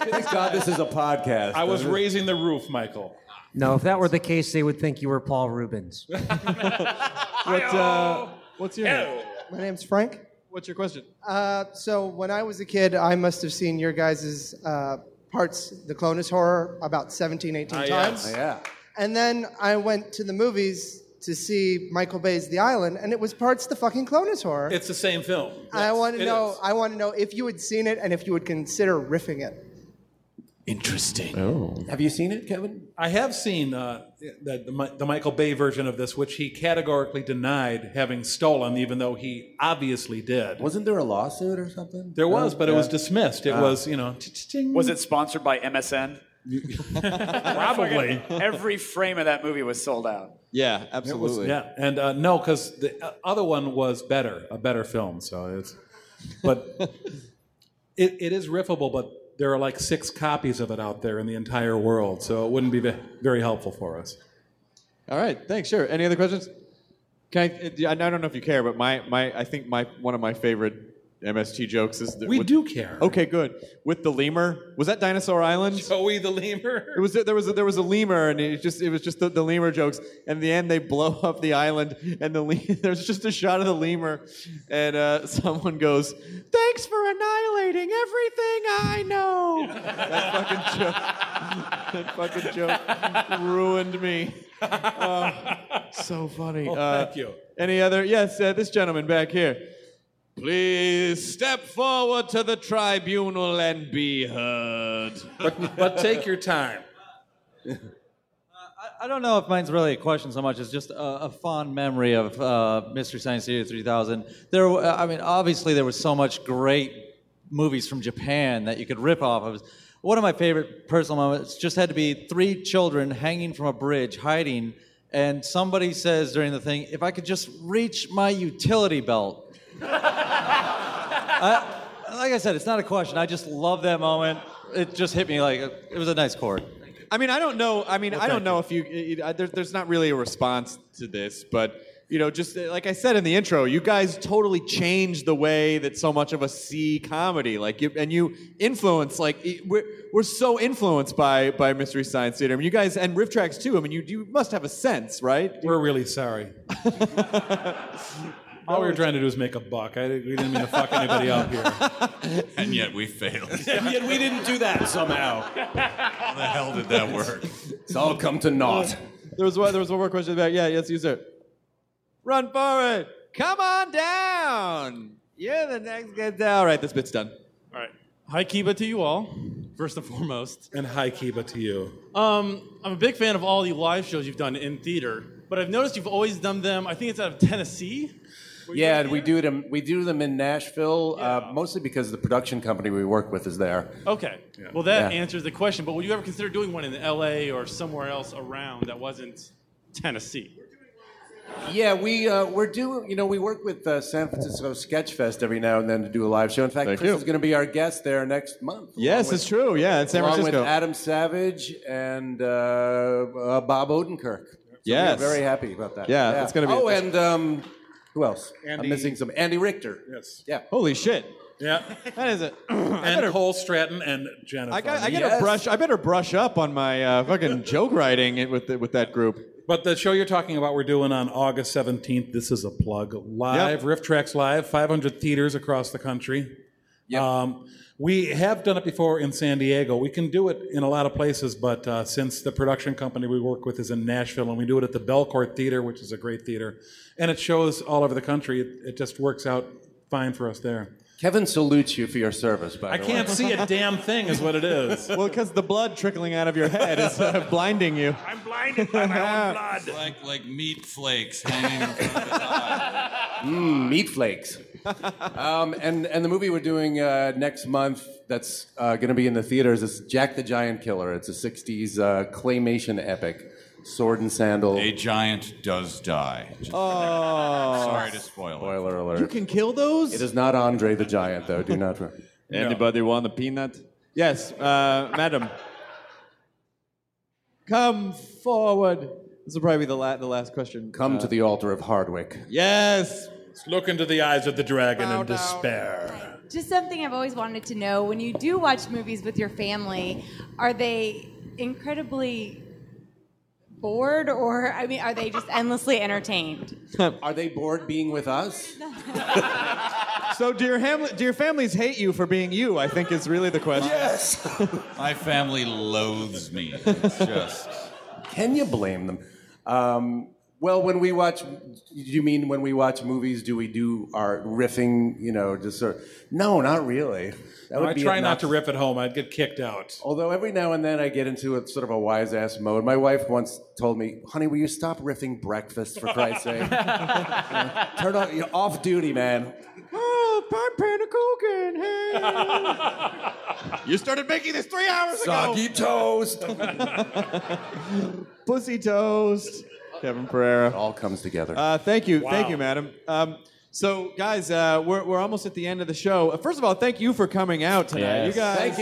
Speaker 12: Thank God this is a podcast.
Speaker 13: I was raising the roof, Michael.
Speaker 14: No, if that were the case, they would think you were Paul Rubens.
Speaker 1: What, uh, what's your name?
Speaker 21: My name's Frank.
Speaker 1: What's your question?
Speaker 21: Uh, so when I was a kid, I must have seen your guys' uh, parts, The Clonus Horror, about 17, 18
Speaker 12: Ah, yes.
Speaker 21: times.
Speaker 12: Ah, yeah.
Speaker 21: And then I went to the movies to see Michael Bay's The Island, and it was parts the fucking Clonus Horror.
Speaker 13: It's the same film.
Speaker 21: I want to
Speaker 13: it
Speaker 21: know.
Speaker 13: is.
Speaker 21: I want to know if you had seen it and if you would consider riffing it.
Speaker 13: Interesting.
Speaker 12: Oh. Have you seen it, Kevin?
Speaker 13: I have seen uh, the, the, Mi- the Michael Bay version of this, which he categorically denied having stolen, even though he obviously did.
Speaker 12: Wasn't there a lawsuit or something?
Speaker 13: There was,
Speaker 12: No?
Speaker 13: but it
Speaker 12: Yeah.
Speaker 13: was dismissed. It
Speaker 12: Ah.
Speaker 13: was, you know,
Speaker 6: Was it sponsored by MSN?
Speaker 13: Probably.
Speaker 6: Every frame of that movie was sold out.
Speaker 1: Yeah,
Speaker 13: It was- yeah, and uh, no, because the uh, other one was better, a better film. So it's, but it, it is riffable, but there are like six copies of it out there in the entire world, so it wouldn't be ve- very helpful for us.
Speaker 1: All right. Thanks. Sure. Any other questions? Can I, I don't know if you care, but my, my I think my one of my favorite MST jokes is that
Speaker 13: We do care.
Speaker 1: Okay, good. With the lemur, was that Dinosaur Island?
Speaker 13: Joey the lemur.
Speaker 1: It was there was a, there was a lemur and it just it was just the, the lemur jokes and in the end they blow up the island and the le- there's just a shot of the lemur and uh, someone goes Thanks for annihilating everything I know. that fucking joke. That fucking joke ruined me. Uh, so funny.
Speaker 13: Oh,
Speaker 1: Uh,
Speaker 13: thank you.
Speaker 1: Any other? Yes, uh, this gentleman back here. Please step forward to the tribunal and be heard.
Speaker 13: But, but take your time.
Speaker 22: Uh, I don't know if mine's really a question so much. It's just a, a fond memory of uh, Mystery Science Theater 3000. There, w- uh, I mean, obviously there was so much great movies from Japan that you could rip off of. One of my favorite personal moments just had to be three children hanging from a bridge, hiding, and somebody says during the thing, "If I could just reach my utility belt." I, like I said, it's not a question. I just love that moment. It just hit me like it was a nice chord.
Speaker 1: I mean, I don't know. I mean,
Speaker 22: Well,
Speaker 1: I don't
Speaker 22: thank
Speaker 1: know if you. It, it, I- there, there's not really a response to this, but you know, just uh, like I said in the intro, you guys totally changed the way that so much of us see comedy. Like, you, and you influence, like, it- we're, we're so influenced by by Mystery Science Theater. I mean, you guys, and Riff Tracks too. I mean, you, you must have a sense, right?
Speaker 13: We're really sorry. All we were trying to do is make a buck. I, we didn't mean to fuck anybody up here.
Speaker 11: and yet we failed.
Speaker 13: And yet we didn't do that somehow.
Speaker 11: How the hell did that work?
Speaker 12: It's all come to naught.
Speaker 1: There was one, there was one more question about, yeah, yes, you sir. Run forward. Come on down. You're the next good. All right, this bit's done.
Speaker 23: All right. Hi, Kiba, to you all, first and foremost.
Speaker 13: And hi, Kiba, to you.
Speaker 23: Um, I'm a big fan of all the live shows you've done in theater, but I've noticed you've always done them, I think it's out of Tennessee.
Speaker 12: Yeah, and we do them. We do them in Nashville, uh, mostly because the production company we work with is there.
Speaker 23: Okay. Well, that
Speaker 12: Yeah.
Speaker 23: answers the question, but would you ever consider doing one in LA or somewhere else around that wasn't Tennessee?
Speaker 12: Yeah, we uh, we're doing. You know, we work with uh, San Francisco Sketch Fest every now and then to do a live show. In fact, Chris
Speaker 1: you.
Speaker 12: is going to be our guest there next month.
Speaker 1: Yes, it's true. Yeah, in San
Speaker 12: along
Speaker 1: Francisco.
Speaker 12: with Adam Savage and uh, uh, Bob Odenkirk. So
Speaker 1: Yes.
Speaker 12: we're very happy about that.
Speaker 1: Yeah, it's gonna be-
Speaker 12: Oh, and um, who else?
Speaker 13: Andy-
Speaker 12: I'm missing some. Andy Richter.
Speaker 13: Yes.
Speaker 12: Yeah.
Speaker 1: Holy shit.
Speaker 13: Yeah.
Speaker 1: That is it.
Speaker 13: and Cole Stratton and Jennifer.
Speaker 1: I got. I gotta brush. I better brush up on my uh, fucking joke writing it with the, with that group.
Speaker 13: But the show you're talking about, we're doing on August 17th. This is a plug. Live, Riff Tracks Live, 500 theaters across the country. Um, we have done it before in San Diego. We can do it in a lot of places, but uh, since the production company we work with is in Nashville, and we do it at the Belcourt Theater, which is a great theater, and it shows all over the country, it, it just works out fine for us there.
Speaker 12: Kevin salutes you for your service. By the
Speaker 13: I
Speaker 12: way.
Speaker 13: can't see a damn thing, is what it is.
Speaker 1: well, because the blood trickling out of your head is uh, blinding you.
Speaker 16: I'm blinded by my own blood.
Speaker 11: Like like meat flakes hanging.
Speaker 12: Mm, meat flakes. um, and and the movie we're doing uh, next month that's uh, going to be in the theaters is Jack the Giant Killer. It's a '60s uh, claymation epic, sword and sandal. A
Speaker 11: giant does die.
Speaker 1: Oh.
Speaker 11: Sorry to spoil.
Speaker 12: Spoiler alert.
Speaker 1: You can kill those.
Speaker 12: It is not Andre the Giant, though. Do not.
Speaker 1: Anybody want a peanut? Yes, uh, madam. Come forward. This will probably be the, la- the last question.
Speaker 12: Come
Speaker 1: Uh,
Speaker 12: to the altar of Hardwick.
Speaker 1: Yes.
Speaker 13: Let's look into the eyes of the dragon in despair.
Speaker 2: Just something I've always wanted to know when you do watch movies with your family, are they incredibly bored or, I mean, are they just endlessly entertained?
Speaker 1: Uh,
Speaker 12: Are they bored being with us?
Speaker 1: So, do your, ham- do your families hate you for being you? I think is really the question.
Speaker 12: Yes.
Speaker 11: My family loathes me. It's just.
Speaker 12: Can you blame them? Um, well, when we watch, you mean when we watch movies, do we do our riffing? You know, just sort of, no, not really. That
Speaker 13: I try not to
Speaker 12: obnoxious-
Speaker 13: rip at home. I'd get kicked out.
Speaker 12: Although every now and then I get into a sort of a wise ass mode. My wife once told me, "Honey, will you stop riffing breakfast for Christ's sake? You know, turn on, you're off duty, man."
Speaker 1: Oh, burn pan of coke in
Speaker 12: You started making this three hours
Speaker 1: Soggy
Speaker 12: toast.
Speaker 1: Pussy toast. Kevin Pereira. It
Speaker 12: all comes together.
Speaker 1: Uh, thank you, thank
Speaker 12: Wow.
Speaker 1: you, madam. Um, so, guys, uh, we're, we're almost at the end of the show. Uh, First of all, thank you for coming out tonight.
Speaker 5: Yes.
Speaker 1: You guys,
Speaker 5: Thank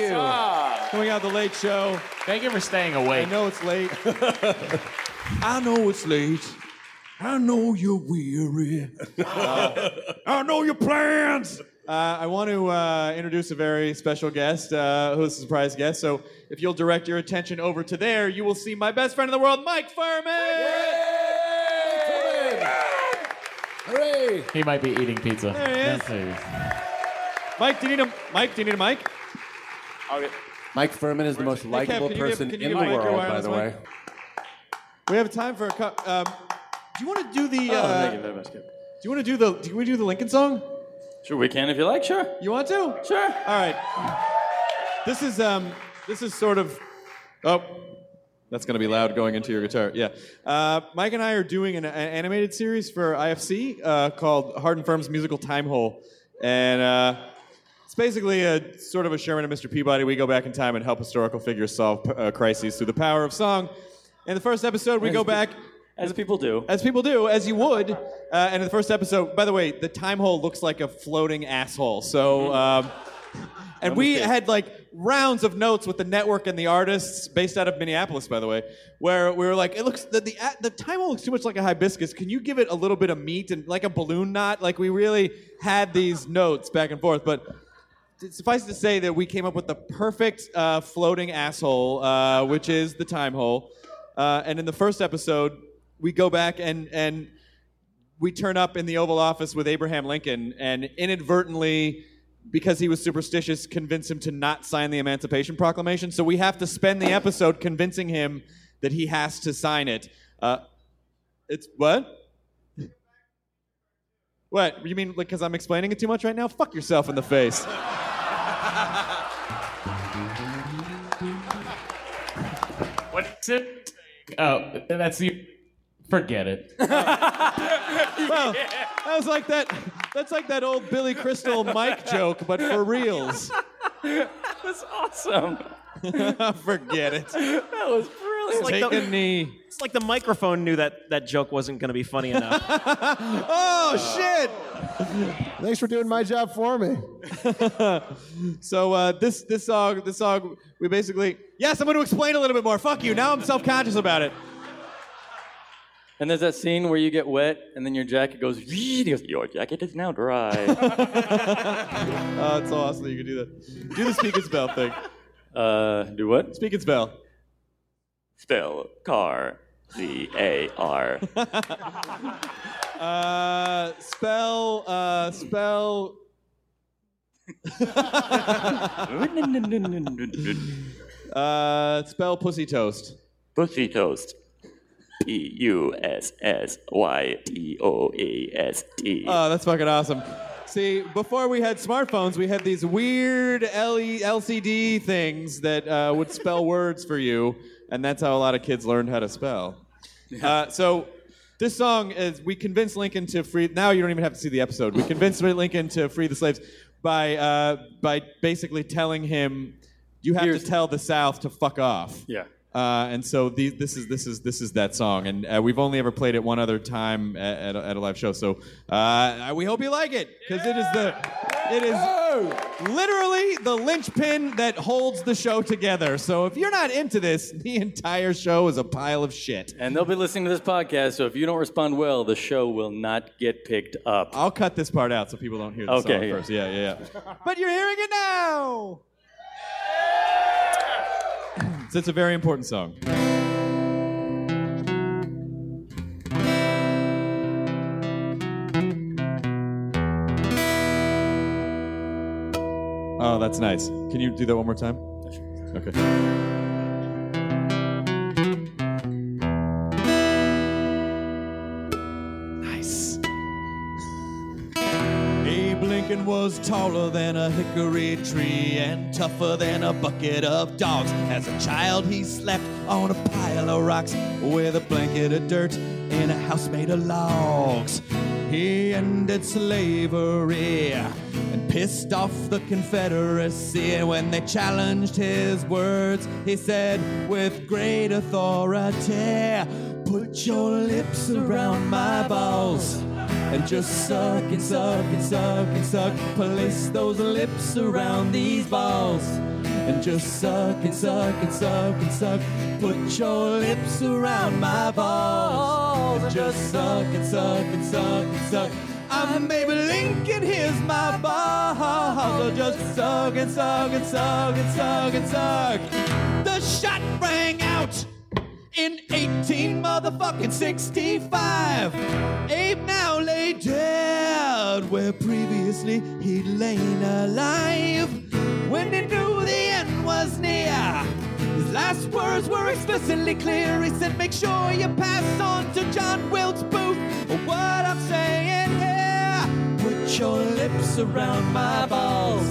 Speaker 5: you.
Speaker 1: coming out the late show.
Speaker 5: Thank you for staying awake.
Speaker 1: I know it's late.
Speaker 16: I know it's late. I know you're weary. I know your plans.
Speaker 1: Uh, I want to uh, introduce a very special guest, uh, who's a surprise guest. So, if you'll direct your attention over to there, you will see my best friend in the world, Mike Furman.
Speaker 12: Hooray!
Speaker 5: He might be eating pizza.
Speaker 1: There he is. Mike, do you need a Mike? Do you need a mic?
Speaker 12: Mike Furman is the most
Speaker 1: Hey, Kev,
Speaker 12: likable
Speaker 1: can you give-
Speaker 12: person
Speaker 1: can you
Speaker 12: in the
Speaker 1: give Mike your
Speaker 12: world, by
Speaker 1: wireless
Speaker 12: the
Speaker 1: mic?
Speaker 12: way.
Speaker 1: We have time for a cup. Um, do you want to do the?
Speaker 23: Oh,
Speaker 1: uh,
Speaker 23: thank you very much, Kev.
Speaker 1: Do you want to do the? Do we do the Lincoln song?
Speaker 23: Sure, we can if you like, sure.
Speaker 1: You want to?
Speaker 23: Sure. All
Speaker 1: right. This is um. This is sort of. Oh, that's gonna be loud going into your guitar. Yeah. Uh, Mike and I are doing an, an animated series for IFC uh, called Hard and Firm's Musical Time Hole, and. Uh, it's basically a sort of a Sherman and Mr. Peabody. We go back in time and help historical figures solve uh, crises through the power of song. In the first episode, we go back.
Speaker 23: As people do.
Speaker 1: As people do, as you would. Uh, and in the first episode, by the way, the time hole looks like a floating asshole. So um, And we had like rounds of notes with the network and the artists, based out of Minneapolis, by the way, where we were like, it looks the the, a- the timer looks too much like a hibiscus. Can you give it a little bit of meat and like a balloon knot? Like we really had these notes back and forth, but. Suffice it to say that we came up with the perfect uh, floating asshole, uh, which is the time hole. Uh, and in the first episode, we go back and and we turn up in the Oval Office with Abraham Lincoln and inadvertently, because he was superstitious, convince him to not sign the Emancipation Proclamation. So we have to spend the episode convincing him that he has to sign it. Uh, it's what? What? You mean like because I'm explaining it too much right now? Fuck yourself in the face.
Speaker 24: What's it? Oh, that's the. Forget it.
Speaker 1: well, that was like that. That's like that old Billy Crystal Mike joke, but for reals.
Speaker 13: That's awesome.
Speaker 1: Forget it.
Speaker 13: That was brilliant.
Speaker 1: Take
Speaker 14: the,
Speaker 1: a knee.
Speaker 14: It's like the microphone knew that that joke wasn't going to be funny enough.
Speaker 1: oh
Speaker 25: shit! Thanks for doing my job for me.
Speaker 1: so uh, this this song this song we basically yes I'm going to explain a little bit more. Fuck you. Now I'm self conscious about it.
Speaker 5: And there's that scene where you get wet and then your jacket goes, "Yee," and he goes, Your jacket is now dry.
Speaker 1: Oh, it's so awesome that you can do that. Do the speak its bell thing.
Speaker 5: Uh, do what?
Speaker 1: Speak its bell.
Speaker 5: Spell car. C A R.
Speaker 1: Uh, spell uh, spell. uh, spell pussy toast.
Speaker 5: Pussy toast. P U S S Y T O A S T.
Speaker 1: Oh, that's fucking awesome. See, before we had smartphones, we had these weird E, LE- LCD things that uh, would spell words for you, and that's how a lot of kids learned how to spell. Uh, so, this song is we convinced Lincoln to free. Now you don't even have to see the episode. We convinced Lincoln to free the slaves by uh, by basically telling him, "You have to tell the South to fuck off."
Speaker 5: Yeah.
Speaker 1: Uh, and so the, this is this is this is that song, and uh, we've only ever played it one other time at, at, a, at a live show. So uh, we hope you like it because it is the it is literally the linchpin that holds the show together. So if you're not into this, the entire show is a pile of shit.
Speaker 5: And they'll be listening to this podcast, so if you don't respond well, the show will not get picked up.
Speaker 1: I'll cut this part out so people don't hear the
Speaker 5: okay,
Speaker 1: song first. Yeah, yeah, yeah.
Speaker 26: But you're hearing it now.
Speaker 1: So it's a very important song. Oh, that's nice. Can you do that one more time? Okay.
Speaker 26: Nice.
Speaker 7: Abe Lincoln was taller than a hickory tree and tougher than a bucket of dogs. As a child, he slept on a pile of rocks with a blanket of dirt in a house made of logs. He ended slavery and pissed off the Confederacy. And when they challenged his words, he said with great authority, Put your lips around my balls and just suck and suck and suck and suck. Place those lips around these balls and just suck and suck and suck and suck. Put your lips around my balls and just suck and suck and suck and suck. I'm Abe Lincoln, here's my balls. So just suck and suck and suck and suck and suck. The shot rang out. In 18 motherfucking 65, Abe now lay dead where previously he'd lain alive. When he knew the end was near, his last words were explicitly clear. He said, Make sure you pass on to John Wilkes Booth what I'm saying here. Put your lips around my balls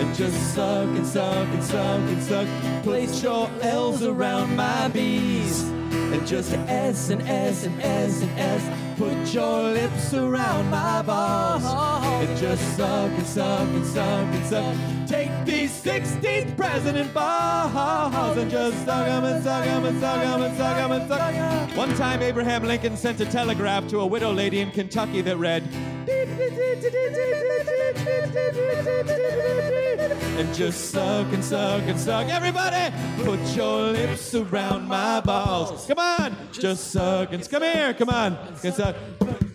Speaker 7: and just suck and suck and suck and suck. Place your L's around my B's and just S and S and S and S. Put your lips around my balls and just suck and suck and suck and suck. Take these 16th president balls and just suck 'em and suck 'em and suck 'em and suck 'em and suck 'em.
Speaker 1: One time, Abraham Lincoln sent a telegraph to a widow lady in Kentucky that read, Deed,
Speaker 7: and just suck and suck and suck. Everybody, put your lips around my balls. Come on, just suck and come here. Come on, and suck.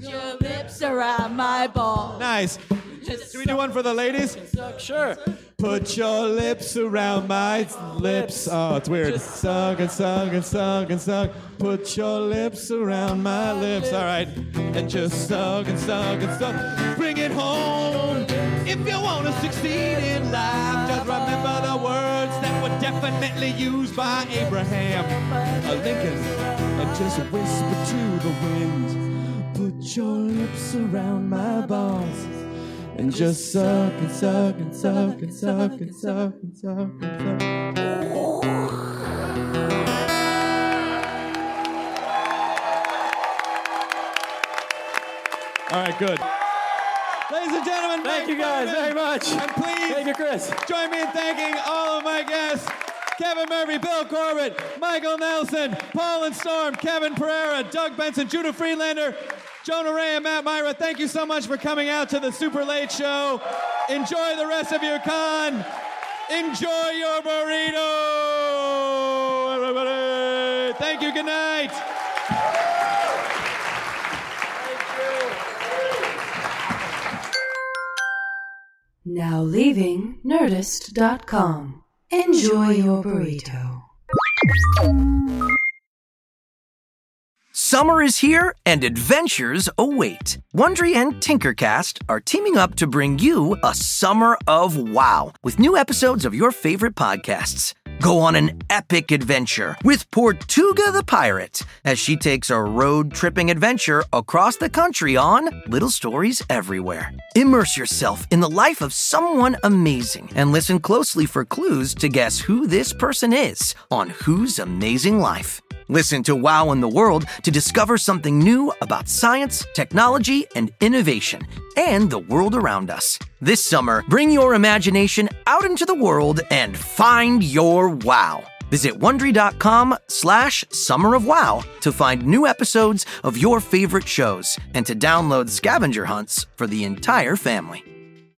Speaker 27: Your lips around my balls.
Speaker 7: Nice. Do we do one for the ladies? Sure. Put your lips around my lips. Oh, it's weird. Suck and suck and suck and suck. Put your lips around my lips. All right. And just suck and suck and suck. Bring it home. If you want to succeed in life, just remember the words that were definitely used by Abraham uh, Lincoln. And just whisper to the wind. Put your lips around my balls. And just suck and suck and suck and suck and suck and suck and suck. All right, good. Ladies and gentlemen, thank you guys very much. And please, thank you, Chris. Join me in thanking all of my guests. Kevin Murphy, Bill Corbett, Michael Nelson, Paul and Storm, Kevin Pereira, Doug Benson, Judah Friedlander, Jonah Ray, and Matt Myra. Thank you so much for coming out to the Super Late Show. Enjoy the rest of your con. Enjoy your burrito, everybody. Thank you. Good night.
Speaker 2: Now leaving Nerdist.com. Enjoy your burrito.
Speaker 28: Summer is here and adventures await. Wondry and Tinkercast are teaming up to bring you a summer of wow with new episodes of your favorite podcasts. Go on an epic adventure with Portuga the Pirate as she takes a road tripping adventure across the country on Little Stories Everywhere. Immerse yourself in the life of someone amazing and listen closely for clues to guess who this person is on Whose Amazing Life. Listen to Wow in the World to discover something new about science, technology, and innovation, and the world around us. This summer, bring your imagination out into the world and find your wow. Visit wondery.com slash summer of wow to find new episodes of your favorite shows and to download scavenger hunts for the entire family.